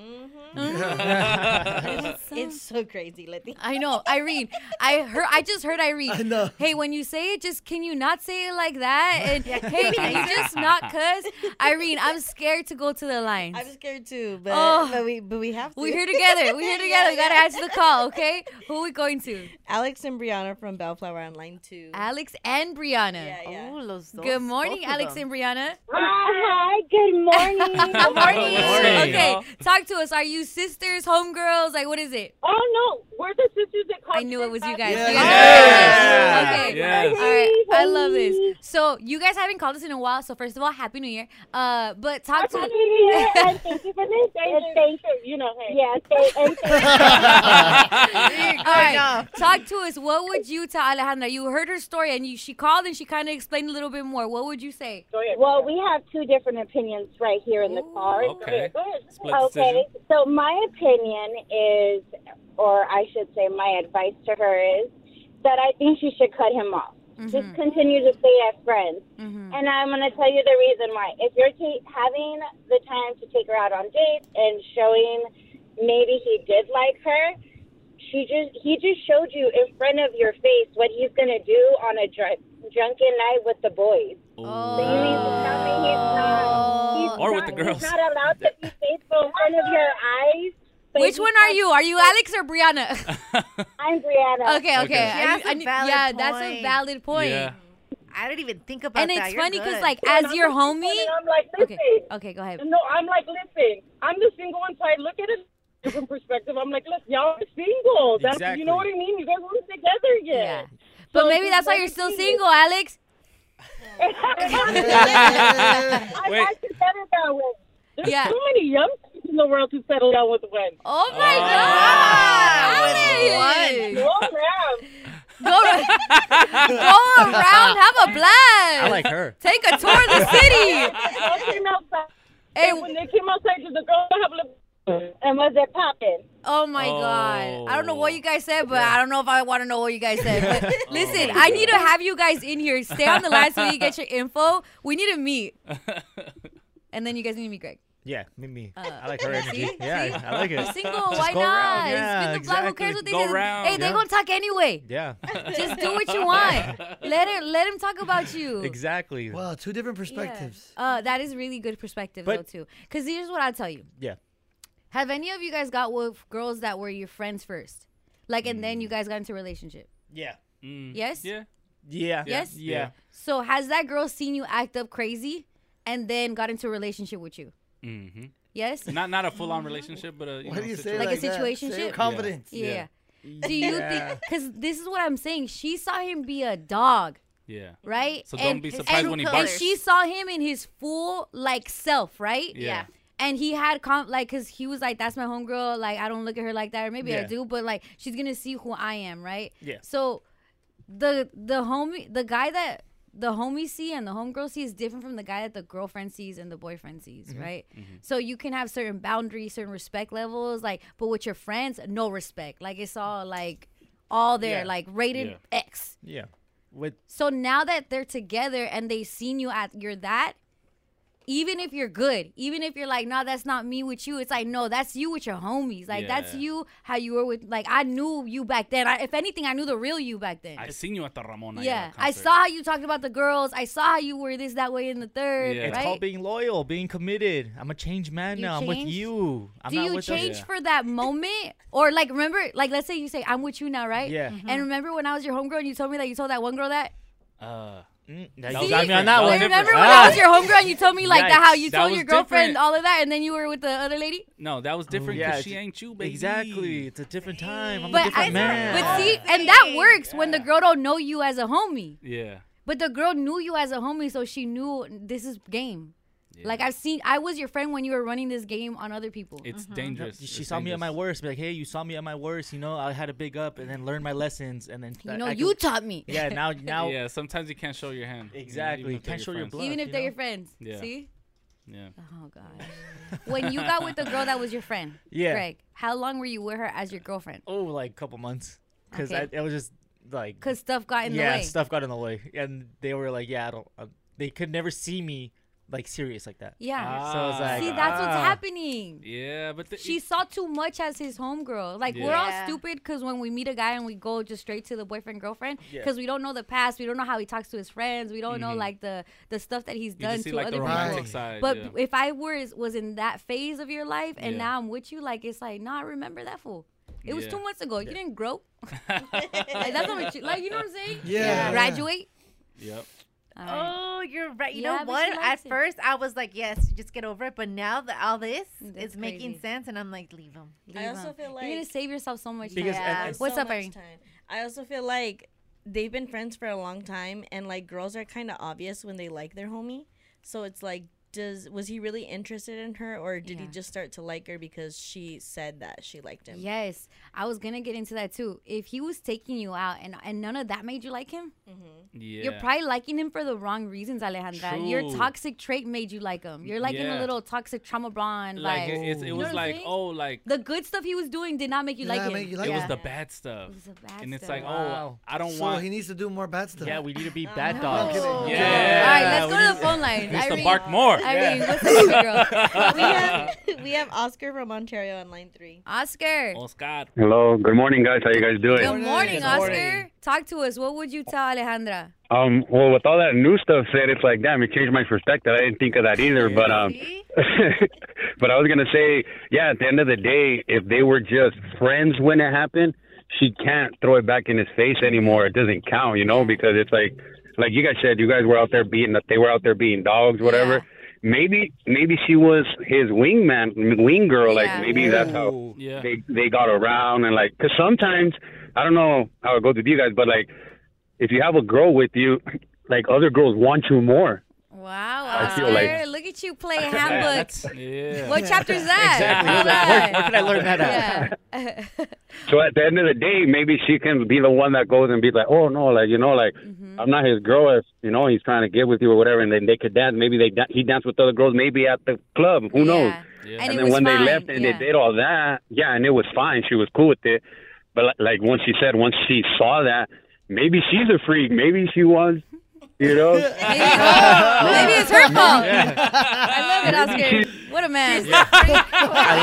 [SPEAKER 12] it's, Mm-hmm. it's so crazy, Letty.
[SPEAKER 1] I know, Irene. I heard. I just heard Irene. I know. Hey, when you say it, just can you not say it like that? And hey, can you just not cuss, Irene? I'm scared to go to the lines.
[SPEAKER 12] I'm scared too, but,
[SPEAKER 1] Oh.
[SPEAKER 12] but we but we have to.
[SPEAKER 1] We're here together. We're here together. We gotta answer the call, okay? Who are we going to?
[SPEAKER 12] Alex and Brianna from Bellflower Online too.
[SPEAKER 1] Alex and Brianna.
[SPEAKER 12] Yeah, yeah.
[SPEAKER 1] Good morning,
[SPEAKER 12] both of
[SPEAKER 1] Alex
[SPEAKER 12] them.
[SPEAKER 1] and Brianna.
[SPEAKER 13] Hi, good morning.
[SPEAKER 1] Good morning.
[SPEAKER 13] Morning.
[SPEAKER 1] Okay, talk to us. Are you sisters, homegirls? Like, what is it?
[SPEAKER 13] Oh no, we're the sisters that
[SPEAKER 1] I knew it was you guys.
[SPEAKER 13] Yes. Yes.
[SPEAKER 1] Okay. Okay.
[SPEAKER 13] Yes.
[SPEAKER 1] All right. I love this. So you guys haven't called us in a while. So first of all, happy New Year. Uh, but talk to.
[SPEAKER 13] Happy New Year, and thank you for this. And thank you, you know, hey. Yeah, thank, and
[SPEAKER 1] All right. Talk to us. What would you tell Alejandra? You heard her story, and you, she called and she kind of explained a little bit more. What would you say?
[SPEAKER 13] Well, we have two different opinions right here in the car.
[SPEAKER 1] okay. Split
[SPEAKER 13] Okay. So my opinion is, or I should say, my advice to her is that I think she should cut him off.
[SPEAKER 1] Mm-hmm.
[SPEAKER 13] Just continue to stay as friends. And I'm going to tell you the reason why. If you're ta- having the time to take her out on dates and showing maybe he did like her, she just he just showed you in front of your face what he's going to do on a dr- drunken night with the boys. So you mean to tell me he's not, he's
[SPEAKER 5] Oh. Or with
[SPEAKER 13] not-
[SPEAKER 5] the girls.
[SPEAKER 13] He's not allowed to be faithful in front of your eyes. but
[SPEAKER 1] Which
[SPEAKER 13] he
[SPEAKER 1] one are you? Are you Alex or Brianna?
[SPEAKER 13] I'm Brianna.
[SPEAKER 1] Okay, okay.
[SPEAKER 13] Okay. She has a valid
[SPEAKER 1] yeah, that's a
[SPEAKER 13] point.
[SPEAKER 1] valid point.
[SPEAKER 5] Yeah.
[SPEAKER 13] I didn't even think
[SPEAKER 1] about And that. it's You're funny 'cause, good. like, as
[SPEAKER 13] I'm
[SPEAKER 1] your
[SPEAKER 13] the single
[SPEAKER 1] homie-
[SPEAKER 13] one and I'm like,
[SPEAKER 1] Okay.
[SPEAKER 13] listen.
[SPEAKER 1] Okay, go ahead.
[SPEAKER 13] No, I'm like, listen. I'm the single one, so I look at it different perspective. I'm like, listen, y'all are single. That's you know what I mean. You guys aren't together yet.
[SPEAKER 1] But
[SPEAKER 13] So
[SPEAKER 1] maybe
[SPEAKER 13] just
[SPEAKER 1] that's why
[SPEAKER 13] let
[SPEAKER 1] you're
[SPEAKER 13] it
[SPEAKER 1] still
[SPEAKER 13] be.
[SPEAKER 1] single, Alex.
[SPEAKER 13] I
[SPEAKER 5] Wait.
[SPEAKER 13] like to settle down with. There's
[SPEAKER 1] Yeah.
[SPEAKER 13] too many young people in the world to settle down with one.
[SPEAKER 1] Oh my God! Alex!
[SPEAKER 13] Go around.
[SPEAKER 1] Go, go around, have a blast.
[SPEAKER 13] I like
[SPEAKER 3] her.
[SPEAKER 1] Take a tour of the city.
[SPEAKER 13] They came outside. Hey, when they came outside, did the girl have a and was it popping?
[SPEAKER 1] Oh my God. I don't know what you guys said, but
[SPEAKER 3] Oh.
[SPEAKER 1] I don't know if I want to know what you guys said. But listen, I need to have you guys in here. Stay on the line so you get your info. We need to meet. And then you guys need to meet Greg.
[SPEAKER 3] Yeah, me, me.
[SPEAKER 1] Uh,
[SPEAKER 3] I like her energy.
[SPEAKER 1] see?
[SPEAKER 3] Yeah,
[SPEAKER 1] See?
[SPEAKER 3] I like it.
[SPEAKER 1] Single,
[SPEAKER 3] Just
[SPEAKER 1] why
[SPEAKER 3] go around.
[SPEAKER 1] not?
[SPEAKER 3] Yeah,
[SPEAKER 1] Spin the block. Who cares what they
[SPEAKER 3] exactly.
[SPEAKER 1] do? Hey, they
[SPEAKER 3] Yeah.
[SPEAKER 1] gonna talk anyway.
[SPEAKER 3] Yeah.
[SPEAKER 1] Just do what you want. Let it. Let him talk about you.
[SPEAKER 3] Exactly.
[SPEAKER 4] Wow, two different
[SPEAKER 1] Yeah.
[SPEAKER 4] perspectives.
[SPEAKER 1] Uh, that is really good perspective
[SPEAKER 4] But-
[SPEAKER 1] though too. Because here's what I'll tell you.
[SPEAKER 3] Yeah.
[SPEAKER 1] Have any of you guys got with girls that were your friends first, like, and then
[SPEAKER 4] Mm.
[SPEAKER 1] you guys got into a relationship?
[SPEAKER 3] Yeah.
[SPEAKER 1] Yes.
[SPEAKER 5] Yeah.
[SPEAKER 3] Yeah.
[SPEAKER 1] Yes.
[SPEAKER 3] Yeah.
[SPEAKER 1] So has that girl seen you act up crazy, and then got into a relationship with you?
[SPEAKER 5] Mm-hmm.
[SPEAKER 1] Yes.
[SPEAKER 5] Not not a full on relationship, but a you know, situation.
[SPEAKER 1] like, a situation
[SPEAKER 5] Yeah.
[SPEAKER 1] confidence.
[SPEAKER 5] Yeah.
[SPEAKER 1] Yeah. Do you think? Because this is what I'm saying. She saw him be a dog,
[SPEAKER 5] Yeah.
[SPEAKER 1] right?
[SPEAKER 5] So don't be surprised when he
[SPEAKER 1] And
[SPEAKER 5] barks.
[SPEAKER 1] she saw him in his full like self, right?
[SPEAKER 5] Yeah. Yeah.
[SPEAKER 1] And he had com like, cause he was like, "That's my homegirl. Like, I don't look at her like that, or maybe I
[SPEAKER 5] Yeah.
[SPEAKER 1] do, but like, she's gonna see who I am, right?"
[SPEAKER 5] Yeah.
[SPEAKER 1] So, the the homie, the guy that the homie see and the homegirl see is different from the guy that the girlfriend sees and the boyfriend sees,
[SPEAKER 5] Mm-hmm.
[SPEAKER 15] Mhm.
[SPEAKER 1] right?
[SPEAKER 15] Mhm.
[SPEAKER 1] So you can have certain boundaries, certain respect levels, like, but with your friends, no respect. Like it's all like all there,
[SPEAKER 3] Yeah.
[SPEAKER 1] like rated
[SPEAKER 3] Yeah.
[SPEAKER 1] X.
[SPEAKER 3] Yeah. With
[SPEAKER 1] So now that they're together and they've seen you at you're that, even if you're good, even if you're like, no, that's not me with you, it's like, no, that's you with your homies. Like that's
[SPEAKER 5] Yeah.
[SPEAKER 1] you how you were with like I knew you back then. I, if anything, I knew the real you back then.
[SPEAKER 5] I seen you at the Ramona.
[SPEAKER 1] yeah.
[SPEAKER 5] concert.
[SPEAKER 1] I saw how you talked about the girls. I saw how you were this that way in the third,
[SPEAKER 3] It's
[SPEAKER 1] right?
[SPEAKER 3] called being loyal, being committed. I'm a changed man
[SPEAKER 1] You
[SPEAKER 3] now. I'm with
[SPEAKER 1] changed?
[SPEAKER 3] you. I'm
[SPEAKER 1] do
[SPEAKER 3] not
[SPEAKER 1] you
[SPEAKER 3] with
[SPEAKER 1] change
[SPEAKER 3] the-
[SPEAKER 1] for that moment or like remember like let's say you say i'm with you now right
[SPEAKER 3] Yeah.
[SPEAKER 5] Mm-hmm.
[SPEAKER 3] Mhm.
[SPEAKER 1] and remember when i was your homegirl and you told me that you told that one girl that
[SPEAKER 5] Uh,
[SPEAKER 3] that
[SPEAKER 5] was
[SPEAKER 3] you got me
[SPEAKER 5] different.
[SPEAKER 3] on that
[SPEAKER 5] was
[SPEAKER 3] one.
[SPEAKER 5] different. Ah.
[SPEAKER 1] remember when i was your homegirl and you told me like that how you
[SPEAKER 5] Yikes. That
[SPEAKER 1] told
[SPEAKER 5] was
[SPEAKER 1] your girlfriend
[SPEAKER 5] different.
[SPEAKER 1] all of that and then you were with the other lady
[SPEAKER 5] No, that was different
[SPEAKER 3] Oh, Yeah,
[SPEAKER 5] because
[SPEAKER 3] it's-
[SPEAKER 5] she ain't you, baby.
[SPEAKER 3] Exactly. It's a different time. I'm a
[SPEAKER 1] but
[SPEAKER 3] different
[SPEAKER 1] I,
[SPEAKER 3] man.
[SPEAKER 1] but see and that works when the girl don't know you as a homie
[SPEAKER 5] Yeah.
[SPEAKER 1] but the girl knew you as a homie so she knew this is game like i've seen i was your friend when you were running this game on other people
[SPEAKER 5] It's
[SPEAKER 3] Mm-hmm.
[SPEAKER 5] dangerous.
[SPEAKER 3] She
[SPEAKER 5] It's
[SPEAKER 3] saw me at my worst. Be like, hey, you saw me at my worst. You know, I had a big up and then learned my lessons and then.
[SPEAKER 1] You know,
[SPEAKER 3] I can-
[SPEAKER 1] you taught me.
[SPEAKER 3] Yeah. Now, now.
[SPEAKER 5] Yeah. Sometimes you can't show your hand.
[SPEAKER 3] Exactly.
[SPEAKER 5] even if
[SPEAKER 3] Can't
[SPEAKER 5] they're
[SPEAKER 3] show your
[SPEAKER 5] friends.
[SPEAKER 3] bluff,
[SPEAKER 1] even if
[SPEAKER 3] you
[SPEAKER 1] they're
[SPEAKER 3] know?
[SPEAKER 1] your friends
[SPEAKER 5] Yeah.
[SPEAKER 1] see
[SPEAKER 5] Yeah.
[SPEAKER 1] Oh gosh. when you got with the girl that was your friend,
[SPEAKER 3] Yeah.
[SPEAKER 1] Greg, how long were you with her as your girlfriend?
[SPEAKER 3] Oh, like a couple months. Because
[SPEAKER 1] Okay.
[SPEAKER 3] it was just like.
[SPEAKER 1] Because stuff got in
[SPEAKER 3] yeah,
[SPEAKER 1] the way.
[SPEAKER 3] stuff got in the way, and they were like, "Yeah, I don't." Um, they could never see me like serious like that.
[SPEAKER 1] Yeah.
[SPEAKER 3] So I was like,
[SPEAKER 1] See, that's what's
[SPEAKER 3] "Ah."
[SPEAKER 1] happening.
[SPEAKER 5] Yeah, but the,
[SPEAKER 1] She saw too much as his homegirl. Like we're all
[SPEAKER 5] Yeah.
[SPEAKER 1] stupid because when we meet a guy and we go just straight to the boyfriend girlfriend
[SPEAKER 5] Yeah.
[SPEAKER 1] because we don't know the past, we don't know how he talks to his friends, we don't know
[SPEAKER 5] Mhm.
[SPEAKER 1] like the the stuff that he's
[SPEAKER 5] You
[SPEAKER 1] done
[SPEAKER 5] just see,
[SPEAKER 1] to
[SPEAKER 5] like,
[SPEAKER 1] other
[SPEAKER 5] the romantic
[SPEAKER 1] people.
[SPEAKER 5] side,
[SPEAKER 1] but
[SPEAKER 5] yeah.
[SPEAKER 1] if I was was in that phase of your life and
[SPEAKER 5] Yeah.
[SPEAKER 1] now I'm with you, like it's like nah, remember that fool. It was
[SPEAKER 5] Yeah.
[SPEAKER 1] two months ago. You didn't grow. like that's not what you like. You know what I'm saying?
[SPEAKER 5] Yeah. Yeah.
[SPEAKER 1] Graduate.
[SPEAKER 5] Yep.
[SPEAKER 2] Oh, you're right. You
[SPEAKER 1] Yeah,
[SPEAKER 2] know
[SPEAKER 1] but
[SPEAKER 2] what?
[SPEAKER 1] she
[SPEAKER 2] At
[SPEAKER 1] likes it.
[SPEAKER 2] first, I was like, "Yes, just get over it." But now that all this is making
[SPEAKER 1] crazy.
[SPEAKER 2] sense, and I'm like, "Leave him."
[SPEAKER 12] I also feel like
[SPEAKER 1] you're gonna save yourself so much.
[SPEAKER 12] Because-
[SPEAKER 1] time.
[SPEAKER 12] and- and-
[SPEAKER 1] What's
[SPEAKER 12] so
[SPEAKER 1] up,
[SPEAKER 12] much
[SPEAKER 1] Irene?
[SPEAKER 12] time. I also feel like they've been friends for a long time, and like girls are kind of obvious when they like their homie. So it's like, does was he really interested in her, or did he
[SPEAKER 1] Yeah.
[SPEAKER 12] just start to like her because she said that she liked him?
[SPEAKER 1] Yes, I was gonna get into that too. If he was taking you out and and none of that made you like him,
[SPEAKER 5] Yeah.
[SPEAKER 1] you're probably liking him for the wrong reasons, Alejandra. Your
[SPEAKER 5] True.
[SPEAKER 1] toxic trait made you like him. You're liking a
[SPEAKER 5] Yeah.
[SPEAKER 1] little toxic trauma bond.
[SPEAKER 5] like
[SPEAKER 1] Like,
[SPEAKER 5] it, it, it
[SPEAKER 1] You know what
[SPEAKER 5] was
[SPEAKER 1] I'm
[SPEAKER 5] like
[SPEAKER 1] saying?
[SPEAKER 5] oh like
[SPEAKER 1] the good stuff he was doing did not make you like him.
[SPEAKER 5] it was the bad stuff.
[SPEAKER 1] the bad
[SPEAKER 5] and it's
[SPEAKER 1] stuff.
[SPEAKER 5] like, oh,
[SPEAKER 1] Wow.
[SPEAKER 5] I don't
[SPEAKER 4] so
[SPEAKER 5] want.
[SPEAKER 4] he needs to do more bad stuff.
[SPEAKER 3] Yeah, we need to be bad
[SPEAKER 4] dogs.
[SPEAKER 5] Yeah.
[SPEAKER 1] All right, let's go to the phone line.
[SPEAKER 5] Needs to
[SPEAKER 1] Irene.
[SPEAKER 5] bark more.
[SPEAKER 1] Irene, what's up, baby girl?
[SPEAKER 12] we have we have Oscar from Ontario on line three.
[SPEAKER 1] Oscar.
[SPEAKER 5] Oscar.
[SPEAKER 15] Hello. Good morning, guys. How you guys doing?
[SPEAKER 1] Good morning, Oscar. Talk to us. What would you tell Alejandra?
[SPEAKER 15] Um, well, with all that new stuff said, it's like, damn, it changed my perspective. I didn't think of that either. But um, but I was gonna say, yeah. At the end of the day, if they were just friends when it happened, she can't throw it back in his face anymore. It doesn't count, you know, because it's like, like you guys said, you guys were out there beating, they were out there beating dogs, whatever. Maybe, maybe she was his wingman, wing girl. Like maybe that's how they they got around and like. Because sometimes I don't know how it goes with you guys, but like if you have a girl with you, like other girls want you more.
[SPEAKER 1] Wow,
[SPEAKER 15] I feel
[SPEAKER 1] Oscar,
[SPEAKER 15] like-
[SPEAKER 1] look at you play handbook.
[SPEAKER 5] yeah.
[SPEAKER 1] What chapter is that?
[SPEAKER 15] Exactly. Where- where can I learn that
[SPEAKER 1] at? Yeah.
[SPEAKER 15] So at the end of the day, maybe she can be the one that goes and be like, oh no, like you know, like
[SPEAKER 2] Mm-hmm.
[SPEAKER 15] I'm not his girl. If you know he's trying to get with you or whatever, and then they could dance. Maybe they da- he danced with other girls, maybe at the club. Who knows?
[SPEAKER 1] Yeah.
[SPEAKER 15] And, then when they left and they did all that, yeah, and it was fine. She was cool with it. But like, like once she said, once she saw that, maybe she's a freak. Maybe she was, you know.
[SPEAKER 1] Maybe it's her fault. I love it, Oscar. What a man. I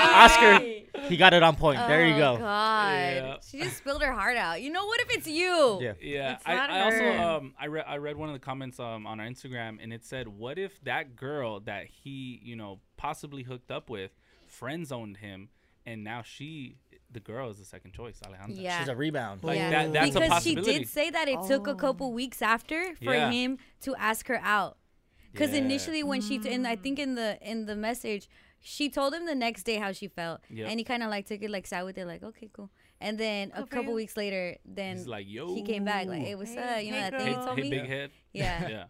[SPEAKER 3] love Oscar. He got it on point. there you go.
[SPEAKER 1] Oh, God. She just spilled her heart out. You know, what if it's you?
[SPEAKER 3] Yeah.
[SPEAKER 5] Yeah,
[SPEAKER 1] It's
[SPEAKER 5] I,
[SPEAKER 1] not
[SPEAKER 5] I also
[SPEAKER 1] her.
[SPEAKER 5] um I read I read one of the comments um on our Instagram and it said, "What if that girl that he you know possibly hooked up with friend zoned him, and now she the girl is the second choice, Alejandra.
[SPEAKER 1] Yeah. She's a
[SPEAKER 3] rebound.
[SPEAKER 5] Like
[SPEAKER 1] Yeah.
[SPEAKER 5] that, that's a
[SPEAKER 1] because she
[SPEAKER 5] possibility.
[SPEAKER 1] did say that it took
[SPEAKER 5] Oh.
[SPEAKER 1] a couple weeks after for
[SPEAKER 5] Yeah.
[SPEAKER 1] him to ask her out. Because
[SPEAKER 5] Yeah.
[SPEAKER 1] initially, when she t- and I think in the in the message, she told him the next day how she felt,
[SPEAKER 5] Yep.
[SPEAKER 1] and he kind of like took it like sat with it, like okay, cool. And then a
[SPEAKER 5] Good for
[SPEAKER 1] couple
[SPEAKER 5] you.
[SPEAKER 1] weeks later, then
[SPEAKER 5] He's like,
[SPEAKER 1] he came back like,
[SPEAKER 5] "Yo."
[SPEAKER 1] hey, what's
[SPEAKER 5] Hey,
[SPEAKER 1] up? You know
[SPEAKER 5] hey,
[SPEAKER 1] that thing you
[SPEAKER 5] girl.
[SPEAKER 1] told
[SPEAKER 5] Hey,
[SPEAKER 1] me?
[SPEAKER 5] big head.
[SPEAKER 1] Yeah.
[SPEAKER 5] Yeah.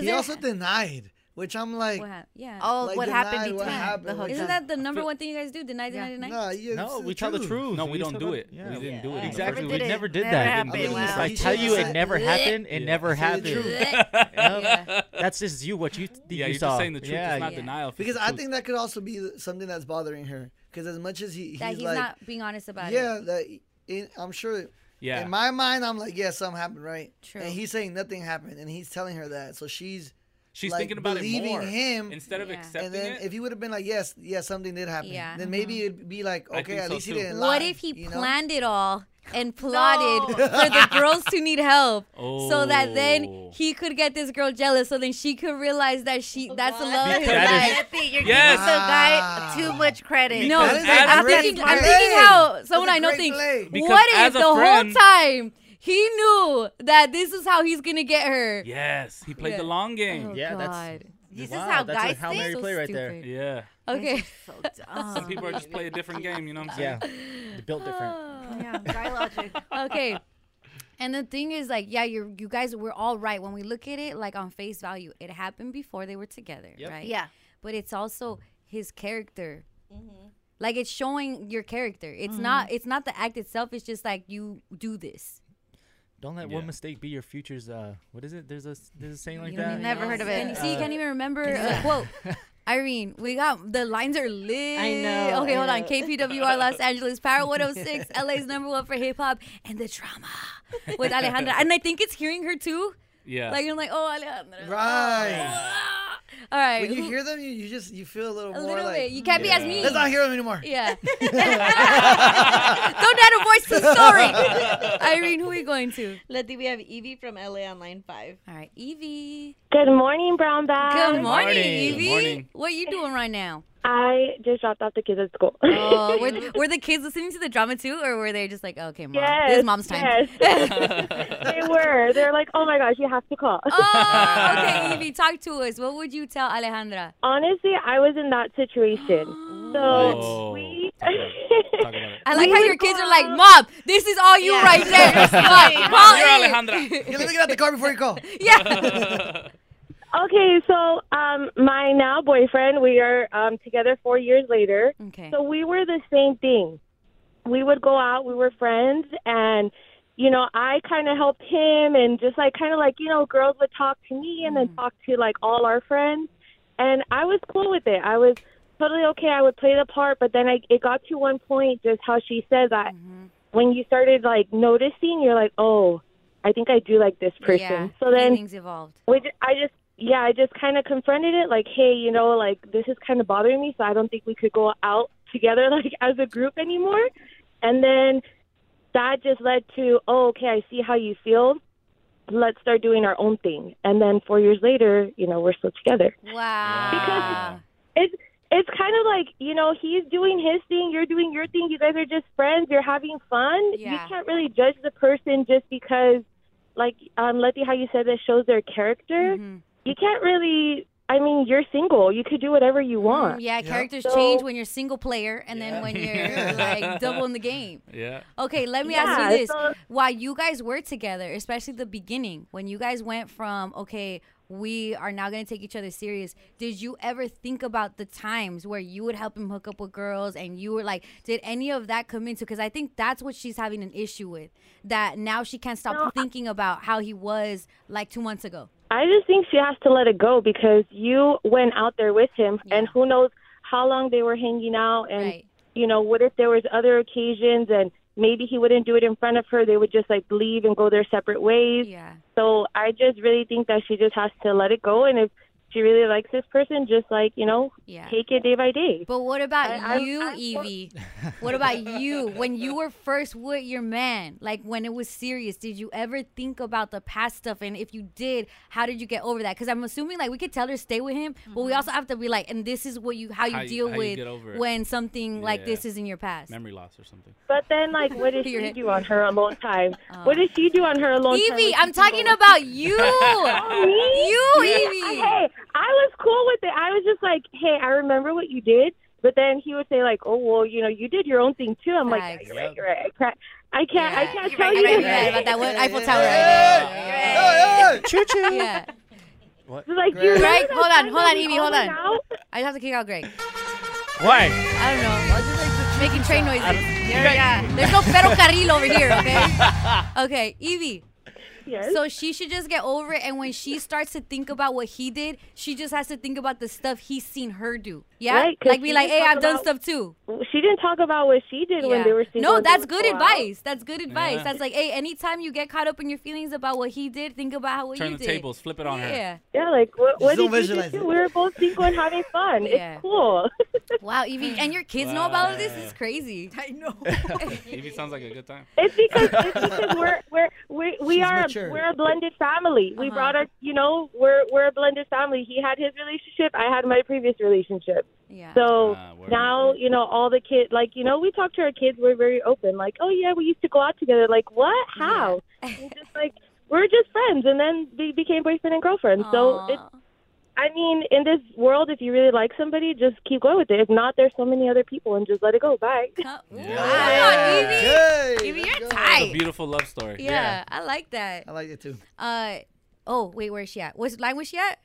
[SPEAKER 4] He
[SPEAKER 1] they're-
[SPEAKER 4] also denied, which I'm like,
[SPEAKER 1] hap- yeah.
[SPEAKER 2] Oh,
[SPEAKER 4] Like
[SPEAKER 2] what happened
[SPEAKER 4] denied
[SPEAKER 2] between
[SPEAKER 4] what happened,
[SPEAKER 2] the
[SPEAKER 4] like-
[SPEAKER 2] hook?
[SPEAKER 1] Isn't that the number one thing you guys do? Deny, deny, deny.
[SPEAKER 4] No, yeah,
[SPEAKER 1] Oh,
[SPEAKER 3] No, we tell the truth.
[SPEAKER 5] No, we don't
[SPEAKER 3] still
[SPEAKER 5] do it.
[SPEAKER 3] yeah.
[SPEAKER 5] We didn't do it.
[SPEAKER 3] Yeah.
[SPEAKER 5] in the
[SPEAKER 3] Exactly.
[SPEAKER 5] first
[SPEAKER 3] we
[SPEAKER 5] place.
[SPEAKER 3] never did
[SPEAKER 5] Never
[SPEAKER 3] that.
[SPEAKER 5] happened.
[SPEAKER 3] I mean, it's
[SPEAKER 5] Wow.
[SPEAKER 3] like
[SPEAKER 5] You
[SPEAKER 3] tell
[SPEAKER 5] should've
[SPEAKER 3] you it
[SPEAKER 5] said-
[SPEAKER 3] never
[SPEAKER 5] Yeah.
[SPEAKER 3] happened. It
[SPEAKER 5] Yeah.
[SPEAKER 3] never
[SPEAKER 5] Say
[SPEAKER 3] happened.
[SPEAKER 5] the truth.
[SPEAKER 1] Yep.
[SPEAKER 5] Yeah.
[SPEAKER 3] That's just you. What you th-
[SPEAKER 5] Yeah,
[SPEAKER 3] you
[SPEAKER 5] you're just
[SPEAKER 3] saw.
[SPEAKER 5] saying the truth. It's not denial, it's the
[SPEAKER 4] Because I
[SPEAKER 5] truth.
[SPEAKER 4] think that could also be something that's bothering her. Because as much as he, he's,
[SPEAKER 1] That he's
[SPEAKER 4] like,
[SPEAKER 1] not being honest about it.
[SPEAKER 4] yeah, that in, I'm sure.
[SPEAKER 5] Yeah.
[SPEAKER 4] In my mind, I'm like, yeah, something happened, right?
[SPEAKER 1] True.
[SPEAKER 4] And he's saying nothing happened, and he's telling her that, so she's.
[SPEAKER 5] She's
[SPEAKER 4] like,
[SPEAKER 5] thinking about it
[SPEAKER 4] believing
[SPEAKER 5] more
[SPEAKER 4] him
[SPEAKER 5] instead of accepting
[SPEAKER 4] And then
[SPEAKER 5] it.
[SPEAKER 4] if he would have been like, yes, yeah, something did happen,
[SPEAKER 1] Yeah. Mm-hmm.
[SPEAKER 4] then maybe it'd be like,
[SPEAKER 5] I
[SPEAKER 4] okay,
[SPEAKER 5] think
[SPEAKER 4] at
[SPEAKER 5] so
[SPEAKER 4] least
[SPEAKER 5] too.
[SPEAKER 4] he didn't lie.
[SPEAKER 1] What if he
[SPEAKER 4] you know?
[SPEAKER 1] planned it all and plotted for the girls to need help so that then he could get this girl jealous so then she could realize that she that's the love of his life.
[SPEAKER 2] Jeffy, you're
[SPEAKER 1] Yes.
[SPEAKER 2] giving the guy too much credit.
[SPEAKER 1] No, I'm thinking, I'm thinking how someone I know thinks.
[SPEAKER 2] Because
[SPEAKER 1] What if
[SPEAKER 2] as a
[SPEAKER 1] the
[SPEAKER 2] friend-
[SPEAKER 1] whole time he knew that this is how he's gonna get her?
[SPEAKER 5] Yes, he played
[SPEAKER 1] Yeah.
[SPEAKER 5] the long game.
[SPEAKER 1] Oh,
[SPEAKER 5] yeah,
[SPEAKER 1] God.
[SPEAKER 5] This
[SPEAKER 1] is how guys
[SPEAKER 3] Hail
[SPEAKER 1] think?
[SPEAKER 3] Mary
[SPEAKER 1] So
[SPEAKER 3] play right there.
[SPEAKER 1] stupid.
[SPEAKER 5] Yeah.
[SPEAKER 1] Okay.
[SPEAKER 5] Some people are just play a different game. You know what I'm saying?
[SPEAKER 3] Yeah. They're built
[SPEAKER 1] Oh,
[SPEAKER 3] different.
[SPEAKER 1] yeah, okay. And the thing is, like, yeah, you you guys were all right when we look at it, like on face value. It happened before they were together,
[SPEAKER 2] Yep.
[SPEAKER 1] right?
[SPEAKER 2] Yeah.
[SPEAKER 1] But it's also his character. Mm-hmm. Like it's Mm-hmm. showing your character. It's not. It's not the act itself. It's just like you do this.
[SPEAKER 3] Don't let one mistake be your future's. Uh, what is it? There's a there's a saying like
[SPEAKER 1] You
[SPEAKER 3] that.
[SPEAKER 1] never heard of it. See, you
[SPEAKER 3] Uh,
[SPEAKER 1] can't even remember
[SPEAKER 3] Yeah.
[SPEAKER 1] a quote. Irene, we got the lines are lit.
[SPEAKER 12] I know,
[SPEAKER 1] Okay,
[SPEAKER 12] I
[SPEAKER 1] hold on.
[SPEAKER 12] know.
[SPEAKER 1] KPWR Los Angeles, Power 106, LA's number one for hip hop and the drama with Alejandra. And I think it's hearing her too.
[SPEAKER 5] Yeah.
[SPEAKER 1] Like, I'm like, oh, Alejandra.
[SPEAKER 4] Right.
[SPEAKER 1] All right.
[SPEAKER 4] When you
[SPEAKER 1] Oh, who-
[SPEAKER 4] hear them, you, you just you feel a little
[SPEAKER 1] a
[SPEAKER 4] more
[SPEAKER 1] little
[SPEAKER 4] like
[SPEAKER 1] bit. You can't be as mean.
[SPEAKER 4] Let's not hear them anymore.
[SPEAKER 1] Yeah. Don't add a voice to the story. Irene, who are we going to?
[SPEAKER 12] Letty, we have Evie from LA on line five.
[SPEAKER 1] All right, Evie.
[SPEAKER 16] Good morning, Brown Bag.
[SPEAKER 1] Good morning, Evie. What you doing right now?
[SPEAKER 16] I just dropped off the kids at school.
[SPEAKER 1] Oh, were, were the kids listening to the drama too, or were they just like, okay, mom,
[SPEAKER 16] Yes,
[SPEAKER 1] this is mom's time?
[SPEAKER 16] they were. They're like, oh my gosh, you have to call.
[SPEAKER 1] Oh. okay, Evie, talk to us. What would you tell Alejandra?
[SPEAKER 16] Honestly, I was in that situation.
[SPEAKER 1] Oh.
[SPEAKER 16] So we.
[SPEAKER 1] I like how your kids are like, mom, this is all you right there. Mom, call in.
[SPEAKER 4] Yeah, let me get out the car before you call.
[SPEAKER 16] Okay, so um, my now boyfriend, we are um, together four years later.
[SPEAKER 1] Okay.
[SPEAKER 16] So we were the same thing. We would go out, we were friends, and, you know, I kind of helped him, and just like, kind of like, you know, girls would talk to me and
[SPEAKER 1] Mm.
[SPEAKER 16] then talk to like all our friends. And I was cool with it. I was totally okay. I would play the part, but then I, it got to one point, just how she said that
[SPEAKER 1] Mm-hmm.
[SPEAKER 16] when you started like noticing, you're like, oh, I think I do like this person.
[SPEAKER 1] Yeah,
[SPEAKER 16] so then
[SPEAKER 1] things evolved.
[SPEAKER 16] we ju- I just yeah, I just kind of confronted it like, hey, you know, like this is kind of bothering me, so I don't think we could go out together like as a group anymore. And then that just led to, oh, okay, I see how you feel. Let's start doing our own thing. And then 4 years later, you know, we're still together.
[SPEAKER 1] Wow.
[SPEAKER 16] It's it's kind of like, you know, he's doing his thing, you're doing your thing, you guys are just friends, you're having fun. You
[SPEAKER 1] Yeah.
[SPEAKER 16] can't really judge the person just because like um Letty how you said that shows their character.
[SPEAKER 1] Mm-hmm.
[SPEAKER 16] You can't really I mean, you're single. You could do whatever you want.
[SPEAKER 1] Mm-hmm. yeah, characters change when you're single player and then when you're like double in the game.
[SPEAKER 5] Yeah.
[SPEAKER 1] Okay, let me
[SPEAKER 16] Yeah,
[SPEAKER 1] ask you this.
[SPEAKER 16] so-
[SPEAKER 1] While you guys were together, especially the beginning, when you guys went from, okay, we are now going to take each other serious, did you ever think about the times where you would help him hook up with girls and you were like, did any of that come into? Because I think that's what she's having an issue with, that now she can't stop thinking about how he was like two months ago.
[SPEAKER 16] I just think she has to let it go because you went out there with him, and who knows how long they were hanging out, and you know what if there was other occasions, and maybe he wouldn't do it in front of her. They would just like leave and go their separate ways.
[SPEAKER 1] Yeah.
[SPEAKER 16] So I just really think that she just has to let it go, and if she really likes this person, just like you know,
[SPEAKER 1] Yeah.
[SPEAKER 16] take it day by day.
[SPEAKER 1] But what about
[SPEAKER 16] I- I'm-
[SPEAKER 1] you, Evie? what about you when you were first with your man? Like when it was serious, did you ever think about the past stuff? And if you did, how did you get over that? Because I'm assuming like we could tell her stay with him, but
[SPEAKER 16] Mm-hmm.
[SPEAKER 1] we also have to be like, and this is what you how you
[SPEAKER 5] How you-
[SPEAKER 1] deal
[SPEAKER 5] how you
[SPEAKER 1] with
[SPEAKER 5] get over it.
[SPEAKER 1] when something like
[SPEAKER 5] Yeah.
[SPEAKER 1] this is in your past.
[SPEAKER 5] Memory loss or something.
[SPEAKER 16] But then, like, what did
[SPEAKER 1] Your
[SPEAKER 16] she
[SPEAKER 1] head.
[SPEAKER 16] do on her alone time? What did she do on her alone time? when
[SPEAKER 1] Evie, Oh. I'm
[SPEAKER 16] she's
[SPEAKER 1] talking
[SPEAKER 16] alone?
[SPEAKER 1] about you.
[SPEAKER 16] Oh, me?
[SPEAKER 1] You,
[SPEAKER 16] Yeah,
[SPEAKER 1] Evie.
[SPEAKER 16] I- Hey, I was cool with it. I was just like, hey, I remember what you did. But then he would say like, oh well, you know, you did your own thing too. I'm like, yeah, you're right, you're right. I can't, I can't, I can't tell
[SPEAKER 1] You're
[SPEAKER 16] you.
[SPEAKER 1] right, you're right about that one Eiffel Tower. Right.
[SPEAKER 4] Choo choo.
[SPEAKER 1] Yeah.
[SPEAKER 3] What?
[SPEAKER 16] Like
[SPEAKER 1] Greg, hold on, hold on, Evie, hold on. I have to kick out Greg.
[SPEAKER 3] Why?
[SPEAKER 1] I don't know. Making train noises.
[SPEAKER 3] I don't-
[SPEAKER 1] Yeah, yeah. There's no ferrocarril over here, okay? Okay, Evie.
[SPEAKER 16] Yes.
[SPEAKER 1] So she should just get over it, and when she starts to think about what he did, she just has to think about the stuff he's seen her do. Yeah,
[SPEAKER 16] Right, 'cause
[SPEAKER 1] like be
[SPEAKER 16] she
[SPEAKER 1] like,
[SPEAKER 16] just
[SPEAKER 1] "Hey,
[SPEAKER 16] talked
[SPEAKER 1] I've done
[SPEAKER 16] about-
[SPEAKER 1] stuff too."
[SPEAKER 16] She didn't talk about what she did when
[SPEAKER 1] Yeah.
[SPEAKER 16] they were single.
[SPEAKER 1] no,
[SPEAKER 16] and they
[SPEAKER 1] that's
[SPEAKER 16] would
[SPEAKER 1] good
[SPEAKER 16] go out.
[SPEAKER 1] advice. That's good advice.
[SPEAKER 5] Yeah.
[SPEAKER 1] That's like, hey, anytime you get caught up in your feelings about what he did, think about how what
[SPEAKER 5] Turn
[SPEAKER 1] you
[SPEAKER 5] the
[SPEAKER 1] did.
[SPEAKER 5] tables, flip it on her.
[SPEAKER 1] Yeah.
[SPEAKER 16] Yeah, like what, what did
[SPEAKER 5] Just don't
[SPEAKER 16] you do?
[SPEAKER 5] visualize
[SPEAKER 16] too?
[SPEAKER 5] it.
[SPEAKER 16] We were both single and having fun.
[SPEAKER 1] Yeah.
[SPEAKER 16] It's cool.
[SPEAKER 1] Wow, Evie, and your kids know about all this? This is crazy. I know.
[SPEAKER 5] Evie sounds like a good time.
[SPEAKER 16] It's because it's because we're we're we, we
[SPEAKER 5] She's
[SPEAKER 16] are
[SPEAKER 5] mature. Uh-huh.
[SPEAKER 16] we're a blended family. We brought our you know we're we're a blended family. He had his relationship. I had my previous relationship.
[SPEAKER 1] Yeah.
[SPEAKER 16] So
[SPEAKER 1] Ah, word.
[SPEAKER 16] now you know all the kids. Like you know we talk to our kids. We're very open. Like oh yeah we used to go out together. Like what how? And just like we're just friends. And then we became boyfriend and girlfriend. So it's. I mean, in this world, if you really like somebody, just keep going with it. If not, there's so many other people, and just let it go. Bye.
[SPEAKER 1] Evie, Evie, you're
[SPEAKER 5] It's a
[SPEAKER 1] tight.
[SPEAKER 5] beautiful love story.
[SPEAKER 1] Yeah, I like that. I
[SPEAKER 4] like it too.
[SPEAKER 1] Uh, oh wait, where's she at? What line was she at?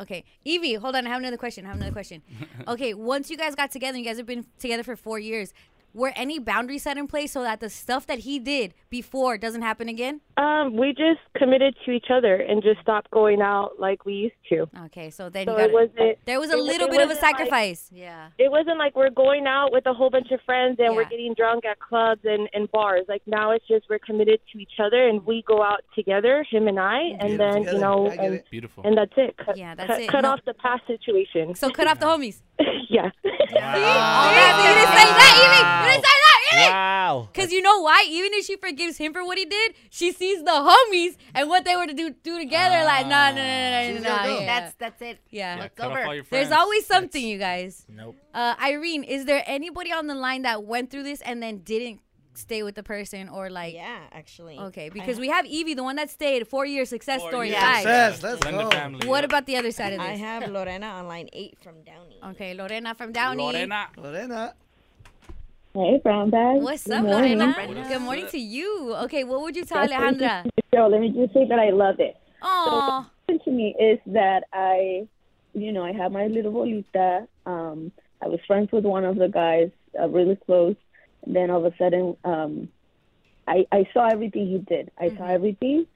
[SPEAKER 1] Okay, Evie, hold on. I have another question. I have another question. Okay, once you guys got together, you guys have been together for four years. were any boundaries set in place so that the stuff that he did before doesn't happen again?
[SPEAKER 16] Um, we just committed to each other and just stopped going out like we used to.
[SPEAKER 1] Okay, so then
[SPEAKER 16] So
[SPEAKER 1] you got
[SPEAKER 16] it wasn't-
[SPEAKER 1] there was a
[SPEAKER 16] it-
[SPEAKER 1] little
[SPEAKER 16] it
[SPEAKER 1] bit of a
[SPEAKER 16] wasn't like-
[SPEAKER 1] sacrifice. yeah.
[SPEAKER 16] It wasn't like we're going out with a whole bunch of friends and we're getting drunk at clubs and, and bars. Like now it's just we're committed to each other and we go out together, him and I, and then, you know, and,
[SPEAKER 5] Beautiful.
[SPEAKER 16] and that's it. Cut,
[SPEAKER 1] Yeah, that's
[SPEAKER 16] cut,
[SPEAKER 1] it.
[SPEAKER 16] Cut
[SPEAKER 1] No.
[SPEAKER 16] off the past situation.
[SPEAKER 1] So cut off the homies.
[SPEAKER 16] yeah.
[SPEAKER 1] All that, but you didn't say that even. You didn't say that even.
[SPEAKER 3] Wow.
[SPEAKER 1] Cause you know why? Even if she forgives him for what he did, she sees the homies and what they were to do do together. like, no, no, no, no, no,
[SPEAKER 2] She's
[SPEAKER 1] no.
[SPEAKER 2] like, "Oh,
[SPEAKER 1] yeah.
[SPEAKER 2] that's- that's it.
[SPEAKER 1] Yeah,
[SPEAKER 2] Yeah, It's cut off over. all your
[SPEAKER 1] There's
[SPEAKER 2] friends.
[SPEAKER 1] always something, you guys.
[SPEAKER 3] Nope.
[SPEAKER 1] Uh, Irene, is there anybody on the line that went through this and then didn't stay with the person or like?
[SPEAKER 12] Yeah, actually.
[SPEAKER 1] Okay, because we have Evie, the one that stayed four year success story. Five. What about the other side of this? Oh,
[SPEAKER 12] I have Lorena on line eight from Downey.
[SPEAKER 1] Okay, Lorena from Downey.
[SPEAKER 12] Lorena.
[SPEAKER 4] Lorena.
[SPEAKER 17] Hey, brown bag.
[SPEAKER 1] What's
[SPEAKER 17] Good
[SPEAKER 1] up,
[SPEAKER 17] morning.
[SPEAKER 1] Lorena? Good morning to you. Okay, what would you tell Alejandra?
[SPEAKER 17] So let me just say that I love it.
[SPEAKER 1] Aww.
[SPEAKER 17] So what happened to me is that I, you know, I had my little bolita. Um, I was friends with one of the guys, uh, really close. And then all of a sudden, um, I I saw everything he did. I saw
[SPEAKER 1] Mm-hmm.
[SPEAKER 17] everything.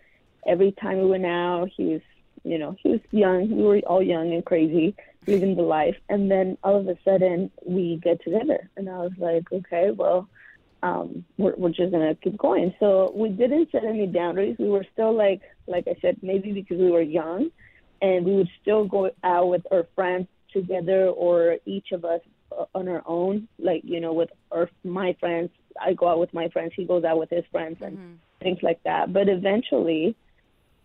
[SPEAKER 17] Every time we went out, he was, you know, he was young. We were all young and crazy, living the life. And then all of a sudden, we get together, and I was like, okay, well, um, we're, we're just gonna keep going. So we didn't set any boundaries. We were still like, like I said, maybe because we were young, and we would still go out with our friends together or each of us uh, on our own. Like you know, with our my friends, I go out with my friends. He goes out with his friends and things like that. But eventually,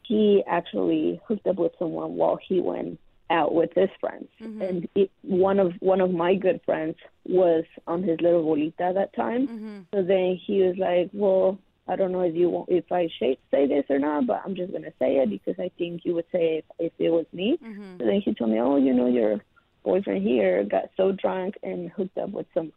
[SPEAKER 17] he actually hooked up with someone while he went out with his friends.
[SPEAKER 18] Mhm.
[SPEAKER 17] And it, one of one of my good friends was on his little bolita that time.
[SPEAKER 2] Mm-hmm.
[SPEAKER 1] Mm.
[SPEAKER 17] So then he was like, "Well, I don't know if you want, if I sh- say this or not, but I'm just gonna say it because I think you would say it if it was me."
[SPEAKER 1] Mm-hmm.
[SPEAKER 17] So then he told me, "Oh, you know, your boyfriend here got so drunk and hooked up with some,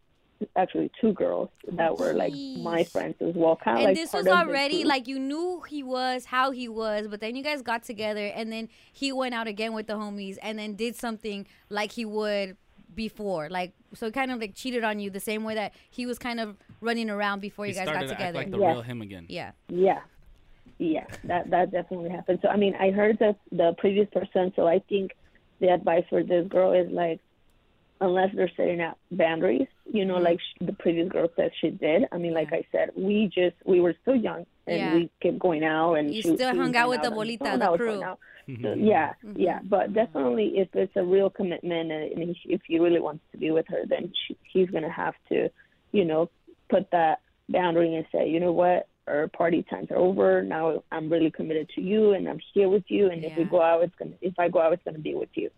[SPEAKER 17] actually two girls that were like my friends as well, kind of
[SPEAKER 1] And
[SPEAKER 17] like
[SPEAKER 1] this
[SPEAKER 17] part
[SPEAKER 1] was
[SPEAKER 17] of the
[SPEAKER 1] already
[SPEAKER 17] group.
[SPEAKER 1] like you knew who he was, how he was, but then you guys got together and then he went out again with the homies and then did something like he would before. Like so kind of like cheated on you the same way that he was kind of running around before
[SPEAKER 5] He
[SPEAKER 1] you guys
[SPEAKER 5] started
[SPEAKER 1] got
[SPEAKER 5] to act
[SPEAKER 1] together.
[SPEAKER 5] like the Yeah. real him again.
[SPEAKER 1] Yeah.
[SPEAKER 17] Yeah. Yeah, that that definitely happened. So I mean, I heard the the previous person, so I think the advice for this girl is like unless they're setting up boundaries, you know,
[SPEAKER 1] Mm-hmm.
[SPEAKER 17] like sh- the previous girl said she did. I mean, like I said, we just we were still young and
[SPEAKER 1] Yeah.
[SPEAKER 17] we kept going out and
[SPEAKER 1] You
[SPEAKER 17] she-
[SPEAKER 1] still
[SPEAKER 17] she
[SPEAKER 1] hung
[SPEAKER 17] went
[SPEAKER 1] out with the
[SPEAKER 17] and we
[SPEAKER 1] bolita,
[SPEAKER 17] hung
[SPEAKER 1] the
[SPEAKER 17] out,
[SPEAKER 1] crew.
[SPEAKER 17] hung out. So, yeah, yeah, but definitely if it's a real commitment and and if he really wants to be with her, then she, he's gonna have to, you know, put that boundary and say, you know what, our party times are over. Now I'm really committed to you, and I'm here with you. And if we go out, it's gonna if I go out, it's gonna be with you.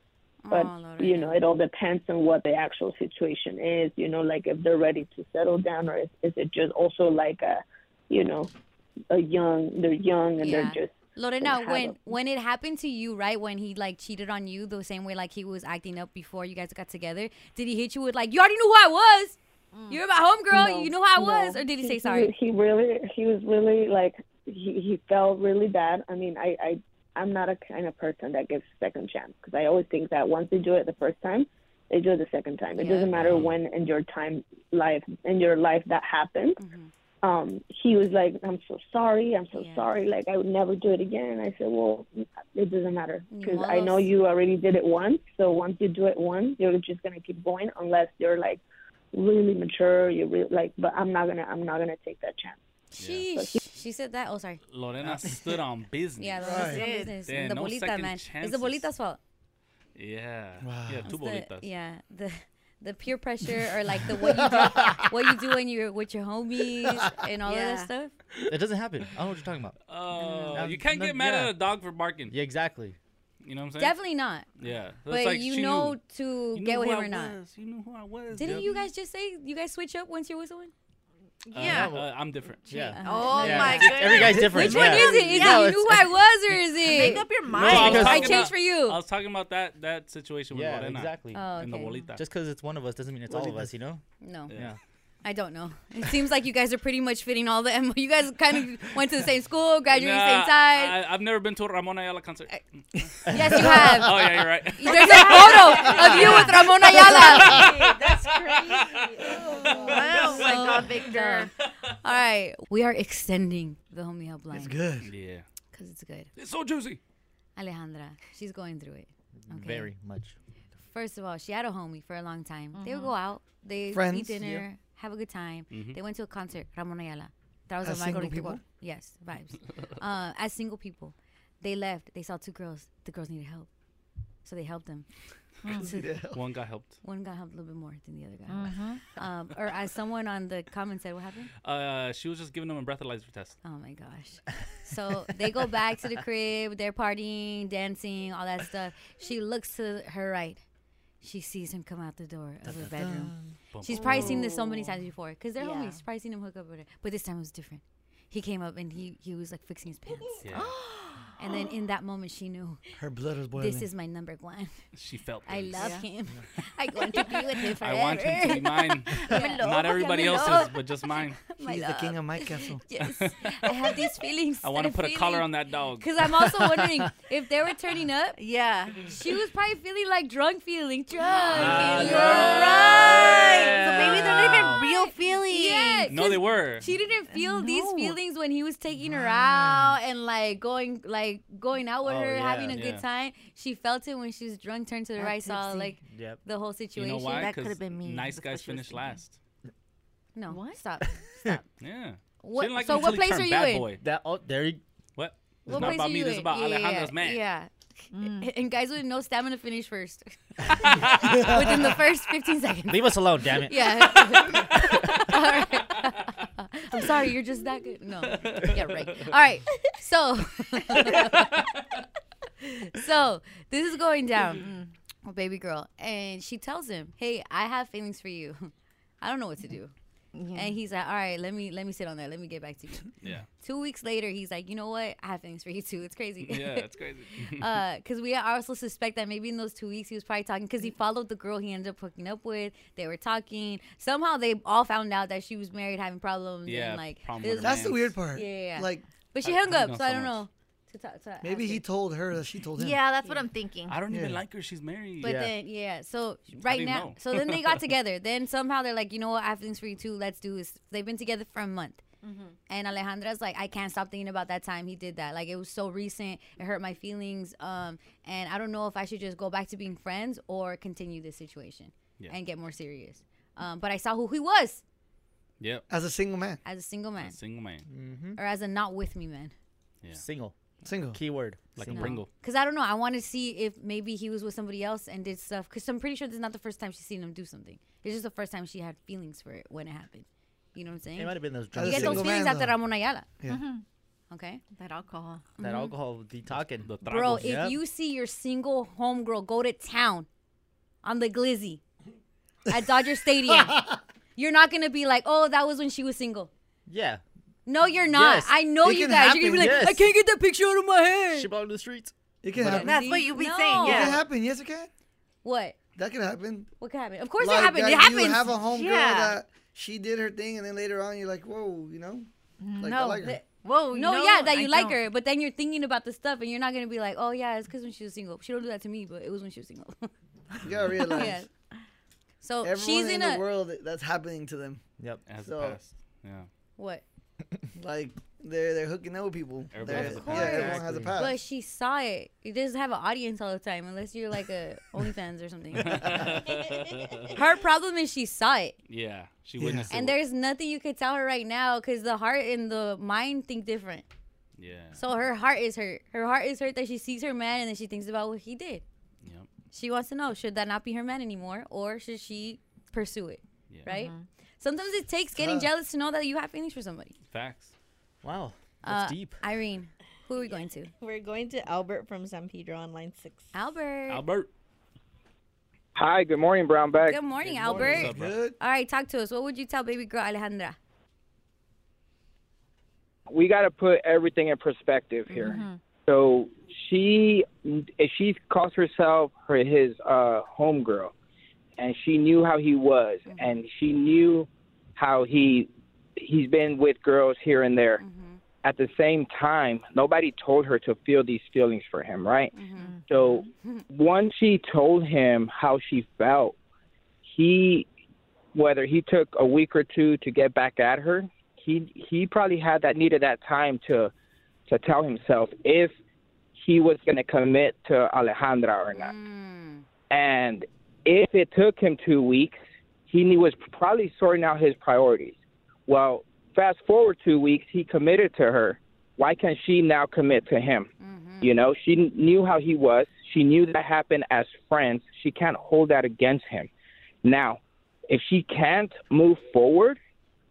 [SPEAKER 16] Oh,
[SPEAKER 17] But
[SPEAKER 1] Oh,
[SPEAKER 17] you know, it all depends on what the actual situation is. You know, like if they're ready to settle down, or is, is it just also like a, you know, a young they're young and
[SPEAKER 1] Yeah.
[SPEAKER 17] they're just
[SPEAKER 1] Lorena,
[SPEAKER 17] have
[SPEAKER 1] when
[SPEAKER 17] a-
[SPEAKER 1] when it happened to you, right? When he like cheated on you the same way like he was acting up before you guys got together, did he hit you with like you already knew who I was? You're my homegirl.
[SPEAKER 17] No,
[SPEAKER 1] you knew how I was,
[SPEAKER 17] no.
[SPEAKER 1] or did he,
[SPEAKER 17] He-
[SPEAKER 1] say
[SPEAKER 17] he-
[SPEAKER 1] sorry?
[SPEAKER 17] He, really, he was really like he he felt really bad. I mean, I I I'm not a kind of person that gives second chance because I always think that once they do it the first time, they do it the second time. It
[SPEAKER 18] Yeah.
[SPEAKER 17] doesn't matter when in your time life in your life that happens. Um, he was like, "I'm so sorry. I'm so sorry. Like I would never do it again." And I said, "Well, it doesn't matter because I know
[SPEAKER 18] Nice.
[SPEAKER 17] you already did it once. So once you do it once, you're just gonna keep going unless you're like." really mature. You're real, like, but I'm not gonna, I'm not gonna take that chance.
[SPEAKER 1] Sheesh. She said that. Oh, sorry.
[SPEAKER 5] Lorena stood on business.
[SPEAKER 1] Yeah, the right. business.
[SPEAKER 5] Damn,
[SPEAKER 1] the
[SPEAKER 5] no
[SPEAKER 1] bolita,
[SPEAKER 5] second
[SPEAKER 1] man. It's the
[SPEAKER 5] chances.
[SPEAKER 1] bolita's fault.
[SPEAKER 5] Yeah. Yeah, two
[SPEAKER 1] It's the-
[SPEAKER 5] bolitas.
[SPEAKER 1] yeah, the the peer pressure or like the what you do, what you do when you're with your homies and all of
[SPEAKER 5] Yeah.
[SPEAKER 1] that stuff.
[SPEAKER 3] It doesn't happen. I don't know what you're talking about.
[SPEAKER 5] Oh,
[SPEAKER 3] Now,
[SPEAKER 5] you can't
[SPEAKER 3] no-
[SPEAKER 5] get mad
[SPEAKER 3] yeah.
[SPEAKER 5] at a dog for barking.
[SPEAKER 3] Yeah, exactly.
[SPEAKER 5] You know what I'm saying?
[SPEAKER 1] Definitely not.
[SPEAKER 5] Yeah. So it's
[SPEAKER 1] but
[SPEAKER 5] like
[SPEAKER 1] you
[SPEAKER 5] she
[SPEAKER 1] know
[SPEAKER 5] knew.
[SPEAKER 1] to
[SPEAKER 5] You
[SPEAKER 1] get
[SPEAKER 5] knew
[SPEAKER 1] with
[SPEAKER 5] who
[SPEAKER 1] him
[SPEAKER 5] I
[SPEAKER 1] or not.
[SPEAKER 5] was. You knew who I was.
[SPEAKER 1] Didn't
[SPEAKER 5] Yep.
[SPEAKER 1] you guys just say you guys switch up once you're with someone?
[SPEAKER 5] Uh, uh, I'm different. Yeah.
[SPEAKER 1] Oh
[SPEAKER 5] Yeah.
[SPEAKER 1] my
[SPEAKER 5] Every
[SPEAKER 1] goodness.
[SPEAKER 5] guy's different.
[SPEAKER 1] Which one
[SPEAKER 5] Yeah.
[SPEAKER 1] is it? Is it
[SPEAKER 5] No,
[SPEAKER 1] you
[SPEAKER 5] it's-
[SPEAKER 1] knew who I was, or is it
[SPEAKER 2] Make up your
[SPEAKER 1] No,
[SPEAKER 2] mind.
[SPEAKER 1] I,
[SPEAKER 5] was
[SPEAKER 1] changed
[SPEAKER 5] talking about-
[SPEAKER 1] for you.
[SPEAKER 5] I was talking about that that situation with
[SPEAKER 3] Yeah,
[SPEAKER 5] Lorena.
[SPEAKER 3] exactly.
[SPEAKER 1] Oh,
[SPEAKER 5] And the
[SPEAKER 1] okay.
[SPEAKER 5] bolita.
[SPEAKER 3] Just because it's one of us doesn't mean it's all of us, you know?
[SPEAKER 1] No.
[SPEAKER 5] Yeah.
[SPEAKER 1] I don't know. It seems like you guys are pretty much fitting all the. M- you guys kind of went to the same school, graduated
[SPEAKER 5] Nah,
[SPEAKER 1] the same time.
[SPEAKER 5] I, I've never been to a Ramona Ayala concert. Mm.
[SPEAKER 1] yes, you have.
[SPEAKER 5] oh yeah, you're right.
[SPEAKER 1] There's a photo of you with Ramon Ayala.
[SPEAKER 5] That's
[SPEAKER 2] Oh my God, Victor.
[SPEAKER 1] All right, we are extending the homie helpline.
[SPEAKER 5] It's good. Yeah.
[SPEAKER 1] Because it's good.
[SPEAKER 5] It's so juicy.
[SPEAKER 1] Alejandra, she's going through it. Okay.
[SPEAKER 3] Very much.
[SPEAKER 1] First of all, she had a homie for a long time. They would go out, they eat
[SPEAKER 3] Friends, yeah.
[SPEAKER 1] dinner, have a good time.
[SPEAKER 5] Mm-hmm.
[SPEAKER 3] Mhm.
[SPEAKER 1] They went to a concert, Ramon Ayala. That was a
[SPEAKER 3] As
[SPEAKER 1] Michael
[SPEAKER 3] single
[SPEAKER 1] Lictor-
[SPEAKER 3] people?
[SPEAKER 1] Yes, vibes. uh, as single people, they left. They saw two girls. The girls needed help, so they helped them. So-
[SPEAKER 5] One got helped.
[SPEAKER 1] One got helped a little bit more than the other guy.
[SPEAKER 5] Mhm.
[SPEAKER 1] Um, or as someone on the comment said, what happened?
[SPEAKER 5] Uh, she was just giving him a breathalyzer test.
[SPEAKER 1] Oh my gosh. So they go back to the crib. They're partying, dancing, all that stuff. She looks to her right. She sees him come out the door of her bedroom.
[SPEAKER 12] Bum,
[SPEAKER 1] She's
[SPEAKER 12] bum,
[SPEAKER 1] probably
[SPEAKER 12] bum.
[SPEAKER 1] seen this so many times before because they're
[SPEAKER 12] Yeah.
[SPEAKER 1] homies. She's probably seen him hook up with her. But this time it was different. He came up and he, he was like fixing his pants.
[SPEAKER 5] Yeah.
[SPEAKER 1] and then in that moment, she knew
[SPEAKER 4] Her blood was boiling.
[SPEAKER 1] this is my number one.
[SPEAKER 5] She felt
[SPEAKER 1] I
[SPEAKER 5] this.
[SPEAKER 1] love
[SPEAKER 5] Yeah.
[SPEAKER 1] him. I want to be with him
[SPEAKER 5] I
[SPEAKER 1] forever.
[SPEAKER 5] want him to be mine.
[SPEAKER 1] Yeah.
[SPEAKER 5] Not everybody
[SPEAKER 1] My
[SPEAKER 5] else's,
[SPEAKER 1] love.
[SPEAKER 5] but just mine.
[SPEAKER 1] My He's the love. king of my
[SPEAKER 4] castle.
[SPEAKER 1] yes, I have these feelings.
[SPEAKER 5] I want to
[SPEAKER 1] that
[SPEAKER 5] put a collar
[SPEAKER 1] feeling.
[SPEAKER 5] on that dog.
[SPEAKER 1] Because I'm also wondering if they were turning up. Yeah. She was probably feeling like drunk feeling. Drunk. feeling.
[SPEAKER 5] you're
[SPEAKER 1] right.
[SPEAKER 5] So maybe they're not
[SPEAKER 1] even real feelings. Yeah.
[SPEAKER 5] No, they were.
[SPEAKER 1] She didn't feel these feelings when he was taking her out and like going like going out with
[SPEAKER 5] Oh,
[SPEAKER 1] her,
[SPEAKER 5] yeah,
[SPEAKER 1] having a
[SPEAKER 5] yeah.
[SPEAKER 1] good time. She felt it when she was drunk, turned to the
[SPEAKER 5] Not
[SPEAKER 1] right, saw
[SPEAKER 5] tipsy.
[SPEAKER 1] like
[SPEAKER 5] Yep.
[SPEAKER 1] the whole
[SPEAKER 5] You
[SPEAKER 1] situation.
[SPEAKER 5] know why? 'Cause Nice guys finish last.
[SPEAKER 1] No, stop.
[SPEAKER 5] Yeah.
[SPEAKER 1] What-
[SPEAKER 5] She didn't like
[SPEAKER 1] so
[SPEAKER 5] him
[SPEAKER 1] what
[SPEAKER 5] till he
[SPEAKER 1] place
[SPEAKER 5] turned
[SPEAKER 1] are you
[SPEAKER 5] bad
[SPEAKER 1] in?
[SPEAKER 5] boy.
[SPEAKER 3] That oh, there you.
[SPEAKER 5] What? It's
[SPEAKER 1] What
[SPEAKER 5] not
[SPEAKER 1] place
[SPEAKER 5] about
[SPEAKER 1] are
[SPEAKER 5] me.
[SPEAKER 1] you
[SPEAKER 5] This is
[SPEAKER 1] in?
[SPEAKER 5] about
[SPEAKER 1] Yeah, yeah,
[SPEAKER 5] Alejandra's man.
[SPEAKER 1] Yeah. And guys with no stamina finish first. Within the first 15 seconds.
[SPEAKER 3] Leave us alone, damn it.
[SPEAKER 1] Yeah. All right. I'm sorry, you're just that good. No. Yeah, right. All right. So So, this is going
[SPEAKER 5] Mm-hmm.
[SPEAKER 1] down. Well, baby girl, and she tells him, "Hey, I have feelings for you. I don't know what to do." And he's like, "All right, let me let me sit on that. Let me get back to you."
[SPEAKER 5] Yeah.
[SPEAKER 1] Two weeks later, he's like, "You know what? I have feelings for you too. It's crazy."
[SPEAKER 5] Yeah, it's crazy.
[SPEAKER 1] because we also suspect that maybe in those two weeks he was probably talking because he followed the girl he ended up hooking up with. They were talking. Somehow they all found out that she was married, having problems.
[SPEAKER 4] Yeah,
[SPEAKER 1] and, like
[SPEAKER 4] problem
[SPEAKER 1] it
[SPEAKER 4] with
[SPEAKER 1] was
[SPEAKER 4] her
[SPEAKER 1] like-
[SPEAKER 4] That's the weird part.
[SPEAKER 1] Yeah, yeah, yeah.
[SPEAKER 4] Like-
[SPEAKER 1] but she
[SPEAKER 4] I-
[SPEAKER 1] hung
[SPEAKER 4] I
[SPEAKER 1] up,
[SPEAKER 4] know
[SPEAKER 1] so I
[SPEAKER 4] so
[SPEAKER 1] don't
[SPEAKER 4] much.
[SPEAKER 1] know. To talk, to
[SPEAKER 4] Maybe
[SPEAKER 1] ask
[SPEAKER 4] he
[SPEAKER 1] her.
[SPEAKER 4] told her that she told him.
[SPEAKER 2] Yeah, that's what I'm thinking.
[SPEAKER 5] I don't even
[SPEAKER 4] Yeah.
[SPEAKER 5] like her. She's married.
[SPEAKER 1] But then, yeah. So
[SPEAKER 5] do
[SPEAKER 1] right
[SPEAKER 5] you
[SPEAKER 1] now,
[SPEAKER 5] know?
[SPEAKER 1] so then they got together. Then somehow they're like, you know what? I have things for you too. Let's do this. They've been together for a month. And Alejandra's like, I can't stop thinking about that time he did that. Like it was so recent. It hurt my feelings. Um, and I don't know if I should just go back to being friends or continue this situation
[SPEAKER 5] Yeah.
[SPEAKER 1] and get more serious. Um, but I saw who he was
[SPEAKER 5] Yep.
[SPEAKER 4] As a single man. Mm.
[SPEAKER 1] as a single man
[SPEAKER 5] Single man.
[SPEAKER 1] or as a not with me man.
[SPEAKER 3] Single.
[SPEAKER 4] Single.
[SPEAKER 3] Keyword. Like
[SPEAKER 5] a Pringle.
[SPEAKER 1] Cause I don't know. I want to see if maybe he was with somebody else and did stuff. Cause I'm pretty sure this is not the first time she's seen him do something. It's just the first time she had feelings for it when it happened. You know what I'm saying?
[SPEAKER 3] It might have been those
[SPEAKER 1] You
[SPEAKER 3] drugs.
[SPEAKER 1] get those feelings after Ramon Ayala. Mm-hmm.
[SPEAKER 3] Yeah.
[SPEAKER 1] Okay.
[SPEAKER 2] Mm-hmm.
[SPEAKER 1] Mm-hmm.
[SPEAKER 2] That alcohol.
[SPEAKER 3] That alcohol detoxing. The
[SPEAKER 1] Bro, if you see your single homegirl go to town on the glizzy at Dodger Stadium, you're not gonna be like, "Oh, that was when she was single."
[SPEAKER 3] Yeah.
[SPEAKER 1] No, you're not.
[SPEAKER 3] Yes.
[SPEAKER 1] I know
[SPEAKER 3] It
[SPEAKER 1] you
[SPEAKER 3] can
[SPEAKER 1] guys. You're gonna be like,
[SPEAKER 3] happen,
[SPEAKER 1] "I
[SPEAKER 3] yes.
[SPEAKER 1] can't get that picture out of my head."
[SPEAKER 3] She belonged to the streets.
[SPEAKER 4] It can
[SPEAKER 1] But
[SPEAKER 4] happen.
[SPEAKER 1] that's what you be No. saying,
[SPEAKER 4] It
[SPEAKER 1] yeah.
[SPEAKER 4] can happen. Yes, it can.
[SPEAKER 1] What?
[SPEAKER 4] That can happen.
[SPEAKER 1] What could happen? Of course,
[SPEAKER 4] Like
[SPEAKER 1] it happened.
[SPEAKER 4] that
[SPEAKER 1] It happens.
[SPEAKER 4] You have a homegirl
[SPEAKER 1] Yeah.
[SPEAKER 4] that she did her thing, and then later on you're like, whoa, you know, like I
[SPEAKER 1] no,
[SPEAKER 4] like her.
[SPEAKER 1] that-
[SPEAKER 2] Whoa,
[SPEAKER 1] no,
[SPEAKER 2] no,
[SPEAKER 1] yeah, that
[SPEAKER 2] I
[SPEAKER 1] you like
[SPEAKER 2] don't.
[SPEAKER 1] her, but then you're thinking about the stuff, and you're not gonna be like, oh yeah, it's because when she was single. She don't do that to me, but it was when she was single.
[SPEAKER 4] You gotta realize
[SPEAKER 1] Yeah. So
[SPEAKER 4] everyone
[SPEAKER 1] she's
[SPEAKER 4] in
[SPEAKER 1] in,
[SPEAKER 4] the
[SPEAKER 1] a
[SPEAKER 4] world that's happening to them.
[SPEAKER 3] Yep.
[SPEAKER 5] Has
[SPEAKER 4] So-
[SPEAKER 5] a past. Yeah.
[SPEAKER 1] what?
[SPEAKER 4] Like they're they're hooking up with people.
[SPEAKER 5] Everybody
[SPEAKER 4] They're-
[SPEAKER 5] has a
[SPEAKER 4] yeah,
[SPEAKER 5] past.
[SPEAKER 4] everyone has a past.
[SPEAKER 1] But she saw it. It doesn't have an audience all the time, unless you're like a OnlyFans or something. her problem is she saw it,
[SPEAKER 5] Yeah. She witnessed
[SPEAKER 1] and
[SPEAKER 5] it.
[SPEAKER 1] there's nothing you could tell her right now because the heart and the mind think different.
[SPEAKER 5] Yeah.
[SPEAKER 1] So her heart is hurt. Her heart is hurt that she sees her man and then she thinks about what he did.
[SPEAKER 5] Yep.
[SPEAKER 1] She wants to know should that not be her man anymore or should she pursue it?
[SPEAKER 5] Yeah.
[SPEAKER 1] Right?
[SPEAKER 5] Mhm.
[SPEAKER 1] Sometimes it takes getting
[SPEAKER 5] tough.
[SPEAKER 1] jealous to know that you have feelings for somebody.
[SPEAKER 5] Facts.
[SPEAKER 3] Wow.
[SPEAKER 1] Uh, Irene, who are we going to?
[SPEAKER 12] We're going to Albert from San Pedro on line six.
[SPEAKER 1] Albert.
[SPEAKER 5] Albert.
[SPEAKER 18] Hi, good morning, Brown Bag.
[SPEAKER 1] Good morning, Albert.
[SPEAKER 18] What's up, bro? Good.
[SPEAKER 1] All right, talk to us. What would you tell baby girl Alejandra?
[SPEAKER 18] We got to put everything in perspective here.
[SPEAKER 1] Mm-hmm.
[SPEAKER 18] So she she calls herself her his uh homegirl, and she knew how he was, and she knew how he he's been with girls here and there. At the same time, nobody told her to feel these feelings for him, right? So once she told him how she felt, he whether he took a week or two to get back at her, he he probably had that needed that time to to tell himself if he was going to commit to Alejandra or not. And if it took him two weeks, he knew- was probably sorting out his priorities. Well, fast forward two weeks, he committed to her. Why can't she now commit to him? You know, she kn- knew how he was. She knew that happened as friends. She can't hold that against him. Now, if she can't move forward,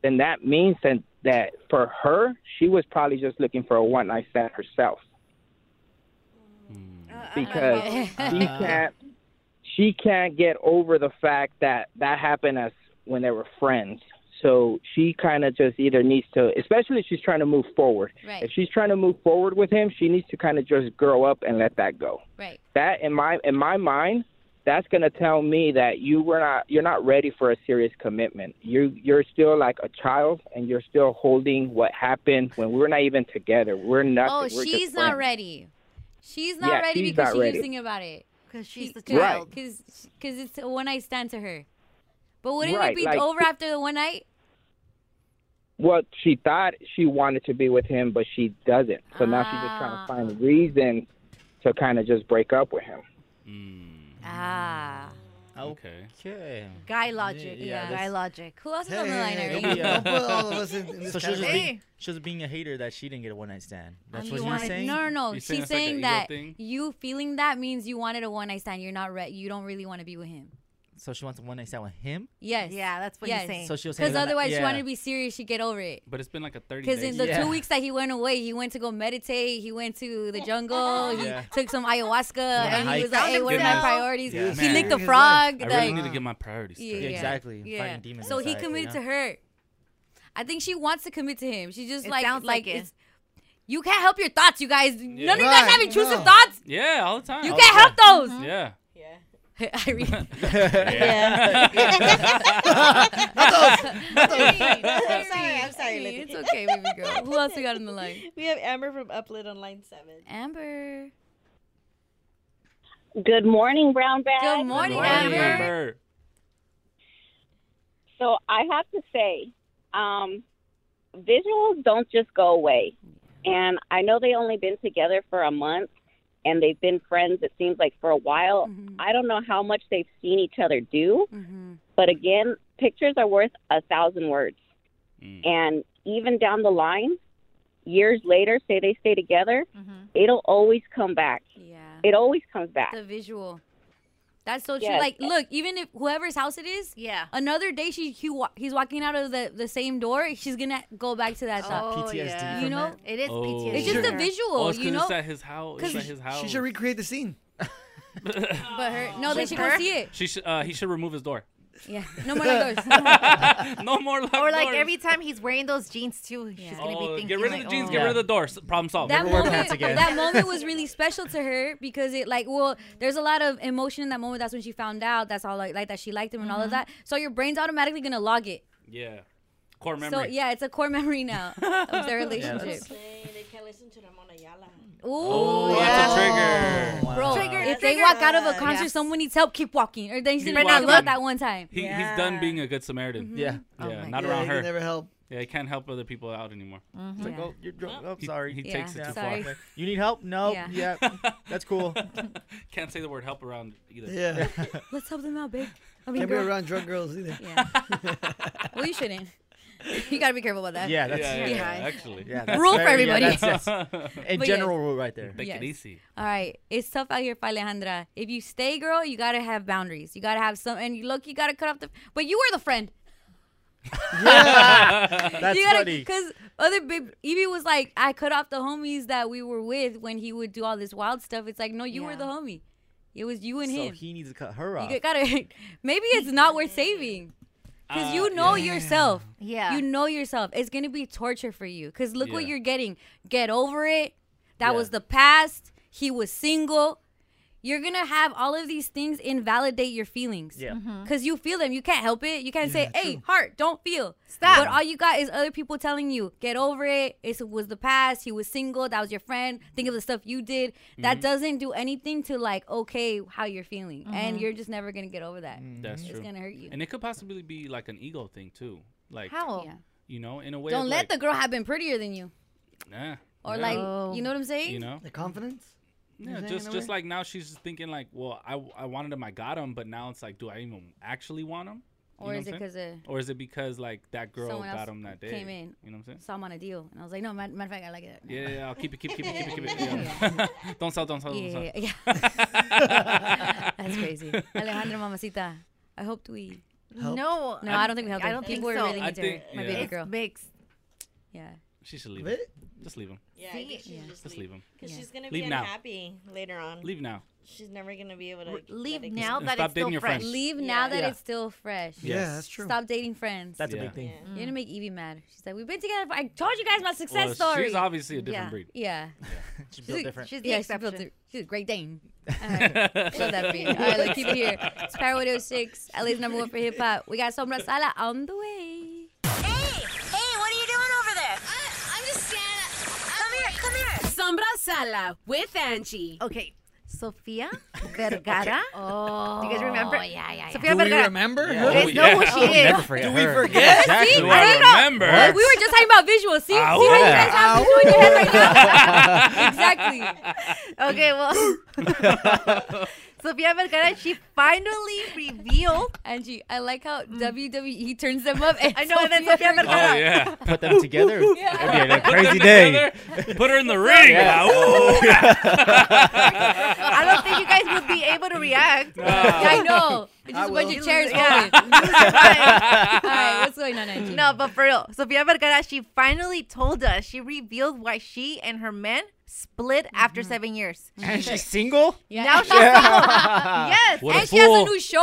[SPEAKER 18] then that means that, that for her, she was probably just looking for a one night stand herself. Because she can't she can't get over the fact that that happened as when they were friends. So she kind of just either needs to, especially if she's trying to move forward.
[SPEAKER 1] Right.
[SPEAKER 18] If she's trying to move forward with him, she needs to kind of just grow up and let that go.
[SPEAKER 1] Right.
[SPEAKER 2] Mm-hmm.
[SPEAKER 18] That in my in my mind, that's gonna tell me that you were not you're not ready for a serious commitment. You you're still like a child, and you're still holding what happened when we were not even together. We're nothing.
[SPEAKER 1] Oh,
[SPEAKER 18] We're just
[SPEAKER 1] she's not
[SPEAKER 18] friends.
[SPEAKER 1] ready. She's not
[SPEAKER 18] Yeah,
[SPEAKER 1] ready
[SPEAKER 18] she's
[SPEAKER 1] because
[SPEAKER 18] not
[SPEAKER 1] she
[SPEAKER 18] ready.
[SPEAKER 1] keeps thinking about it. Because she's the
[SPEAKER 18] child.
[SPEAKER 1] Because it's a one night stand to her. But wouldn't
[SPEAKER 18] Right,
[SPEAKER 1] it be
[SPEAKER 18] like-
[SPEAKER 1] over after the one night?
[SPEAKER 18] Well, she thought she wanted to be with him, but she doesn't. So now she's just trying to find reasons to kind of just break up with him.
[SPEAKER 1] Ah.
[SPEAKER 5] Okay.
[SPEAKER 3] Okay.
[SPEAKER 2] Guy logic.
[SPEAKER 3] Yeah,
[SPEAKER 2] Yeah.
[SPEAKER 3] that's-
[SPEAKER 2] Guy logic.
[SPEAKER 1] Who else
[SPEAKER 2] is on the line?
[SPEAKER 3] Hey,
[SPEAKER 2] Irene?
[SPEAKER 3] don't be, uh,
[SPEAKER 2] Don't put all of us in- in this
[SPEAKER 3] so she was, just
[SPEAKER 2] category.
[SPEAKER 3] being, she was being a hater that she didn't get a one night stand. That's
[SPEAKER 1] You
[SPEAKER 3] what you're
[SPEAKER 1] wanted-
[SPEAKER 3] saying.
[SPEAKER 1] No, no, no.
[SPEAKER 3] You're
[SPEAKER 1] She's
[SPEAKER 3] that's like a
[SPEAKER 1] saying
[SPEAKER 3] ego
[SPEAKER 1] that
[SPEAKER 3] thing?
[SPEAKER 1] you feeling that means you wanted a one night stand. You're not ready. You don't really want to be with him.
[SPEAKER 3] So she wants a one night stand with him.
[SPEAKER 1] Yes. Yeah, that's
[SPEAKER 2] what
[SPEAKER 1] yes.
[SPEAKER 2] he's saying.
[SPEAKER 3] So she was saying
[SPEAKER 1] Because
[SPEAKER 3] that-
[SPEAKER 1] otherwise, she
[SPEAKER 3] yeah.
[SPEAKER 1] wanted to be serious. She get over it.
[SPEAKER 5] But it's been like a thirty.
[SPEAKER 1] Because in the
[SPEAKER 5] days.
[SPEAKER 1] two weeks that he went away, he went to go meditate. He went to the jungle. He
[SPEAKER 5] Yeah.
[SPEAKER 1] took some ayahuasca, and he was like,
[SPEAKER 5] Hike.
[SPEAKER 1] "Hey, what are my
[SPEAKER 5] Goodness.
[SPEAKER 1] priorities?"
[SPEAKER 5] Yeah.
[SPEAKER 1] He
[SPEAKER 5] Man.
[SPEAKER 1] licked a frog.
[SPEAKER 5] I
[SPEAKER 1] like,
[SPEAKER 5] really need to get my priorities.
[SPEAKER 1] yeah,
[SPEAKER 5] straight.
[SPEAKER 1] yeah. Yeah. So he committed to her. I think she wants to commit to him. She just
[SPEAKER 2] It
[SPEAKER 1] like
[SPEAKER 2] sounds
[SPEAKER 1] like
[SPEAKER 2] like it.
[SPEAKER 1] it's, you can't help your thoughts, you guys. None of you
[SPEAKER 2] Right,
[SPEAKER 1] guys have intrusive
[SPEAKER 2] no.
[SPEAKER 1] thoughts.
[SPEAKER 5] Yeah, all the time.
[SPEAKER 1] You
[SPEAKER 5] All
[SPEAKER 1] can't
[SPEAKER 5] the
[SPEAKER 1] help
[SPEAKER 5] time.
[SPEAKER 1] those.
[SPEAKER 5] Yeah.
[SPEAKER 1] Irene.
[SPEAKER 5] Yeah.
[SPEAKER 12] I'm sorry. I'm sorry. Lizzie.
[SPEAKER 1] It's okay, baby girl. Who else we got in the line?
[SPEAKER 12] We have Amber from Uplit on line seven.
[SPEAKER 1] Amber.
[SPEAKER 19] Good morning, Brown Bag.
[SPEAKER 1] Good morning, Amber.
[SPEAKER 19] So I have to say, um, visuals don't just go away. And I know they only been together for a month and they've been friends, it seems like, for a while.
[SPEAKER 20] Mm-hmm.
[SPEAKER 19] I don't know how much they've seen each other do. But again, pictures are worth a thousand words. And even down the line, years later, say they stay together,
[SPEAKER 20] Mm-hmm.
[SPEAKER 19] it'll always come back.
[SPEAKER 1] Yeah.
[SPEAKER 19] It always comes back.
[SPEAKER 1] The visual. That's so true.
[SPEAKER 19] Yes.
[SPEAKER 1] Like, look, even if whoever's house it is, yeah. Another day, she he wa- he's walking out of the, the same door. She's gonna go back to that. shop.
[SPEAKER 2] yeah.
[SPEAKER 1] You know,
[SPEAKER 2] It is
[SPEAKER 5] Oh.
[SPEAKER 1] It's just a visual.
[SPEAKER 5] Oh, it's 'cause
[SPEAKER 1] you know,
[SPEAKER 5] it's at his house. Oh, It's at his house.
[SPEAKER 4] She should recreate the scene.
[SPEAKER 1] but her no, they
[SPEAKER 4] With
[SPEAKER 1] should
[SPEAKER 4] her?
[SPEAKER 1] go see it.
[SPEAKER 5] She should. Uh, he should remove his door.
[SPEAKER 1] Yeah, no more like those.
[SPEAKER 5] no more locked
[SPEAKER 2] Or like
[SPEAKER 5] doors.
[SPEAKER 2] every time he's wearing those jeans too, she's gonna be
[SPEAKER 5] Oh,
[SPEAKER 2] thinking
[SPEAKER 5] get rid of
[SPEAKER 2] like,
[SPEAKER 5] the jeans.
[SPEAKER 2] oh.
[SPEAKER 5] Get rid of the door. S- Problem solved.
[SPEAKER 1] That moment, that moment was really special to her because it like well, there's a lot of emotion in that moment. That's when she found out. That's all like, like that she liked him and all of that. So your brain's automatically gonna log it.
[SPEAKER 5] yeah. Core
[SPEAKER 1] So
[SPEAKER 5] memory.
[SPEAKER 1] yeah, it's a core memory now of their relationship.
[SPEAKER 12] They can't listen to Ramon Ayala.
[SPEAKER 1] Ooh,
[SPEAKER 5] Oh, that's a
[SPEAKER 3] Oh,
[SPEAKER 5] trigger.
[SPEAKER 1] Bro,
[SPEAKER 12] Trigger,
[SPEAKER 1] if they
[SPEAKER 12] trigger.
[SPEAKER 1] walk out of a concert,
[SPEAKER 12] Yes.
[SPEAKER 1] someone needs help. Keep walking, or then she's
[SPEAKER 5] Keep
[SPEAKER 1] gonna talk
[SPEAKER 5] walking.
[SPEAKER 1] about that one time.
[SPEAKER 5] He, He's done being a good Samaritan.
[SPEAKER 1] Mm-hmm.
[SPEAKER 3] Mhm. Yeah.
[SPEAKER 5] Yeah.
[SPEAKER 3] Oh my
[SPEAKER 5] not
[SPEAKER 3] God.
[SPEAKER 5] around
[SPEAKER 3] Yeah,
[SPEAKER 5] her.
[SPEAKER 3] he can never help.
[SPEAKER 5] Yeah, he can't help other people out anymore.
[SPEAKER 1] Mm-hmm.
[SPEAKER 3] It's
[SPEAKER 5] Mm-hmm.
[SPEAKER 3] like, oh, you're drunk. Oh,
[SPEAKER 5] He-
[SPEAKER 3] sorry.
[SPEAKER 5] He, takes it too far.
[SPEAKER 3] You need help? No.
[SPEAKER 1] Yeah.
[SPEAKER 3] Yeah. That's cool.
[SPEAKER 5] Can't say the word help around either.
[SPEAKER 4] Yeah.
[SPEAKER 1] Let's help them out, babe. I mean,
[SPEAKER 4] Can't be
[SPEAKER 1] girl.
[SPEAKER 4] around drunk girls either.
[SPEAKER 1] Yeah. well, you shouldn't. You gotta be careful about that.
[SPEAKER 3] Yeah, that's
[SPEAKER 5] Yeah, yeah, actually. Yeah,
[SPEAKER 3] that's
[SPEAKER 1] rule for
[SPEAKER 3] very- yeah,
[SPEAKER 1] everybody.
[SPEAKER 3] that's- that's a
[SPEAKER 1] But
[SPEAKER 3] general rule right there.
[SPEAKER 5] Take
[SPEAKER 1] Yes.
[SPEAKER 5] it easy.
[SPEAKER 1] All right, it's tough out here for Alejandra. If you stay, girl, you gotta have boundaries. You gotta have some, and you look, you gotta cut off the. But you were the friend.
[SPEAKER 3] That's funny.
[SPEAKER 1] Because other babe, Evie was like, I cut off the homies that we were with when he would do all this wild stuff. It's like, no, you were the homie. It was you and
[SPEAKER 3] so
[SPEAKER 1] him.
[SPEAKER 3] he needs to cut her
[SPEAKER 1] You
[SPEAKER 3] off.
[SPEAKER 1] g- gotta. Maybe it's not worth saving. Cause
[SPEAKER 3] Uh,
[SPEAKER 1] you know
[SPEAKER 3] yeah.
[SPEAKER 1] yourself.
[SPEAKER 2] Yeah.
[SPEAKER 1] You know yourself. It's gonna be torture for you. Cause look what
[SPEAKER 2] Yeah.
[SPEAKER 1] you're getting. Get over it. That
[SPEAKER 2] Yeah.
[SPEAKER 1] was the past. He was single. you're gonna have all of these things invalidate your feelings.
[SPEAKER 3] Yeah. Mhm.
[SPEAKER 1] Because you feel them. You can't help it. You can't say,
[SPEAKER 3] Yeah,
[SPEAKER 1] hey, heart, don't feel.
[SPEAKER 2] Stop.
[SPEAKER 1] But all you got is other people telling you, get over it. It was the past. He was single. That was your friend. Think of the stuff you did. That
[SPEAKER 3] Mhm.
[SPEAKER 1] doesn't do anything to, like, okay, how you're feeling. And
[SPEAKER 2] Mm-hmm.
[SPEAKER 5] Mhm.
[SPEAKER 1] you're just never gonna get over that.
[SPEAKER 5] That's true.
[SPEAKER 1] It's gonna hurt you.
[SPEAKER 5] And it could possibly be like an ego thing too. Like
[SPEAKER 1] How? Yeah.
[SPEAKER 5] You know, in a way.
[SPEAKER 1] Don't
[SPEAKER 5] of,
[SPEAKER 1] let
[SPEAKER 5] like,
[SPEAKER 1] the girl have been prettier than you.
[SPEAKER 5] Nah,
[SPEAKER 1] Or,
[SPEAKER 5] nah.
[SPEAKER 12] Oh.
[SPEAKER 1] like, you know what I'm saying?
[SPEAKER 5] You know.
[SPEAKER 4] The confidence?
[SPEAKER 5] Yeah,
[SPEAKER 4] You're
[SPEAKER 5] just
[SPEAKER 4] saying,
[SPEAKER 5] just
[SPEAKER 4] in a way?
[SPEAKER 5] like now she's just thinking like, well, I, I wanted him, I got him, but now it's like, do I even actually want him?
[SPEAKER 1] Or
[SPEAKER 5] know
[SPEAKER 1] is
[SPEAKER 5] what
[SPEAKER 1] it
[SPEAKER 5] I'm saying?
[SPEAKER 1] 'cause,
[SPEAKER 5] or is it because like that girl
[SPEAKER 1] Someone
[SPEAKER 5] got
[SPEAKER 1] else
[SPEAKER 5] him that day?
[SPEAKER 1] Came in.
[SPEAKER 5] You know what I'm saying?
[SPEAKER 1] Saw him on a deal. And I was like, no, ma- matter of fact, I like it.
[SPEAKER 5] Yeah, yeah, yeah, I'll keep it, keep it, keep it, keep it, keep it. Yeah. don't sell, don't sell, don't sell.
[SPEAKER 1] Yeah, yeah, yeah. That's crazy. Alejandro Mamacita, I hoped we.
[SPEAKER 5] Helped.
[SPEAKER 2] No,
[SPEAKER 1] no,
[SPEAKER 2] I'm-
[SPEAKER 1] I don't think we helped.
[SPEAKER 2] I don't
[SPEAKER 1] I think
[SPEAKER 2] think
[SPEAKER 1] we're
[SPEAKER 2] so.
[SPEAKER 1] really
[SPEAKER 2] I
[SPEAKER 1] into
[SPEAKER 2] think-
[SPEAKER 1] my
[SPEAKER 5] yeah.
[SPEAKER 1] baby
[SPEAKER 5] It's
[SPEAKER 1] girl.
[SPEAKER 2] Mixed.
[SPEAKER 1] Yeah.
[SPEAKER 5] She should leave
[SPEAKER 1] Really?
[SPEAKER 5] it. Just leave him.
[SPEAKER 12] Yeah,
[SPEAKER 1] See?
[SPEAKER 12] I think she
[SPEAKER 1] Yeah.
[SPEAKER 12] should just
[SPEAKER 5] Just
[SPEAKER 12] leave.
[SPEAKER 5] leave 'em.
[SPEAKER 12] Because
[SPEAKER 5] Yeah.
[SPEAKER 12] she's gonna
[SPEAKER 5] Leave
[SPEAKER 12] be
[SPEAKER 5] now.
[SPEAKER 12] unhappy later on.
[SPEAKER 5] Leave now.
[SPEAKER 12] She's never gonna be able to
[SPEAKER 2] leave
[SPEAKER 12] let it
[SPEAKER 2] now
[SPEAKER 12] go.
[SPEAKER 2] that Stop it's dating still your fresh. friends.
[SPEAKER 1] Leave now that
[SPEAKER 2] Yeah.
[SPEAKER 1] it's still fresh.
[SPEAKER 3] Yeah, Yes. that's true.
[SPEAKER 1] Stop dating friends. Mm.
[SPEAKER 3] That's a big Yeah. thing.
[SPEAKER 1] You're gonna make Evie mad. She's like, we've been together. For, I told you guys my
[SPEAKER 5] Well,
[SPEAKER 1] success
[SPEAKER 5] she's
[SPEAKER 1] story.
[SPEAKER 5] obviously a different
[SPEAKER 1] yeah.
[SPEAKER 5] breed.
[SPEAKER 1] Yeah.
[SPEAKER 3] She's built different.
[SPEAKER 1] She's the yeah, exception. She's, built, di- she's a great Dane. All right. Love that breed. All right, let's keep it here. It's Parrot 06, LA's number one for hip hop. We got Sombra Sala on the way.
[SPEAKER 9] Hey, what are you doing over there? I, I'm just standing. Come here, come here.
[SPEAKER 2] Sombra Sala with Angie. Okay. Sofia Vergara. Oh, do you guys remember? Yeah, yeah, Sofia
[SPEAKER 4] Do we
[SPEAKER 2] Vergara.
[SPEAKER 4] remember
[SPEAKER 2] You
[SPEAKER 4] her?
[SPEAKER 2] guys know who she
[SPEAKER 3] I'll
[SPEAKER 2] is.
[SPEAKER 3] never forget
[SPEAKER 4] Do we
[SPEAKER 3] her.
[SPEAKER 4] forget?
[SPEAKER 3] Exactly.
[SPEAKER 4] See?
[SPEAKER 3] who
[SPEAKER 4] I
[SPEAKER 3] I
[SPEAKER 4] don't know.
[SPEAKER 3] remember.
[SPEAKER 1] What? We were just talking about visuals. See, see how you guys have visual in your head right now? exactly.
[SPEAKER 2] Okay, well, Sofia Vergara, she finally revealed. Mm.
[SPEAKER 1] Angie, I like how E WWE turns them up. And
[SPEAKER 2] I know, and then Sofia Vergara.
[SPEAKER 5] Oh yeah.
[SPEAKER 3] Put them together. It'd be a
[SPEAKER 5] Put them
[SPEAKER 3] crazy day.
[SPEAKER 5] together, Put her in the ring.
[SPEAKER 3] Yeah.
[SPEAKER 2] I don't think you guys would be able to react.
[SPEAKER 1] I know. It's
[SPEAKER 2] I
[SPEAKER 1] just a bunch
[SPEAKER 2] will.
[SPEAKER 1] of chairs
[SPEAKER 2] Yeah.
[SPEAKER 1] yeah. All right, what's going on, Angie?
[SPEAKER 2] No, but for real, Sofia Vergara, she finally told us, she revealed why she and her man split after
[SPEAKER 1] Mm-hmm.
[SPEAKER 2] seven years.
[SPEAKER 3] And she's single?
[SPEAKER 2] Now she's single. yes.
[SPEAKER 3] What a And she has a fool. new
[SPEAKER 1] show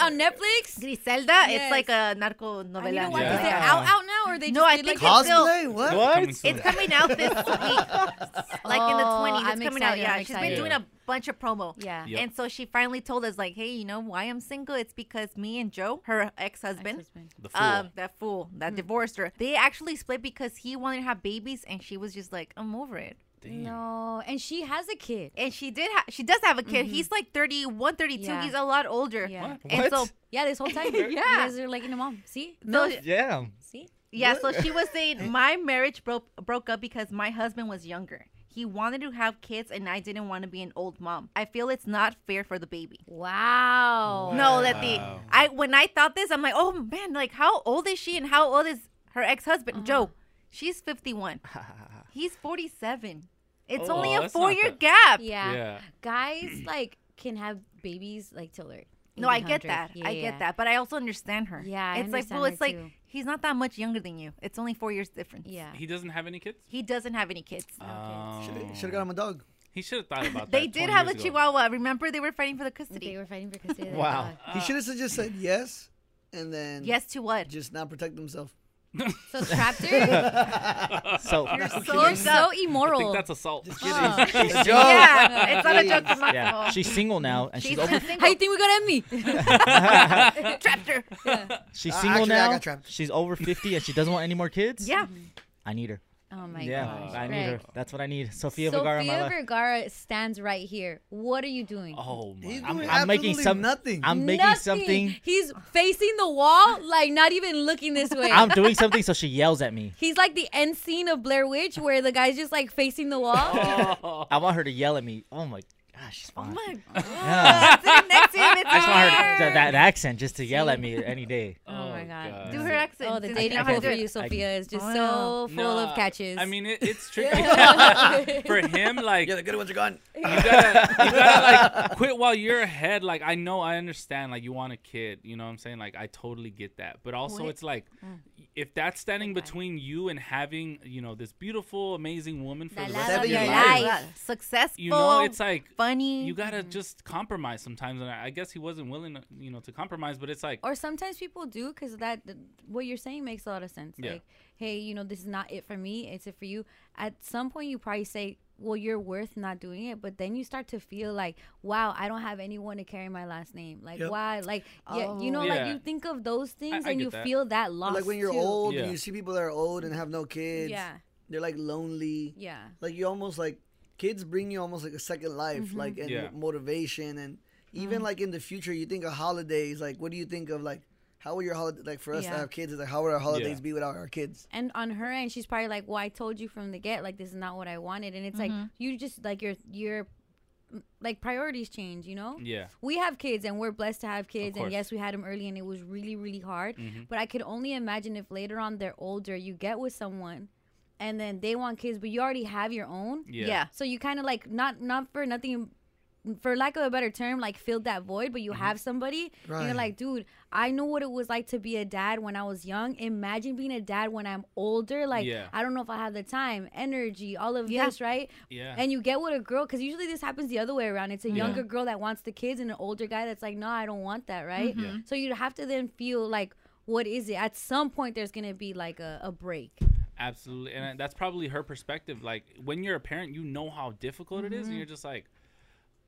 [SPEAKER 1] on, Netflix.
[SPEAKER 2] Griselda. It's
[SPEAKER 1] Yes.
[SPEAKER 2] like a narco novela.
[SPEAKER 1] You know what? Is
[SPEAKER 2] Yeah.
[SPEAKER 1] it out out now, or they just
[SPEAKER 2] No, I
[SPEAKER 1] did,
[SPEAKER 2] think
[SPEAKER 1] like
[SPEAKER 2] it's still- Cosplay? What?
[SPEAKER 3] What?
[SPEAKER 2] It's coming out this week, like in the
[SPEAKER 1] Oh,
[SPEAKER 2] twenties. It's
[SPEAKER 1] I'm
[SPEAKER 2] coming
[SPEAKER 1] excited,
[SPEAKER 2] out. Yeah,
[SPEAKER 1] I'm
[SPEAKER 2] she's
[SPEAKER 1] excited.
[SPEAKER 2] been doing a bunch of promo.
[SPEAKER 1] Yeah,
[SPEAKER 3] Yep.
[SPEAKER 2] and so she finally told us, like, hey, you know why I'm single? It's because me and Joe, her ex-husband,
[SPEAKER 3] The fool.
[SPEAKER 2] um, that fool that
[SPEAKER 1] Hmm.
[SPEAKER 2] divorced her, they actually split because he wanted to have babies, and she was just like, I'm over it.
[SPEAKER 1] No, and she has a kid. Mm-hmm.
[SPEAKER 2] And she did. Ha- she does have a kid. He's like 31, 32.
[SPEAKER 1] Yeah.
[SPEAKER 2] He's a lot older.
[SPEAKER 1] Yeah.
[SPEAKER 2] And so
[SPEAKER 1] yeah, this whole time, yeah, you guys are like in a mom. See,
[SPEAKER 2] No,
[SPEAKER 3] Yeah.
[SPEAKER 1] see,
[SPEAKER 2] Yeah, so she was saying my marriage broke broke up because my husband was younger. He wanted to have kids and I didn't want to be an old mom. I feel it's not fair for the baby.
[SPEAKER 1] Wow.
[SPEAKER 2] No, that the
[SPEAKER 1] Wow.
[SPEAKER 2] I when I thought this, I'm like, oh man, like how old is she and how old is her ex husband,
[SPEAKER 1] Uh-huh.
[SPEAKER 2] Joe? She's fifty one. He's forty seven. It's
[SPEAKER 1] Oh,
[SPEAKER 2] only a
[SPEAKER 1] that's not
[SPEAKER 2] four year
[SPEAKER 1] that-
[SPEAKER 2] gap.
[SPEAKER 1] Yeah.
[SPEAKER 5] Yeah.
[SPEAKER 1] Guys like can have babies like till they're
[SPEAKER 2] No, I get
[SPEAKER 1] 800.
[SPEAKER 2] that.
[SPEAKER 1] Yeah,
[SPEAKER 2] I
[SPEAKER 1] yeah,
[SPEAKER 2] get
[SPEAKER 1] yeah.
[SPEAKER 2] that. But I also understand her.
[SPEAKER 1] Yeah, I
[SPEAKER 2] It's like,
[SPEAKER 1] understand
[SPEAKER 2] well,
[SPEAKER 1] her
[SPEAKER 2] it's like
[SPEAKER 1] too.
[SPEAKER 2] he's not that much younger than you. It's only four years difference.
[SPEAKER 1] Yeah.
[SPEAKER 5] He doesn't have any kids.
[SPEAKER 2] He doesn't have any kids.
[SPEAKER 4] Um,
[SPEAKER 5] Oh.
[SPEAKER 4] Should have got him a dog.
[SPEAKER 5] He should have thought about that.
[SPEAKER 2] They did
[SPEAKER 5] 20
[SPEAKER 2] have a
[SPEAKER 5] years ago.
[SPEAKER 2] chihuahua. Remember, they were fighting for the custody. They
[SPEAKER 1] were fighting for custody.
[SPEAKER 3] Wow.
[SPEAKER 4] He should have just said yes and then.
[SPEAKER 2] Yes to what?
[SPEAKER 4] Just not protect himself.
[SPEAKER 1] So trapped her?
[SPEAKER 3] So-
[SPEAKER 1] You're so- You're so immoral.
[SPEAKER 5] I think that's assault.
[SPEAKER 1] Uh,
[SPEAKER 3] She's- she's single.
[SPEAKER 2] Yeah, it's not a joke from
[SPEAKER 3] Yeah.
[SPEAKER 2] Maximo.
[SPEAKER 3] She's single now, and she's,
[SPEAKER 2] She's
[SPEAKER 3] open.
[SPEAKER 1] How you think we got me?
[SPEAKER 2] Trapped her.
[SPEAKER 3] She's
[SPEAKER 4] Uh,
[SPEAKER 3] single
[SPEAKER 4] actually, I
[SPEAKER 3] now.
[SPEAKER 4] got trapped.
[SPEAKER 3] She's over fifty, and she doesn't want any more kids.
[SPEAKER 2] Yeah.
[SPEAKER 3] I need her.
[SPEAKER 1] Oh my
[SPEAKER 3] yeah,
[SPEAKER 1] gosh.
[SPEAKER 3] I need her.
[SPEAKER 1] Rick.
[SPEAKER 3] That's what I need.
[SPEAKER 1] Sofia
[SPEAKER 3] Sophia, Vergara in my life.
[SPEAKER 1] Vergara stands right here. What are you doing?
[SPEAKER 5] Oh my!
[SPEAKER 3] I'm, I'm making some nothing. I'm making
[SPEAKER 1] Nothing.
[SPEAKER 3] something.
[SPEAKER 1] He's facing the wall, like not even looking this way.
[SPEAKER 3] I'm doing something, so she yells at me.
[SPEAKER 1] He's like the end scene of Blair Witch, where the guy's just like facing the wall. Oh.
[SPEAKER 3] I want her to yell at me. Oh my gosh, she's fine.
[SPEAKER 1] my
[SPEAKER 3] Yeah.
[SPEAKER 2] Sitting next to him, it's
[SPEAKER 3] I just want her to-
[SPEAKER 2] her.
[SPEAKER 3] that, that accent just to yell at me any day.
[SPEAKER 1] Oh, my god.
[SPEAKER 2] Do her accent.
[SPEAKER 1] Oh, the
[SPEAKER 2] Does-
[SPEAKER 1] dating
[SPEAKER 2] I can
[SPEAKER 1] pool
[SPEAKER 2] do
[SPEAKER 1] for
[SPEAKER 2] it.
[SPEAKER 1] you, Sophia, is just so
[SPEAKER 2] Oh.
[SPEAKER 1] full
[SPEAKER 5] Nah,
[SPEAKER 1] of catches.
[SPEAKER 5] I mean, it, it's tricky for him. Like, yeah,
[SPEAKER 4] the good ones are gone.
[SPEAKER 5] You gotta, you gotta like quit while you're ahead. Like, I know, I understand. Like, you want a kid. You know what I'm saying? Like, I totally get that. But also,
[SPEAKER 3] What?
[SPEAKER 5] it's like,
[SPEAKER 2] Mm.
[SPEAKER 5] if that's standing between you and having, you know, this beautiful, amazing woman for
[SPEAKER 2] The
[SPEAKER 5] the
[SPEAKER 2] love
[SPEAKER 5] rest of
[SPEAKER 2] of
[SPEAKER 5] your
[SPEAKER 2] your
[SPEAKER 5] life,
[SPEAKER 2] life. Successful.
[SPEAKER 5] you know, it's like
[SPEAKER 2] funny.
[SPEAKER 5] You gotta just compromise sometimes, and I I guess he wasn't willing, you know, to compromise. But it's like,
[SPEAKER 1] or sometimes people do because that what you're saying makes a lot of sense
[SPEAKER 5] Yeah.
[SPEAKER 1] like hey you know this is not it for me it's it for you at some point you probably say well you're worth not doing it but then you start to feel like wow i don't have anyone to carry my last name like
[SPEAKER 4] Yep.
[SPEAKER 1] why like yeah you know
[SPEAKER 4] Yeah.
[SPEAKER 1] like you think of those things
[SPEAKER 4] Oh. I
[SPEAKER 1] and
[SPEAKER 4] get
[SPEAKER 1] you
[SPEAKER 4] that.
[SPEAKER 1] feel that
[SPEAKER 4] Or,
[SPEAKER 1] loss
[SPEAKER 4] like when you're
[SPEAKER 1] too.
[SPEAKER 4] old and you see people that are old and have no kids.
[SPEAKER 1] Yeah.
[SPEAKER 4] They're like lonely.
[SPEAKER 1] Yeah.
[SPEAKER 4] Like you almost like kids bring you almost like a second life,
[SPEAKER 1] Mhm.
[SPEAKER 4] like and
[SPEAKER 20] Yeah.
[SPEAKER 4] motivation and
[SPEAKER 1] Mm.
[SPEAKER 4] even like in the future you think of holidays, like what do you think of like how will your holiday like for us
[SPEAKER 1] Yeah.
[SPEAKER 4] to have kids is like how would our holidays
[SPEAKER 20] Yeah.
[SPEAKER 4] be without our kids?
[SPEAKER 1] and on her end she's probably like well i told you from the get like this is not what i wanted and it's like
[SPEAKER 4] Mhm.
[SPEAKER 1] you just like your your like priorities change you know
[SPEAKER 9] Yeah.
[SPEAKER 1] we have kids and we're blessed to have kids and
[SPEAKER 9] course.
[SPEAKER 1] yes we had them early and it was really really hard
[SPEAKER 9] Mhm.
[SPEAKER 1] but i could only imagine if later on they're older you get with someone and then they want kids but you already have your own
[SPEAKER 9] Yeah. Yeah.
[SPEAKER 1] so you kind of like not not for nothing for lack of a better term like filled that void but you
[SPEAKER 9] Mm-hmm.
[SPEAKER 1] have somebody and you're
[SPEAKER 9] Right.
[SPEAKER 1] like dude i know what it was like to be a dad when i was young imagine being a dad when i'm older like
[SPEAKER 9] Yeah.
[SPEAKER 1] i don't know if i have the time energy all of this right
[SPEAKER 9] Yeah.
[SPEAKER 1] and you get with a girl because usually this happens the other way around it's a
[SPEAKER 9] Yeah.
[SPEAKER 1] younger girl that wants the kids and an older guy that's like no i don't want that right
[SPEAKER 9] Mhm. Yeah.
[SPEAKER 1] so you have to then feel like what is it at some point there's gonna be like a, a break
[SPEAKER 5] Absolutely, and that's probably her perspective. Like when you're a parent, you know how difficult it
[SPEAKER 1] Mhm.
[SPEAKER 5] is,
[SPEAKER 2] Mm-hmm.
[SPEAKER 5] and you're just like,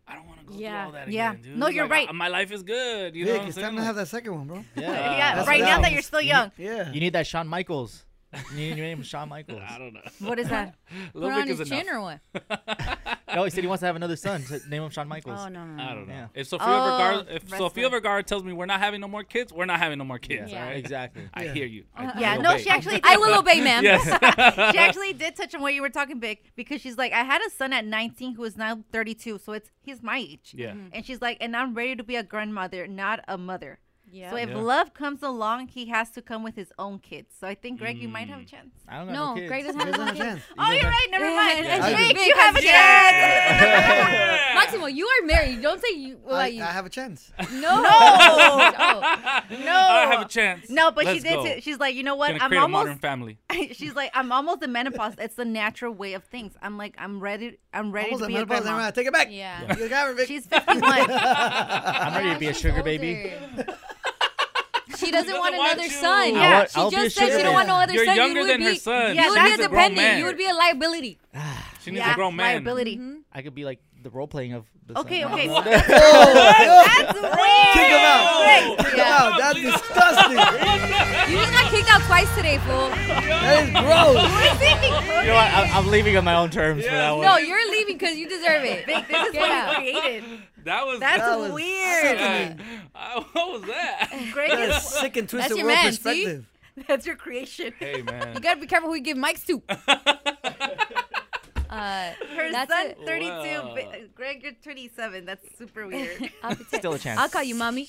[SPEAKER 5] I don't want to go
[SPEAKER 1] Yeah.
[SPEAKER 5] through all that
[SPEAKER 1] Yeah.
[SPEAKER 5] again, dude.
[SPEAKER 1] No, you're
[SPEAKER 5] Like,
[SPEAKER 1] right.
[SPEAKER 5] I- my life is good. You know,
[SPEAKER 4] Vic,
[SPEAKER 5] what I'm
[SPEAKER 4] it's
[SPEAKER 5] saying?
[SPEAKER 4] time to
[SPEAKER 5] Like-
[SPEAKER 4] have that second one, bro.
[SPEAKER 2] Yeah,
[SPEAKER 3] That's
[SPEAKER 2] right
[SPEAKER 3] what
[SPEAKER 2] now that
[SPEAKER 3] happens.
[SPEAKER 2] you're still
[SPEAKER 3] You need-
[SPEAKER 2] young.
[SPEAKER 4] Yeah.
[SPEAKER 3] You need that Shawn Michaels. You need your name is Shawn Michaels. I
[SPEAKER 5] don't know.
[SPEAKER 1] What is that? Put it on his chin or what?
[SPEAKER 3] No, he said he wants to have another son. So name him Shawn Michaels.
[SPEAKER 1] Oh, no, no, no.
[SPEAKER 5] I don't know.
[SPEAKER 3] Yeah.
[SPEAKER 5] If Sofia
[SPEAKER 1] Oh,
[SPEAKER 5] Vergara, if
[SPEAKER 1] wrestler.
[SPEAKER 5] Sofia Vergara tells me we're not having no more kids, we're not having no more kids.
[SPEAKER 2] Yeah.
[SPEAKER 5] all right?
[SPEAKER 3] Exactly.
[SPEAKER 5] I
[SPEAKER 3] Yeah.
[SPEAKER 5] hear you. I-
[SPEAKER 2] Uh,
[SPEAKER 5] I
[SPEAKER 2] yeah, no,
[SPEAKER 5] obey.
[SPEAKER 2] she actually.
[SPEAKER 1] I will obey, ma'am.
[SPEAKER 5] Yes.
[SPEAKER 2] she actually did touch on what you were talking, Vic, because she's like, I had a son at 19 who is now 32, so it's he's my age.
[SPEAKER 9] Yeah.
[SPEAKER 1] Mm-hmm.
[SPEAKER 9] Mhm.
[SPEAKER 2] And she's like, and I'm ready to be a grandmother, not a mother.
[SPEAKER 1] Yeah.
[SPEAKER 2] So if
[SPEAKER 9] Yeah.
[SPEAKER 2] love comes along, he has to come with his own kids. So I think Greg, you might have a chance.
[SPEAKER 3] I don't
[SPEAKER 1] no, Greg doesn't have a chance.
[SPEAKER 2] Oh, you're right. Never mind.
[SPEAKER 1] Yeah.
[SPEAKER 2] And Jake,
[SPEAKER 1] Vic
[SPEAKER 2] you have a chance.
[SPEAKER 1] Maximo, you are married. Don't say you. Well,
[SPEAKER 4] I,
[SPEAKER 1] you
[SPEAKER 4] I have a chance.
[SPEAKER 1] no. Oh.
[SPEAKER 2] No.
[SPEAKER 5] I have a chance.
[SPEAKER 2] No, but
[SPEAKER 5] Let's
[SPEAKER 2] she did.
[SPEAKER 5] go.
[SPEAKER 2] Say, she's like, you know what?
[SPEAKER 5] Gonna
[SPEAKER 2] I'm
[SPEAKER 5] create a
[SPEAKER 2] almost.
[SPEAKER 5] modern family.
[SPEAKER 2] she's like, I'm almost the menopause. It's the natural way of things. I'm like, I'm ready. I'm ready
[SPEAKER 4] Almost
[SPEAKER 2] to
[SPEAKER 4] a
[SPEAKER 2] be
[SPEAKER 4] menopause,
[SPEAKER 2] a grandma.
[SPEAKER 4] nevermind. Take it back.
[SPEAKER 2] Yeah.
[SPEAKER 4] You got it, Vic.
[SPEAKER 2] She's 51.
[SPEAKER 3] I'm ready to be a sugar baby.
[SPEAKER 1] She doesn't want
[SPEAKER 9] want
[SPEAKER 1] another
[SPEAKER 9] you.
[SPEAKER 1] son.
[SPEAKER 3] I
[SPEAKER 1] Yeah,
[SPEAKER 3] want-
[SPEAKER 1] she
[SPEAKER 3] I'll be a
[SPEAKER 1] just said
[SPEAKER 3] sugar
[SPEAKER 1] she don't want
[SPEAKER 3] baby.
[SPEAKER 1] no other
[SPEAKER 3] You're
[SPEAKER 1] son. you
[SPEAKER 3] younger
[SPEAKER 1] would
[SPEAKER 3] than
[SPEAKER 1] be,
[SPEAKER 3] her son.
[SPEAKER 1] You
[SPEAKER 3] Yeah,
[SPEAKER 1] would be
[SPEAKER 3] that's a grown
[SPEAKER 1] independent.
[SPEAKER 3] man.
[SPEAKER 1] You would be a liability.
[SPEAKER 3] She needs a grown man.
[SPEAKER 2] liability.
[SPEAKER 3] Mm-hmm.
[SPEAKER 1] Mm-hmm.
[SPEAKER 3] I could be like the role playing of the
[SPEAKER 2] Okay,
[SPEAKER 3] son.
[SPEAKER 2] okay.
[SPEAKER 3] No.
[SPEAKER 2] so- That's weird.
[SPEAKER 3] Kick him out.
[SPEAKER 2] Wait.
[SPEAKER 4] Kick him out. That's disgusting.
[SPEAKER 1] You just got kicked out twice today, fool.
[SPEAKER 4] That is gross.
[SPEAKER 3] You know what? I, I'm leaving on my own terms for that one.
[SPEAKER 1] No, you're leaving because you deserve it.
[SPEAKER 2] Vic, this is
[SPEAKER 1] Get
[SPEAKER 2] what you
[SPEAKER 1] out.
[SPEAKER 2] created.
[SPEAKER 5] That was
[SPEAKER 2] That's
[SPEAKER 5] that was
[SPEAKER 2] weird.
[SPEAKER 5] sickening. Uh, what was that?
[SPEAKER 2] Greg
[SPEAKER 4] That
[SPEAKER 2] is
[SPEAKER 4] is sick and
[SPEAKER 1] That's
[SPEAKER 4] twisted
[SPEAKER 1] your
[SPEAKER 4] world
[SPEAKER 1] man, see?
[SPEAKER 4] perspective.
[SPEAKER 2] That's your creation.
[SPEAKER 5] Hey man.
[SPEAKER 1] You gotta be careful who you give mics to. Uh,
[SPEAKER 2] Her
[SPEAKER 1] that's
[SPEAKER 2] son,
[SPEAKER 1] it.
[SPEAKER 2] 32.
[SPEAKER 5] Wow.
[SPEAKER 2] Vi- Greg, you're 27. That's super weird.
[SPEAKER 3] Still a chance.
[SPEAKER 1] I'll call you mommy.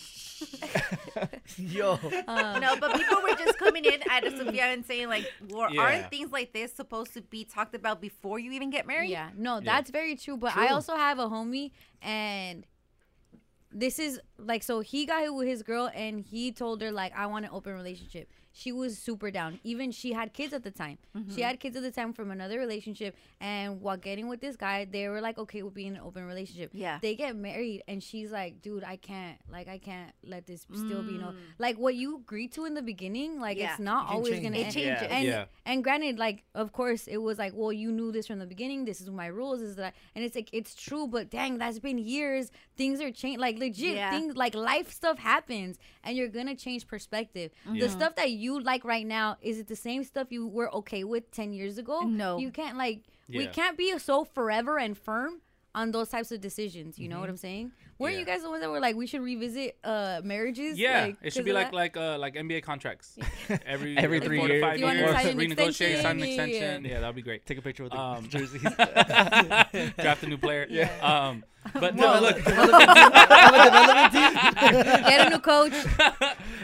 [SPEAKER 3] Yo.
[SPEAKER 2] no, but people were just coming in at Sophia and saying like, "Were-
[SPEAKER 1] Yeah.
[SPEAKER 2] aren't things like this supposed to be talked about before you even get married?
[SPEAKER 1] Yeah, no, that's very true. But I
[SPEAKER 2] True.
[SPEAKER 1] also have a homie, and this is like so he got with his girl, and he told her like, "I want an open relationship." She was super down. Even she had kids at the time.
[SPEAKER 9] Mhm.
[SPEAKER 1] She had kids at the time from another relationship, and while getting with this guy, they were like, "Okay, we'll be in an open relationship."
[SPEAKER 9] Yeah.
[SPEAKER 1] They get married, and she's like, "Dude, I can't. Like, I can't let this still be no.
[SPEAKER 9] Mm.
[SPEAKER 1] Like what you agreed to in the beginning. Like
[SPEAKER 9] Yeah.
[SPEAKER 1] it's not
[SPEAKER 9] It can
[SPEAKER 1] always
[SPEAKER 9] change.
[SPEAKER 1] gonna
[SPEAKER 9] It
[SPEAKER 1] end.
[SPEAKER 9] changes.
[SPEAKER 1] And
[SPEAKER 9] Yeah.
[SPEAKER 1] and granted, like of course, it was like, well, you knew this from the beginning. This is my rules. This Is that? And it's like it's true, but dang, that's been years. Things are changed. Like legit
[SPEAKER 9] Yeah.
[SPEAKER 1] things, like life stuff happens, and you're gonna change perspective.
[SPEAKER 9] Yeah.
[SPEAKER 1] The stuff that you like right now is it the same stuff you were okay with ten years ago? No, you can't like we
[SPEAKER 9] Yeah.
[SPEAKER 1] can't be so forever and firm on those types of decisions. You know what I'm
[SPEAKER 5] Mhm.
[SPEAKER 1] saying? Weren't
[SPEAKER 5] Yeah.
[SPEAKER 1] you guys the ones that were like, we should revisit uh marriages?
[SPEAKER 5] Yeah,
[SPEAKER 1] Like,
[SPEAKER 5] it
[SPEAKER 1] 'cause
[SPEAKER 5] should be
[SPEAKER 1] of
[SPEAKER 5] like
[SPEAKER 1] that?
[SPEAKER 5] like uh, like NBA contracts. Every
[SPEAKER 3] Every three
[SPEAKER 5] four to
[SPEAKER 3] years.
[SPEAKER 5] five
[SPEAKER 3] You wanna
[SPEAKER 5] years,
[SPEAKER 3] sign an
[SPEAKER 5] renegotiate, sign an
[SPEAKER 3] extension,
[SPEAKER 5] extension.
[SPEAKER 3] yeah.
[SPEAKER 5] Yeah, that'd be great. Um,
[SPEAKER 3] Take a picture with the jerseys.
[SPEAKER 5] draft a new player.
[SPEAKER 3] Yeah.
[SPEAKER 5] Um, but
[SPEAKER 3] Whoa.
[SPEAKER 5] no, look,
[SPEAKER 3] Development team. Have a development team. Get a new coach.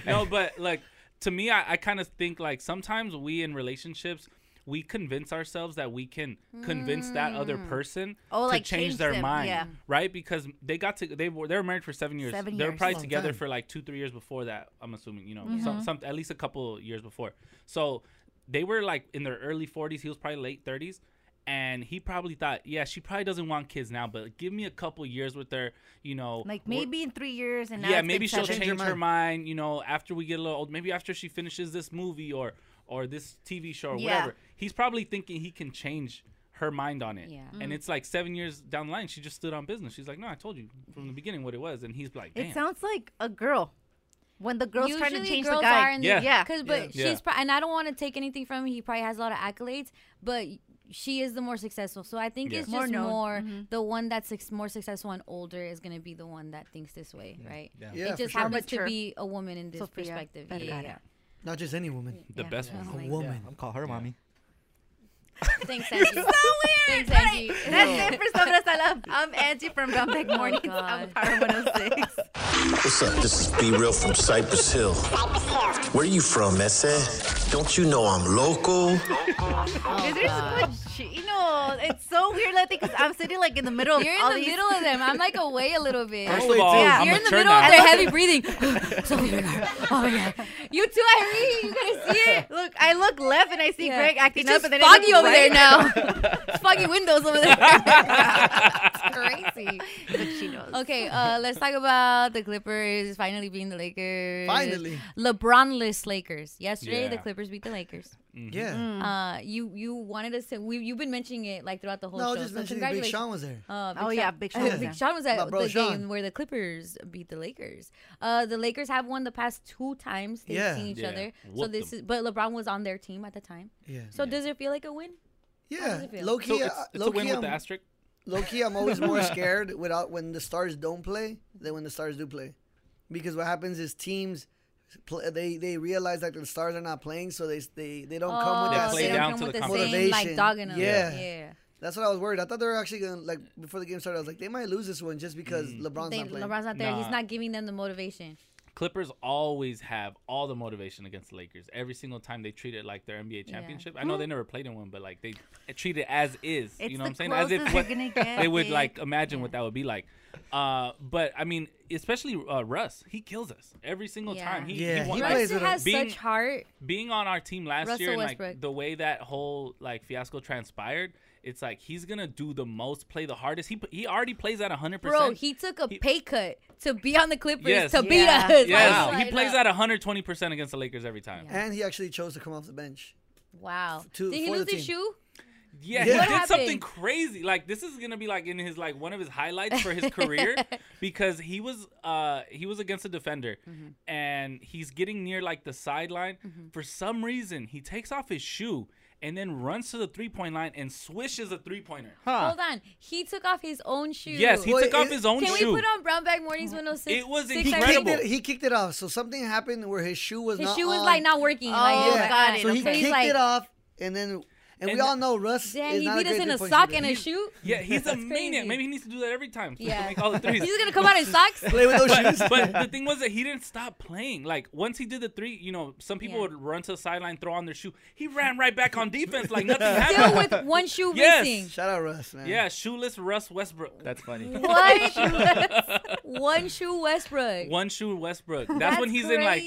[SPEAKER 5] no, but like to me, I, I kind of think like sometimes we in relationships. We convince ourselves that we can convince that other
[SPEAKER 2] Mm.
[SPEAKER 5] person
[SPEAKER 2] Oh,
[SPEAKER 5] to
[SPEAKER 2] like
[SPEAKER 5] change,
[SPEAKER 2] change
[SPEAKER 5] their
[SPEAKER 2] them,
[SPEAKER 5] mind,
[SPEAKER 2] yeah.
[SPEAKER 5] right? Because they got to they were they were married for seven years.
[SPEAKER 2] Seven
[SPEAKER 5] they were
[SPEAKER 2] years.
[SPEAKER 5] probably
[SPEAKER 3] Oh,
[SPEAKER 2] Long
[SPEAKER 5] together
[SPEAKER 2] time.
[SPEAKER 5] for like two three years before that. I'm assuming you know
[SPEAKER 2] Mhm.
[SPEAKER 5] some, some at least a couple years before. So they were like in their early 40s. He was probably late 30s, and he probably thought, yeah, she probably doesn't want kids now, but give me a couple years with her, you know,
[SPEAKER 2] Like
[SPEAKER 5] we're-
[SPEAKER 2] maybe in three years, and now
[SPEAKER 5] yeah,
[SPEAKER 2] it's
[SPEAKER 5] maybe
[SPEAKER 2] been
[SPEAKER 5] she'll
[SPEAKER 2] seven.
[SPEAKER 5] change her mind. You know, after we get a little old, maybe after she finishes this movie or or this TV show or
[SPEAKER 2] Yeah.
[SPEAKER 5] whatever. He's probably thinking he can change her mind on it.
[SPEAKER 1] Yeah.
[SPEAKER 5] And
[SPEAKER 2] Mm.
[SPEAKER 5] it's like seven years down the line, she just stood on business. She's like, no, I told you from the beginning what it was. And he's like, damn.
[SPEAKER 2] It sounds like a girl. When the girl's trying to
[SPEAKER 1] Usually
[SPEAKER 2] change
[SPEAKER 1] girls
[SPEAKER 2] the guy.
[SPEAKER 1] Are in the,
[SPEAKER 5] Yeah.
[SPEAKER 1] yeah, because but
[SPEAKER 5] Yeah.
[SPEAKER 1] she's pro- and I don't want to take anything from him. He probably has a lot of accolades, but she is the more successful. So I think
[SPEAKER 5] Yeah.
[SPEAKER 1] it's
[SPEAKER 5] More
[SPEAKER 1] just more,
[SPEAKER 5] known.
[SPEAKER 2] Mm-hmm.
[SPEAKER 1] the one that's suc- more successful and older is going to be the one that thinks this way, right?
[SPEAKER 4] Yeah. Yeah,
[SPEAKER 1] it just
[SPEAKER 4] for sure.
[SPEAKER 1] happens to
[SPEAKER 4] Mature.
[SPEAKER 1] be a woman in this
[SPEAKER 2] Sophia
[SPEAKER 1] perspective. Yeah,
[SPEAKER 2] Vergara.
[SPEAKER 1] yeah, yeah.
[SPEAKER 4] Not just any woman.
[SPEAKER 5] The best
[SPEAKER 1] Yeah.
[SPEAKER 4] A
[SPEAKER 1] woman.
[SPEAKER 4] woman.
[SPEAKER 3] I'm call her mommy.
[SPEAKER 1] Thanks, Angie.
[SPEAKER 2] so weird.
[SPEAKER 1] Thanks,
[SPEAKER 2] All
[SPEAKER 1] Angie.
[SPEAKER 2] right, That's it for Sombras I Love. I'm Angie from Bombay
[SPEAKER 1] Oh,
[SPEAKER 2] Mornings. I'm Power 106.
[SPEAKER 11] What's up? This is Be Real from Cypress Hill. Where you from, Messe? Don't you know I'm local?
[SPEAKER 1] Oh,
[SPEAKER 2] Is there so much- you know, it's so weird, like, because I'm sitting like in the middle.
[SPEAKER 1] You're
[SPEAKER 2] of
[SPEAKER 1] in
[SPEAKER 2] all
[SPEAKER 1] the
[SPEAKER 2] these-
[SPEAKER 1] middle of them. I'm like away a little bit.
[SPEAKER 5] First of all, I'm
[SPEAKER 1] you're in the
[SPEAKER 5] mature
[SPEAKER 1] middle
[SPEAKER 5] now.
[SPEAKER 1] of their heavy breathing. Sophia Vergara. oh my god, you too, Irene. You guys see it?
[SPEAKER 2] Look, I look left and I see
[SPEAKER 1] Yeah.
[SPEAKER 2] Greg acting
[SPEAKER 1] It's
[SPEAKER 2] up,
[SPEAKER 1] just
[SPEAKER 2] and then
[SPEAKER 1] foggy
[SPEAKER 2] I look
[SPEAKER 1] over
[SPEAKER 2] right.
[SPEAKER 1] there now. it's foggy windows over there. it's crazy.
[SPEAKER 2] But she knows.
[SPEAKER 1] Okay, uh, let's talk about the Clippers finally beating the Lakers.
[SPEAKER 4] Finally.
[SPEAKER 1] LeBron-less Lakers. Yesterday, the
[SPEAKER 4] Yeah.
[SPEAKER 1] Clippers beat the Lakers.
[SPEAKER 4] Mhm. Yeah. Mm.
[SPEAKER 1] Uh, you you wanted us to. We you've been mentioning it like throughout the whole
[SPEAKER 4] No,
[SPEAKER 1] show.
[SPEAKER 4] just
[SPEAKER 1] so
[SPEAKER 4] mentioning Big
[SPEAKER 1] congratulations.
[SPEAKER 4] Sean was there.
[SPEAKER 1] Uh,
[SPEAKER 2] Oh, yeah, Big Sean
[SPEAKER 1] oh,
[SPEAKER 2] was there.
[SPEAKER 1] Big Sean was at
[SPEAKER 4] My bro
[SPEAKER 1] the
[SPEAKER 4] Sean.
[SPEAKER 1] game where the Clippers beat the Lakers. Uh, the Lakers have won the past two times they've
[SPEAKER 4] Yeah.
[SPEAKER 1] seen each
[SPEAKER 4] Yeah.
[SPEAKER 1] other. so
[SPEAKER 4] Whooped
[SPEAKER 1] this
[SPEAKER 4] them.
[SPEAKER 1] is but LeBron was on their team at the time.
[SPEAKER 4] Yeah.
[SPEAKER 1] So does it feel like a win? How does
[SPEAKER 4] Yeah,
[SPEAKER 1] it feel?
[SPEAKER 4] low key. uh,
[SPEAKER 5] So it's- it's a
[SPEAKER 4] low
[SPEAKER 5] win
[SPEAKER 4] key,
[SPEAKER 5] with the
[SPEAKER 4] I'm-
[SPEAKER 5] asterisk?
[SPEAKER 4] Low key, I'm always more scared without when the stars don't play than when the stars do play, because what happens is teams. pl- They they realize that the stars are not playing, so they they, they don't come with
[SPEAKER 1] Oh,
[SPEAKER 4] that
[SPEAKER 1] they
[SPEAKER 4] same
[SPEAKER 1] don't come with the same, like, dog in 'em.
[SPEAKER 4] Yeah.
[SPEAKER 1] Yeah.
[SPEAKER 4] that's what I was worried. I thought they were actually gonna like before the game started. I was like, they might lose this one just because LeBron's
[SPEAKER 1] They-
[SPEAKER 4] not playing.
[SPEAKER 1] LeBron's not there. He's
[SPEAKER 5] Mm. Nah.
[SPEAKER 1] not giving them the motivation.
[SPEAKER 5] Clippers always have all the motivation against the Lakers. Every single time they treat it like their NBA
[SPEAKER 1] Yeah.
[SPEAKER 5] championship. I know they never played in one, but like they treat it as is.
[SPEAKER 2] It's
[SPEAKER 5] you
[SPEAKER 2] the
[SPEAKER 5] know what I'm saying? As
[SPEAKER 2] closest
[SPEAKER 5] if
[SPEAKER 2] you're
[SPEAKER 5] what-
[SPEAKER 2] gonna get,
[SPEAKER 5] they would
[SPEAKER 2] dude.
[SPEAKER 5] like imagine what that would be like. Uh, but I mean, especially uh, Russ, he kills us every single
[SPEAKER 1] Yeah.
[SPEAKER 5] time. He,
[SPEAKER 4] Yeah,
[SPEAKER 5] he, won-
[SPEAKER 4] he
[SPEAKER 5] like,
[SPEAKER 4] plays with
[SPEAKER 1] has
[SPEAKER 5] being-
[SPEAKER 1] such heart.
[SPEAKER 5] being on our team last
[SPEAKER 1] Russell
[SPEAKER 5] year and
[SPEAKER 1] Westbrook.
[SPEAKER 5] like the way that whole like fiasco transpired, it's like he's gonna do the most, play the hardest. He he already plays at hundred
[SPEAKER 1] Bro,
[SPEAKER 5] percent.
[SPEAKER 1] he took a pay cut to be on the Clippers
[SPEAKER 5] Yes,
[SPEAKER 1] to beat us.
[SPEAKER 5] Yes,
[SPEAKER 1] Like,
[SPEAKER 5] he plays at hundred twenty percent against the Lakers every time.
[SPEAKER 4] And he actually chose to come off the bench.
[SPEAKER 1] Wow.
[SPEAKER 4] to-
[SPEAKER 1] Did he
[SPEAKER 4] for
[SPEAKER 1] lose
[SPEAKER 4] the
[SPEAKER 1] his
[SPEAKER 4] team.
[SPEAKER 1] shoe?
[SPEAKER 5] Yeah, he
[SPEAKER 4] Yeah. What
[SPEAKER 5] did something
[SPEAKER 1] happened?
[SPEAKER 5] crazy. Like this is gonna be like in his like one of his highlights for his career because he was uh he was against a defender
[SPEAKER 1] Mm-hmm.
[SPEAKER 5] and he's getting near like the sideline. For some reason, he takes off his shoe and then runs to the three point line and swishes a three pointer.
[SPEAKER 1] Hold on. He took off his own shoe.
[SPEAKER 5] Yes, he took off his own
[SPEAKER 1] Can
[SPEAKER 5] shoe.
[SPEAKER 1] we put on Brown Bag Mornings 106?
[SPEAKER 5] It was
[SPEAKER 1] Six
[SPEAKER 4] He
[SPEAKER 1] Irene?
[SPEAKER 4] kicked, it, he kicked it off. So something happened where his shoe was
[SPEAKER 1] His
[SPEAKER 4] not
[SPEAKER 1] shoe was
[SPEAKER 4] on.
[SPEAKER 1] like not working. like,
[SPEAKER 2] Oh,
[SPEAKER 1] yeah.
[SPEAKER 2] got it.
[SPEAKER 4] So he
[SPEAKER 1] So he's
[SPEAKER 4] kicked
[SPEAKER 1] like-
[SPEAKER 4] it off, and then and, we all know Russ.
[SPEAKER 1] Damn,
[SPEAKER 4] is
[SPEAKER 1] he
[SPEAKER 4] not
[SPEAKER 1] beat
[SPEAKER 4] a
[SPEAKER 1] us
[SPEAKER 4] great
[SPEAKER 1] in a
[SPEAKER 4] three-point
[SPEAKER 1] sock
[SPEAKER 4] shooter.
[SPEAKER 1] and a shoe.
[SPEAKER 5] Yeah, he's a
[SPEAKER 1] That's
[SPEAKER 5] maniac.
[SPEAKER 1] crazy.
[SPEAKER 5] Maybe he needs to do that every time. so he can
[SPEAKER 1] Yeah.
[SPEAKER 5] make all the threes.
[SPEAKER 1] He's gonna come out in socks? Play
[SPEAKER 4] with those
[SPEAKER 5] but,
[SPEAKER 4] shoes.
[SPEAKER 5] But the thing was that he didn't stop playing. Like once he did the three, you know, some people
[SPEAKER 1] Yeah.
[SPEAKER 5] would run to the sideline, throw on their shoe. He ran right back on defense like nothing
[SPEAKER 1] Still
[SPEAKER 5] happened.
[SPEAKER 1] with one shoe
[SPEAKER 5] Yes.
[SPEAKER 1] missing.
[SPEAKER 4] Shout out Russ, man.
[SPEAKER 5] yeah, shoeless Russ Westbrook. That's funny.
[SPEAKER 1] What? one shoe Westbrook.
[SPEAKER 5] One shoe Westbrook. That's, when he's in like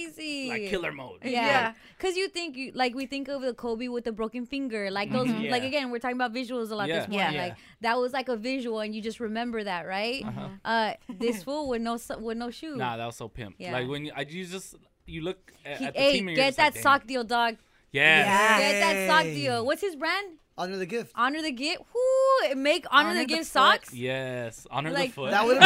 [SPEAKER 5] like killer mode.
[SPEAKER 1] Yeah, because you think you like we think of the Kobe with the broken finger, like those.
[SPEAKER 5] Mhm. Yeah.
[SPEAKER 1] Like again, we're talking about visuals a lot
[SPEAKER 5] Yeah.
[SPEAKER 1] this morning.
[SPEAKER 5] Yeah.
[SPEAKER 1] Like that was like a visual, and you just remember that, right?
[SPEAKER 5] Uh-huh.
[SPEAKER 1] Uh, this fool with no so- with no shoe.
[SPEAKER 5] Nah, that was so pimp.
[SPEAKER 1] Yeah.
[SPEAKER 5] Like when you, I, you just you look at,
[SPEAKER 1] he,
[SPEAKER 5] at the
[SPEAKER 1] hey,
[SPEAKER 5] team and you're
[SPEAKER 1] get
[SPEAKER 5] just like,
[SPEAKER 1] that
[SPEAKER 5] "Damn."
[SPEAKER 1] sock deal, dog.
[SPEAKER 5] Yes.
[SPEAKER 1] Get that sock
[SPEAKER 5] Yay.
[SPEAKER 1] deal. What's his brand?
[SPEAKER 4] Honor the gift.
[SPEAKER 1] Honor the gift. Whoo! Make honor, the gift socks.
[SPEAKER 5] Yes, honor
[SPEAKER 1] Like-
[SPEAKER 5] the foot.
[SPEAKER 1] That would've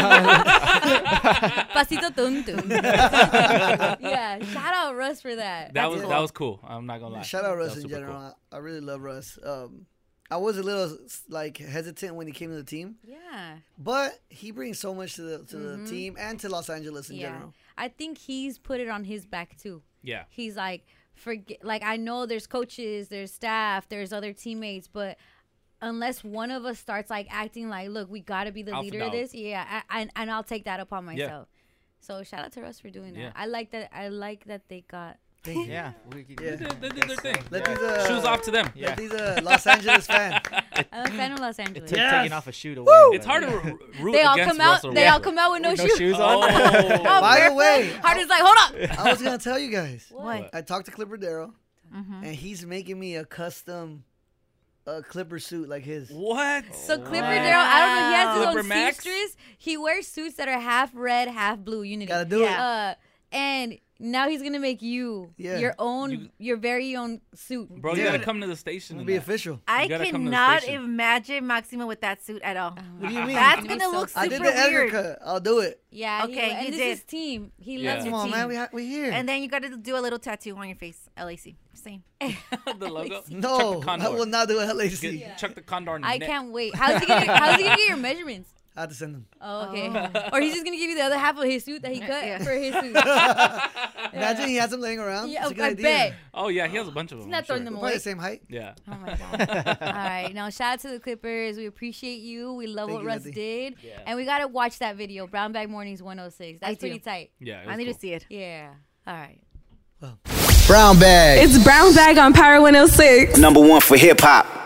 [SPEAKER 1] been- Pasito tun tun. yeah. Shout out Russ for that.
[SPEAKER 5] That
[SPEAKER 1] That's
[SPEAKER 5] was
[SPEAKER 1] cool.
[SPEAKER 5] that was cool. I'm not gonna lie.
[SPEAKER 4] Shout out
[SPEAKER 5] That
[SPEAKER 4] Russ
[SPEAKER 5] was
[SPEAKER 4] in
[SPEAKER 5] super
[SPEAKER 4] general.
[SPEAKER 5] cool.
[SPEAKER 4] I, I really love Russ. Um, I was a little like hesitant when he came to the team.
[SPEAKER 1] Yeah.
[SPEAKER 4] But he brings so much to the to
[SPEAKER 1] Mhm.
[SPEAKER 4] the team and to Los Angeles in
[SPEAKER 1] yeah.
[SPEAKER 4] general.
[SPEAKER 1] I think he's put it on his back too.
[SPEAKER 4] Yeah.
[SPEAKER 1] He's like, forget like I know there's coaches, there's staff, there's other teammates, but unless one of us starts like acting like, look, we gotta be the
[SPEAKER 5] Alpha
[SPEAKER 1] leader of
[SPEAKER 5] dog.
[SPEAKER 1] this, yeah, I, and and I'll take that upon
[SPEAKER 5] Yeah.
[SPEAKER 1] myself. So shout out to us for doing that.
[SPEAKER 5] Yeah.
[SPEAKER 1] I like that. I like that they got.
[SPEAKER 4] Thank you.
[SPEAKER 3] Yeah, we-
[SPEAKER 4] Yeah.
[SPEAKER 5] They did, they did their thing.
[SPEAKER 4] Let these, uh,
[SPEAKER 5] Shoes off to them.
[SPEAKER 4] Let these uh, Los Angeles fan.
[SPEAKER 1] I'm a fan of Los Angeles.
[SPEAKER 3] took
[SPEAKER 4] Yes.
[SPEAKER 3] taking off a shoe to win.
[SPEAKER 5] It's hard to r- root
[SPEAKER 1] They all
[SPEAKER 5] against
[SPEAKER 1] come out.
[SPEAKER 5] Russell
[SPEAKER 1] they all
[SPEAKER 5] Westbrook.
[SPEAKER 1] come out with no,
[SPEAKER 3] With no
[SPEAKER 1] shoes.
[SPEAKER 3] shoes on?
[SPEAKER 5] Oh.
[SPEAKER 1] No,
[SPEAKER 4] By the
[SPEAKER 1] barefoot.
[SPEAKER 4] way,
[SPEAKER 1] Harden's like, hold up.
[SPEAKER 4] I was gonna tell you guys.
[SPEAKER 1] What? Mm-hmm.
[SPEAKER 4] I talked to Clipper Darrow, and he's making me a custom, uh, Clipper suit like his.
[SPEAKER 5] What?
[SPEAKER 1] So Clipper Darrow, I don't know. He has his
[SPEAKER 4] Clipper
[SPEAKER 1] own
[SPEAKER 4] Max?
[SPEAKER 1] seamstress. He wears suits that are half red, half blue. You need
[SPEAKER 4] Gotta do it.
[SPEAKER 1] Uh, and now he's gonna make you
[SPEAKER 5] Yeah.
[SPEAKER 1] your own, your very own suit.
[SPEAKER 5] Bro, you gotta come to the station. and
[SPEAKER 4] be
[SPEAKER 5] that.
[SPEAKER 4] official.
[SPEAKER 5] You
[SPEAKER 2] I
[SPEAKER 5] gotta come to the
[SPEAKER 2] cannot
[SPEAKER 5] station.
[SPEAKER 2] imagine Maximo with that suit at all.
[SPEAKER 4] What do you mean?
[SPEAKER 2] That's gonna look super
[SPEAKER 4] I did the
[SPEAKER 2] weird.
[SPEAKER 4] Erica. I'll do it.
[SPEAKER 1] Yeah.
[SPEAKER 2] Okay,
[SPEAKER 1] He, and
[SPEAKER 2] you
[SPEAKER 1] this
[SPEAKER 2] did.
[SPEAKER 1] is team. He
[SPEAKER 4] Yeah.
[SPEAKER 1] loves the
[SPEAKER 4] Come on,
[SPEAKER 1] team.
[SPEAKER 4] man, we ha- we here.
[SPEAKER 2] And then you got to do a little tattoo on your face, LAC. Same.
[SPEAKER 5] the logo.
[SPEAKER 4] No,
[SPEAKER 5] Chuck the condor.
[SPEAKER 4] I will not do LAC.
[SPEAKER 5] Get- Chuck the condor.
[SPEAKER 1] I
[SPEAKER 5] neck.
[SPEAKER 1] can't wait. How's he gonna? how's he gonna get your measurements?
[SPEAKER 4] I had to send them.
[SPEAKER 1] Oh, okay.
[SPEAKER 2] Oh.
[SPEAKER 1] Or he's just gonna give you the other half of his suit that he cut for his suit.
[SPEAKER 4] Imagine he has them laying around.
[SPEAKER 1] Yeah,
[SPEAKER 4] It's a good
[SPEAKER 1] I
[SPEAKER 4] idea.
[SPEAKER 1] bet.
[SPEAKER 5] Oh yeah, he has a bunch of them.
[SPEAKER 1] not
[SPEAKER 5] I'm sure.
[SPEAKER 1] throwing them We're probably away. the same
[SPEAKER 4] height.
[SPEAKER 5] Yeah.
[SPEAKER 1] Oh my god. All right. Now shout out to the Clippers. We appreciate you. We love
[SPEAKER 5] Thank
[SPEAKER 1] what
[SPEAKER 5] you,
[SPEAKER 1] Russ
[SPEAKER 5] Lindsay.
[SPEAKER 1] did.
[SPEAKER 5] Yeah.
[SPEAKER 1] And we gotta watch that video, Brown Bag Mornings 106. That's
[SPEAKER 2] I do.
[SPEAKER 1] pretty tight.
[SPEAKER 5] Yeah, it
[SPEAKER 2] I
[SPEAKER 5] was
[SPEAKER 2] need to
[SPEAKER 5] cool.
[SPEAKER 2] see it.
[SPEAKER 1] Yeah. All right.
[SPEAKER 4] Brown bag.
[SPEAKER 20] It's Brown Bag on Power 106.
[SPEAKER 21] Number one for hip hop.